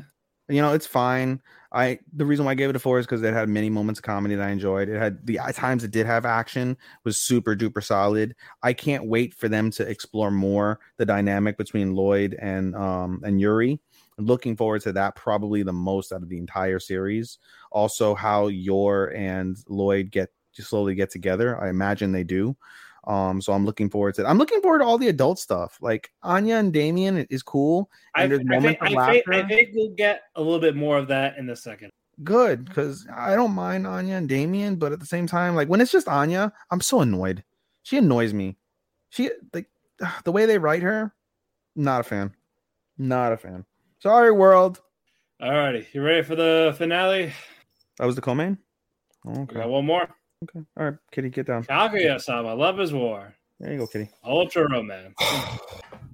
S4: You know, it's fine. I the reason why I gave it a four is because it had many moments of comedy that I enjoyed. It had the at times it did have action was super duper solid. I can't wait for them to explore more the dynamic between Lloyd and um and Yuri. Looking forward to that probably the most out of the entire series. Also, how Yor and Lloyd get just slowly get together. I imagine they do. Um, so I'm looking forward to. I'm looking forward to all the adult stuff. Like Anya and Damien is cool.
S3: I, I,
S4: And there's
S3: think,
S4: moments of
S3: I, think, I
S4: laughter.
S3: think we'll get a little bit more of that in a second.
S4: Good, because I don't mind Anya and Damien, but at the same time, like when it's just Anya, I'm so annoyed. She annoys me. She like the way they write her. Not a fan. Not a fan. Sorry, world.
S3: Alrighty, you ready for the finale?
S4: That was the co-main.
S3: We
S4: Okay.
S3: got one more.
S4: Okay. All right, Kitty, get down.
S3: Kaguya sama, love is war.
S4: There you go, Kitty.
S3: Ultra romance.
S4: Um,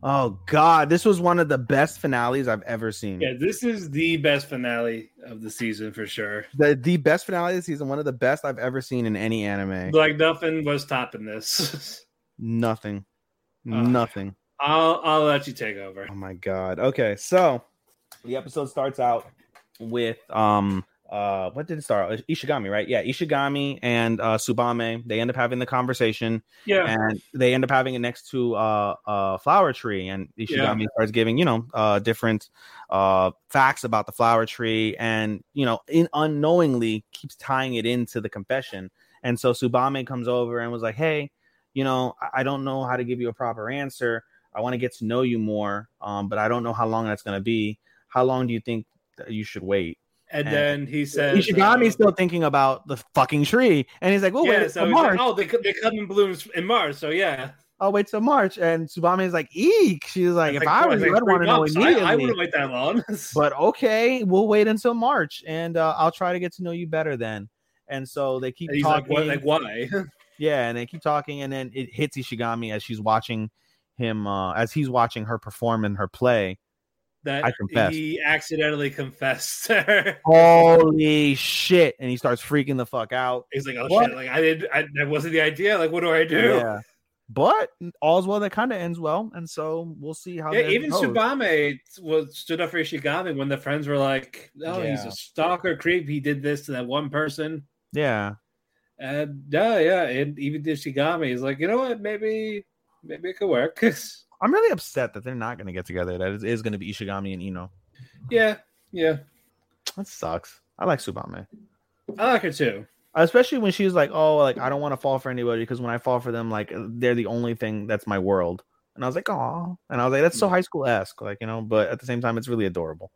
S4: Oh God, this was one of the best finales I've ever seen.
S3: Yeah, this is the best finale of the season for sure.
S4: The the best finale of the season, one of the best I've ever seen in any anime.
S3: Like nothing was topping this.
S4: Nothing.
S3: Uh.
S4: Nothing.
S3: I'll I'll let you take over.
S4: Oh my god. Okay, so the episode starts out with um uh what did it start? out? Ishigami, right? Yeah, Ishigami and uh Subame. They end up having the conversation
S3: Yeah.
S4: and they end up having it next to uh, a flower tree and Ishigami starts giving you know uh, different uh, facts about the flower tree and you know in unknowingly keeps tying it into the confession and so Subame comes over and was like hey you know I, I don't know how to give you a proper answer I want to get to know you more um, but I don't know how long that's gonna be how long do you think that you should wait
S3: And
S4: And-
S3: then he says
S4: Ishigami's
S3: uh,
S4: still thinking about the fucking tree and he's like well
S3: yeah,
S4: wait
S3: so
S4: till
S3: he's like,
S4: March.
S3: oh, they, co- they come in blooms in March, so yeah.
S4: I'll wait till March. And Tsubame is like, eek. She's like,
S3: It's
S4: if I
S3: oh,
S4: was
S3: it's
S4: you, I'd
S3: three
S4: want to know
S3: months. I- I,
S4: immediately.
S3: wouldn't wait that long.
S4: but okay, we'll wait until March and uh, I'll try to get to know you better then. And so they keep
S3: And he's like,
S4: talking.
S3: what, like why?
S4: yeah, and they keep talking. And then it hits Ishigami as she's watching him, uh, as he's watching her perform in her play.
S3: That
S4: I confessed.
S3: he accidentally confessed to her.
S4: Holy shit. And he starts freaking the fuck out.
S3: He's like, oh
S4: What?
S3: shit, like I did, I, that wasn't the idea. Like, what do I do?
S4: Yeah. But all's well that kind of ends well. And so we'll see how
S3: Yeah,
S4: that
S3: even
S4: goes.
S3: Subame was stood up for Ishigami when the friends were like, "Oh, he's
S4: Yeah.
S3: a stalker creep. He did this to that one person."
S4: Yeah.
S3: And yeah, yeah, and even Ishigami is like, "You know what? Maybe, maybe it could work."
S4: I'm really upset that they're not going to get together. That it is going to be Ishigami and Ino.
S3: yeah, yeah,
S4: That sucks. I like Subame,
S3: I like her too.
S4: especially when she's like, "Oh, like I don't want to fall for anybody because when I fall for them, like they're the only thing that's my world." And I was like, "Oh," and I was like, "That's so
S3: Mm.
S4: high school esque, like you know." But at the same time, it's really adorable.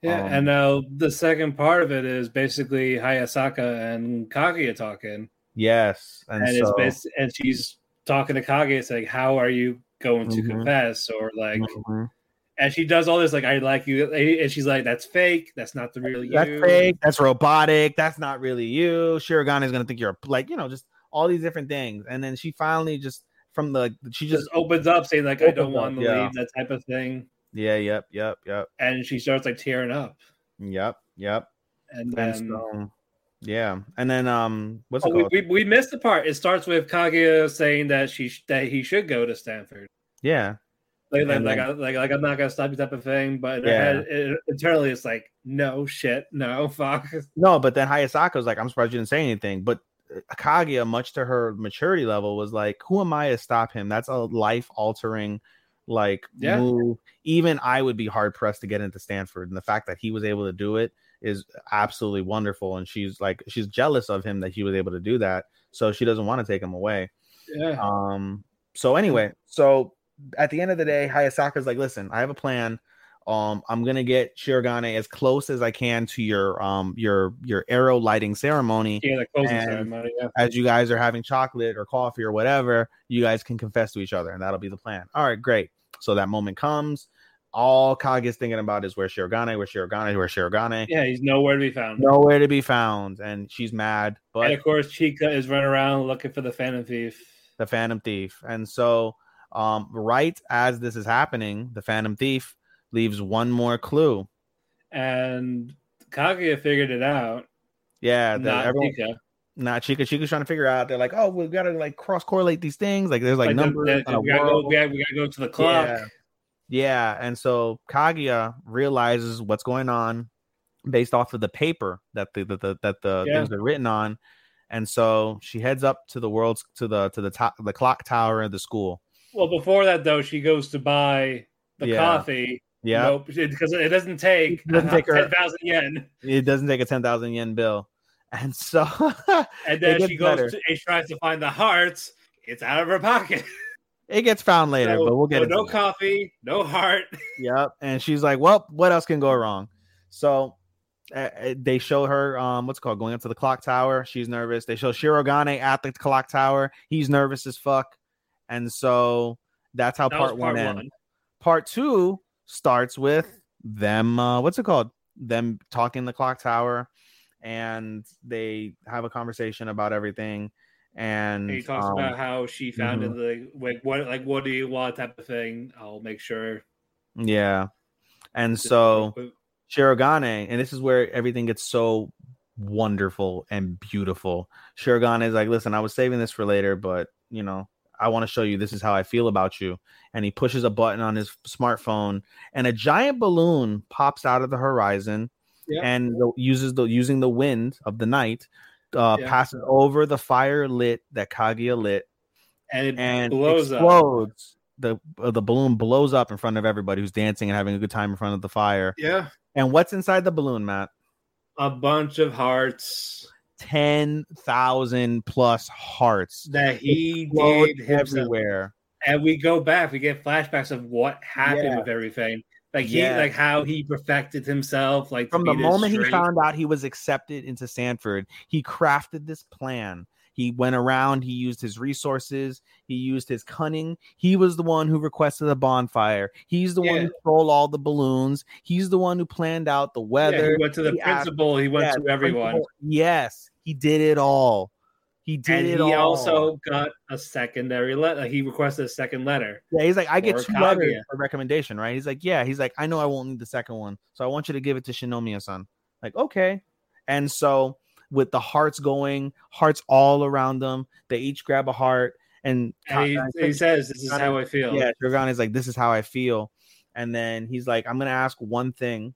S3: Yeah,
S4: Um,
S3: and now the second part of it is basically Hayasaka and Kaguya talking,
S4: Yes, and,
S3: and, it's
S4: so-
S3: bas- and she's talking to Kaguya, saying, "How are you going to
S4: Mhm.
S3: confess?" Or like.
S4: Mhm.
S3: and she does all this like I like you, and she's like, "That's fake. That's not the real you."
S4: that's fake. That's robotic. That's not really you. Shirogane is going to think you're a- like you know just all these different things. And then she finally just from the she
S3: She just
S4: just
S3: opens up saying like, "I
S4: Opens
S3: don't want
S4: up,
S3: to
S4: yeah.
S3: leave," that type of thing,
S4: yeah yep yep yep
S3: and she starts like tearing up,
S4: yep yep
S3: and
S4: And
S3: then.
S4: so, yeah, and then um, what's
S3: Oh,
S4: it
S3: we,
S4: called?
S3: we, we missed the part. It starts with Kaguya saying that she sh- that he should go to Stanford.
S4: yeah,
S3: Like like
S4: And
S3: like,
S4: then-
S3: I, like like I'm not gonna stop you type of thing. But in her
S4: Yeah.
S3: head, it, internally, it's like no shit, no fuck.
S4: no, but then Hayasaka was like, I'm surprised you didn't say anything. But Kaguya, much to her maturity level, was like, Who am I to stop him? That's a life altering, like,
S3: Yeah.
S4: move. Even I would be hard pressed to get into Stanford, and the fact that he was able to do it is absolutely wonderful. And she's like, she's jealous of him that he was able to do that, so she doesn't want to take him away.
S3: Yeah,
S4: Um, so anyway, so at the end of the day, Hayasaka's like, listen, I have a plan. Um, I'm gonna get Shirogane as close as I can to your um your your arrow lighting ceremony.
S3: yeah, the closing
S4: and-
S3: ceremony. Yeah.
S4: As you guys are having chocolate or coffee or whatever, you guys can confess to each other, and that'll be the plan. All right, great. So that moment comes. All Kage's thinking about is where Shirogane, where Shirogane, where Shirogane.
S3: yeah, he's nowhere to be found.
S4: Nowhere to be found, and she's mad. But
S3: and of course, Chica is running around looking for the Phantom Thief.
S4: the Phantom Thief. And so, um, right as this is happening, the Phantom Thief leaves one more clue.
S3: and Kaguya figured it out.
S4: Yeah, that
S3: not
S4: everyone,
S3: Pika.
S4: not Chica. Chica's trying to figure out. They're like, oh, we gotta like cross correlate these things. Like, there's like,
S3: Like, the-
S4: numbers.
S3: the-
S4: on a
S3: we, gotta go,
S4: world.
S3: we, gotta, we gotta go to the clock.
S4: Yeah. Yeah, and so Kaguya realizes what's going on based off of the paper that the, the, the that the
S3: Yeah.
S4: things are written on, and so she heads up to the world's to the to the top the clock tower of the school.
S3: Well, before that though, she goes to buy the
S4: Yeah.
S3: coffee.
S4: Yeah,
S3: Nope, because it doesn't take
S4: It doesn't take her-
S3: ten thousand yen.
S4: it doesn't take a ten thousand yen bill, and so
S3: And
S4: It
S3: then
S4: gets
S3: she goes
S4: better.
S3: to, and she tries to find the hearts. It's out of her pocket.
S4: It gets found later,
S3: So-
S4: but we'll
S3: so
S4: get
S3: no
S4: into that.
S3: coffee, no heart.
S4: Yep. And she's like, "Well, what else can go wrong?" So uh, uh, they show her um what's it called going up to the clock tower. She's nervous. They show Shirogane at the clock tower. He's nervous as fuck. And so that's how
S3: That was
S4: part, one ends. Part two starts with them. Uh, what's it called? Them talking the clock tower, and they have a conversation about everything. And
S3: he talks
S4: um, mm-hmm.
S3: about how she found it, like, like what, like what do you want, type of thing. I'll make sure.
S4: yeah, and so
S3: But-
S4: Shirogane, and this is where everything gets so wonderful and beautiful. Shirogane is like, listen, I was saving this for later, but you know, I want to show you this is how I feel about you. And he pushes a button on his smartphone, and a giant balloon pops out of the horizon,
S3: Yeah.
S4: and the, uses the using the wind of the night, uh,
S3: Yeah.
S4: passes over the fire lit that Kaguya lit,
S3: and it
S4: and
S3: blows up.
S4: explodes. The uh, the balloon blows up in front of everybody who's dancing and having a good time in front of the fire.
S3: Yeah,
S4: And what's inside the balloon, Matt?
S3: a bunch of hearts
S4: 10,000 plus hearts.
S3: that he
S4: Explode
S3: did himself.
S4: everywhere.
S3: and we go back we get flashbacks of what happened
S4: Yeah.
S3: with everything like he
S4: Yeah.
S3: like how he perfected himself like to
S4: From the
S3: be this
S4: moment he
S3: straight-
S4: found out he was accepted into Sanford, he crafted this plan. He went around, he used his resources, he used his cunning. He was the one who requested a bonfire. He's the one
S3: Yeah.
S4: who stole all the balloons. He's the one who planned out the
S3: yeah,
S4: weather.
S3: he went to the
S4: he asked-
S3: principal he went
S4: Yeah,
S3: to everyone
S4: principal- Yes, he did it all. He did
S3: and
S4: it
S3: he
S4: all.
S3: also got a secondary letter he requested a second letter
S4: Yeah, he's like, I
S3: Or
S4: get two
S3: Kaguya.
S4: letters for recommendation, right? He's like, yeah. He's like, I know I won't need the second one, so I want you to give it to Shinomiya-san. Like, okay. And so with the hearts going, hearts all around them, they each grab a heart, and,
S3: and he, he says this is how i feel
S4: yeah, Dragon is like, this is how I feel, and then he's like, I'm gonna ask one thing.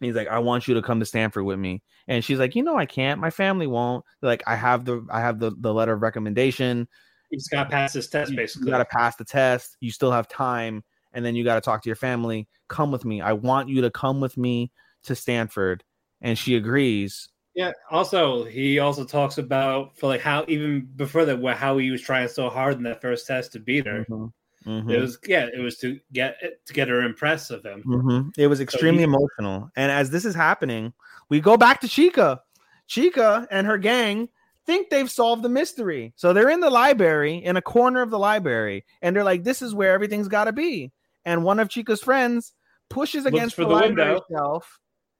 S4: And He's like, I want you to come to Stanford with me, and she's like, you know, I can't. My family won't. Like, I have the I have the the letter of recommendation
S3: he just got past his test
S4: you
S3: basically
S4: got to pass the test. You still have time, and then you got to talk to your family. Come with me. I want you to come with me to Stanford, and she agrees.
S3: yeah also he also talks about for like how even before that wh- how he was trying so hard in that first test to beat her
S4: Mhm.
S3: it
S4: Mhm.
S3: was yeah it was to get eh, to get her impressed of him
S4: Mhm. It was extremely
S3: he-
S4: emotional. And as this is happening, we go back to Chica. Chica and her gang think they've solved the mystery. So they're in the library, in a corner of the library, and they're like, this is where everything's got to be. And one of Chica's friends pushes against
S3: for
S4: the,
S3: the
S4: library
S3: window.
S4: shelf.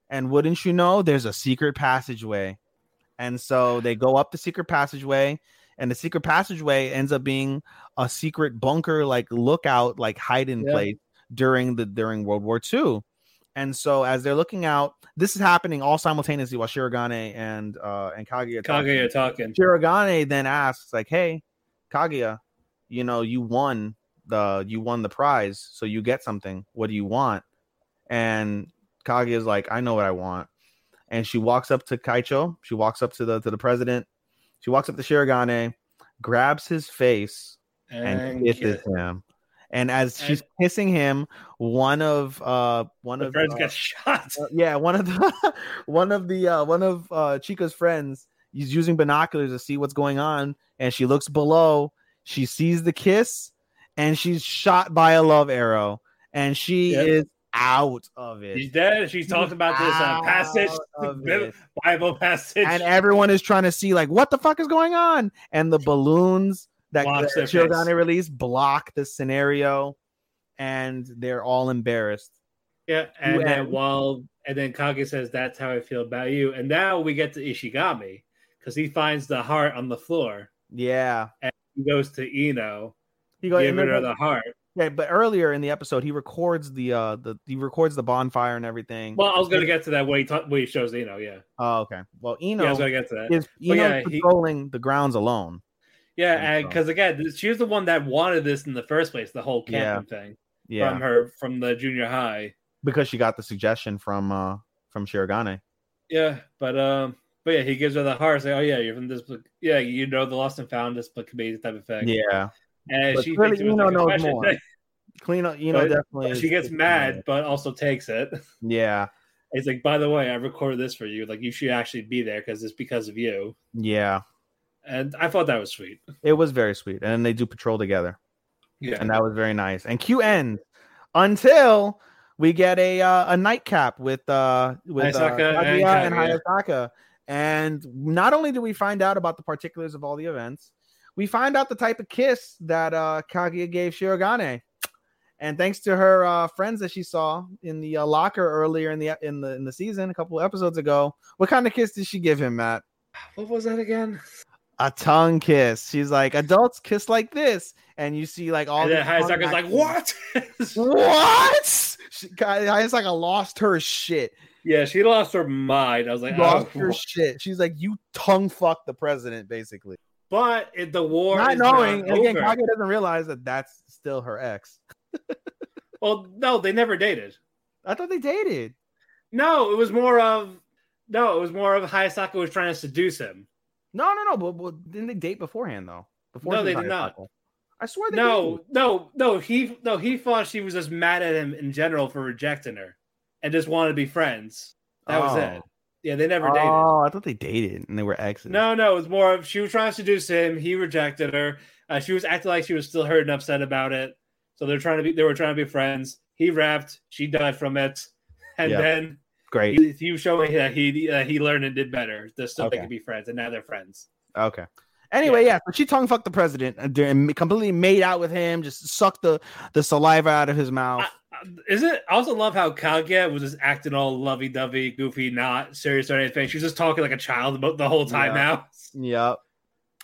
S4: And wouldn't you know, there's a secret passageway. And so they go up the secret passageway, and the secret passageway ends up being a secret bunker, like lookout, like hide in
S3: Yeah.
S4: place during the during World War II. And so as they're looking out, this is happening all simultaneously while Shirogane and uh and Kaguya are talking.
S3: kaguya talking
S4: Shirogane then asks, like, hey, Kaguya, you know, you won the you won the prize, so you get something. What do you want? And Kaguya's like, I know what I want. And she walks up to Kaicho, she walks up to the to the president, she walks up to Shirogane, grabs his face, and
S3: kiss-
S4: kisses him. And as
S3: And-
S4: she's kissing him, one of uh one
S3: the
S4: of
S3: friends
S4: uh,
S3: got shot.
S4: uh, yeah one of the one of the uh one of uh Chica's friends is using binoculars to see what's going on, and she looks below. She sees the kiss, and she's shot by a love arrow, and she
S3: Yep.
S4: is out of it.
S3: She's dead. She talked about this uh,
S4: Out
S3: passage,
S4: of
S3: Bi-
S4: it.
S3: Bible passage.
S4: and everyone is trying to see like what the fuck is going on and the balloons that
S3: Blocks
S4: that
S3: their face.
S4: Giordano released block the scenario and they're all embarrassed
S3: yeah, and then
S4: UN.
S3: while and then Kage says, "That's how I feel about you." And now we get to Ishigami because he finds the heart on the floor.
S4: yeah
S3: He goes to Ino,
S4: he goes
S3: giving her the heart.
S4: yeah, but earlier in the episode he records the uh the he records the bonfire and everything
S3: Well, I was gonna get to that way. He ta- when he shows Ino, yeah,
S4: oh okay well
S3: yeah, I
S4: eno
S3: was gonna get to that.
S4: is eno
S3: yeah,
S4: is
S3: he-
S4: controlling the grounds alone
S3: Yeah,
S4: I
S3: and
S4: think
S3: because again, this- she was the one that wanted this in the first place. The whole
S4: Yeah.
S3: camping thing
S4: yeah
S3: from her from the junior high.
S4: because she got the suggestion from uh from shiragane
S3: Yeah, but um, but yeah, he gives her the heart. Say, oh yeah, you're from this. Yeah, you know the lost and found desplicability type of thing.
S4: yeah
S3: and
S4: But
S3: she
S4: clearly
S3: thinks it was
S4: Eno
S3: like a
S4: knows
S3: question
S4: more.
S3: thing.
S4: clean up you know
S3: But-
S4: definitely
S3: She
S4: is-
S3: gets
S4: is-
S3: mad, but also takes it.
S4: yeah
S3: It's like, by the way, I recorded this for you. Like, you should actually be there because it's because of you.
S4: yeah
S3: And I thought that was sweet.
S4: It was very sweet. And then they do patrol together.
S3: Yeah,
S4: And that was very nice. And Q ends until we get a uh, a nightcap with uh with uh,
S3: Hayasaka and
S4: Kaguya and
S3: Kaguya.
S4: Hayasaka. And not only do we find out about the particulars of all the events, we find out the type of kiss that uh Kaguya gave Shirogane. And thanks to her uh, friends that she saw in the uh, locker earlier in the in the in the season, a couple episodes ago, what kind of kiss did she give him, Matt?
S3: What was that again?
S4: A tongue kiss. She's like, adults kiss like this, and you see like all.
S3: and then
S4: these
S3: Hayasaka's like,
S4: tongue
S3: what?
S4: What? She, Hayasaka lost her shit.
S3: yeah, she lost her mind. I was like,
S4: lost
S3: oh,
S4: her shit. She's like, you tongue fucked the president, basically.
S3: but it, the war
S4: Not
S3: is
S4: knowing,
S3: not
S4: again,
S3: over.
S4: Kage doesn't realize that that's still her ex.
S3: Well, no, they never dated.
S4: I thought they dated.
S3: No, it was more of no, it was more of Hayasaka was trying to seduce him.
S4: No, no, no. But, but didn't they date beforehand though? Before
S3: No,
S4: she
S3: they
S4: was
S3: did
S4: hired
S3: not.
S4: by Apple. I swear they
S3: No, no, no. He no, he thought she was just mad at him in general for rejecting her, and just wanted to be friends. That was
S4: Oh.
S3: it. Yeah, they never
S4: Didn't.
S3: dated.
S4: Oh, I thought they dated and they were exes.
S3: No, no, it was more of she was trying to seduce him. He rejected her. Uh, she was acting like she was still hurt and upset about it. So they're trying to be. They were trying to be friends. He rapped. She died from it, and
S4: Yeah.
S3: then
S4: great.
S3: he, he was showing that he that he learned and did better. Just so
S4: Okay.
S3: they could be friends, and now they're friends.
S4: Okay. Anyway, yeah, so she tongue fucked the president and during- completely made out with him, just sucked the, the saliva out of his mouth.
S3: Uh, Is it? I also love how Kaguya was just acting all lovey dovey, goofy, not serious or anything. She was just talking like a child about the whole time
S4: Yeah.
S3: now.
S4: Yep.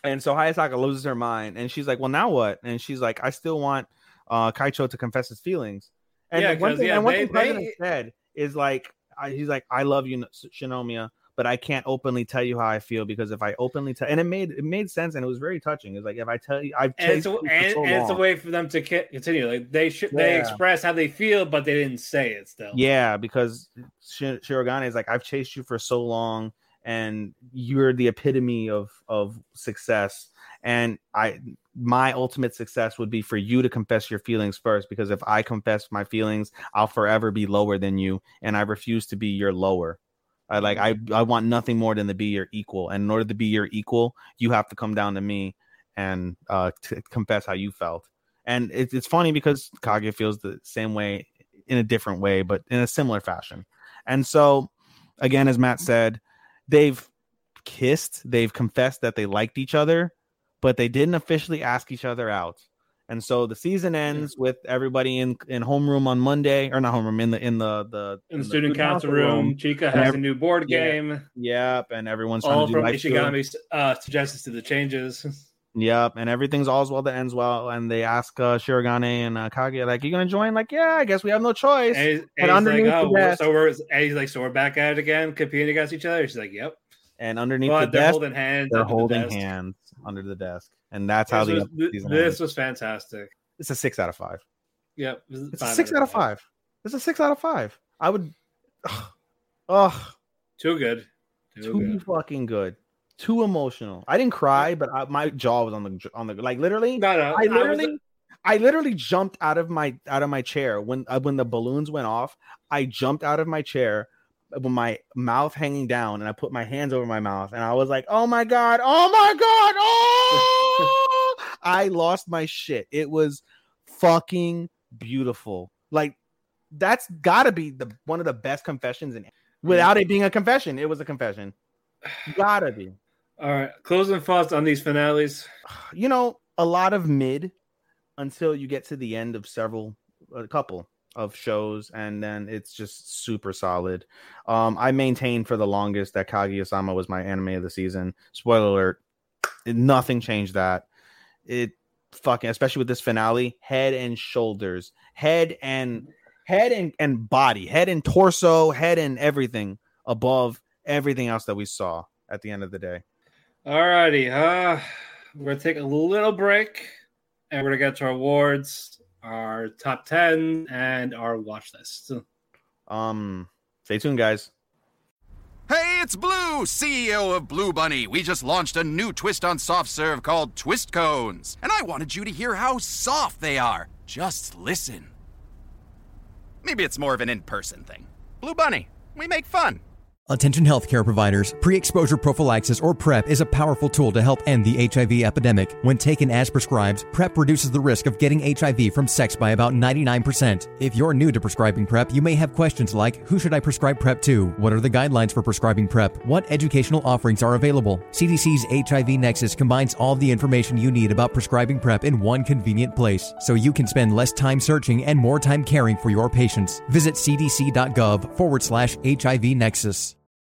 S4: And so Hayasaka loses her mind and she's like, Well, now what? And she's like, I still want uh Kaicho to confess his feelings. And
S3: Yeah,
S4: like, one
S3: 'cause,
S4: thing,
S3: yeah,
S4: and one
S3: they-
S4: thing President
S3: they-
S4: said is like I, he's like, I love you, Shinomiya, but I can't openly tell you how I feel because if I openly tell and it made it made sense and it was very touching. It's like if I tell you I've
S3: And it's, a,
S4: chased you for
S3: and,
S4: so
S3: and it's a
S4: long.
S3: way for them to ki- continue. Like they should, they
S4: Yeah.
S3: express how they feel, but they didn't say it still.
S4: Yeah, because Shi- Shirogane is like, I've chased you for so long, and you're the epitome of of success. And I, my ultimate success would be for you to confess your feelings first, because if I confess my feelings, I'll forever be lower than you, and I refuse to be your lower. I like I I want nothing more than to be your equal, and in order to be your equal, you have to come down to me and uh, to confess how you felt. And it, it's funny because Kage feels the same way in a different way, but in a similar fashion. And so, again, as Matt said, they've kissed, they've confessed that they liked each other, but they didn't officially ask each other out. And so the season ends with everybody in in homeroom on Monday, or not homeroom in the in the the
S3: In the student council room, Chica
S4: And
S3: has
S4: every-
S3: a new board
S4: yeah.
S3: game.
S4: Yep, and everyone's trying
S3: All
S4: to do
S3: from
S4: life together.
S3: Ishigami's uh, suggestions to the changes.
S4: Yep, and everything's all's well that ends well. And they ask uh, Shirogane and uh, Kage, like, "You gonna join?" Like, "Yeah, I guess we have no choice."
S3: And, he's- and
S4: And
S3: he's like,
S4: underneath
S3: oh,
S4: the desk-
S3: so we're and he's like, so we're back at it again, competing against each other. She's like, yep.
S4: And underneath
S3: But
S4: the
S3: they're
S4: desk,
S3: holding hands.
S4: they're
S3: under the
S4: holding
S3: desk.
S4: hands under the desk, and that's how
S3: This
S4: the
S3: was,
S4: episode
S3: th-
S4: season
S3: this
S4: ends.
S3: was fantastic.
S4: It's a six out of five.
S3: Yep. it was
S4: It's a six out of five. It's a six out of five. I would. Ugh, Ugh.
S3: Too good. Too,
S4: too
S3: good.
S4: fucking good. Too emotional. I didn't cry, but I, my jaw was on the on the like literally.
S3: No, no.
S4: I
S3: was-
S4: literally, I literally jumped out of my out of my chair when uh, when the balloons went off. I jumped out of my chair with my mouth hanging down, and I put my hands over my mouth, and I was like, "Oh my god! Oh my god! Oh!" I lost my shit. It was fucking beautiful. Like that's gotta be the one of the best confessions in. Without it being a confession, it was a confession. Gotta be
S3: all right. Closing thoughts on these finales.
S4: you know, a lot of mid until you get to the end of several, a couple of shows, and then it's just super solid. Um, I maintained for the longest that Kaguya-sama was my anime of the season. Spoiler alert: nothing changed that. It fucking, especially with this finale, head and shoulders, head and head and and body, head and torso, head and everything above everything else that we saw at the end of the day.
S3: All righty. Uh, we're going to take a little break and we're going to get to our awards, our top 10, and our watch list.
S4: Um, stay tuned, guys.
S2: Hey, it's Blue, CEO of Blue Bunny. We just launched a new twist on soft serve called Twist Cones, and I wanted you to hear how soft they are. Just listen. Maybe it's more of an in person thing. Blue Bunny, we make fun.
S6: Attention healthcare providers. Pre exposure prophylaxis or PrEP is a powerful tool to help end the HIV epidemic. When taken as prescribed, PrEP reduces the risk of getting HIV from sex by about 99%. If you're new to prescribing PrEP, you may have questions like Who should I prescribe PrEP to? What are the guidelines for prescribing PrEP? What educational offerings are available? CDC's HIV Nexus combines all the information you need about prescribing PrEP in one convenient place so you can spend less time searching and more time caring for your patients. Visit cdc.gov forward slash HIV Nexus.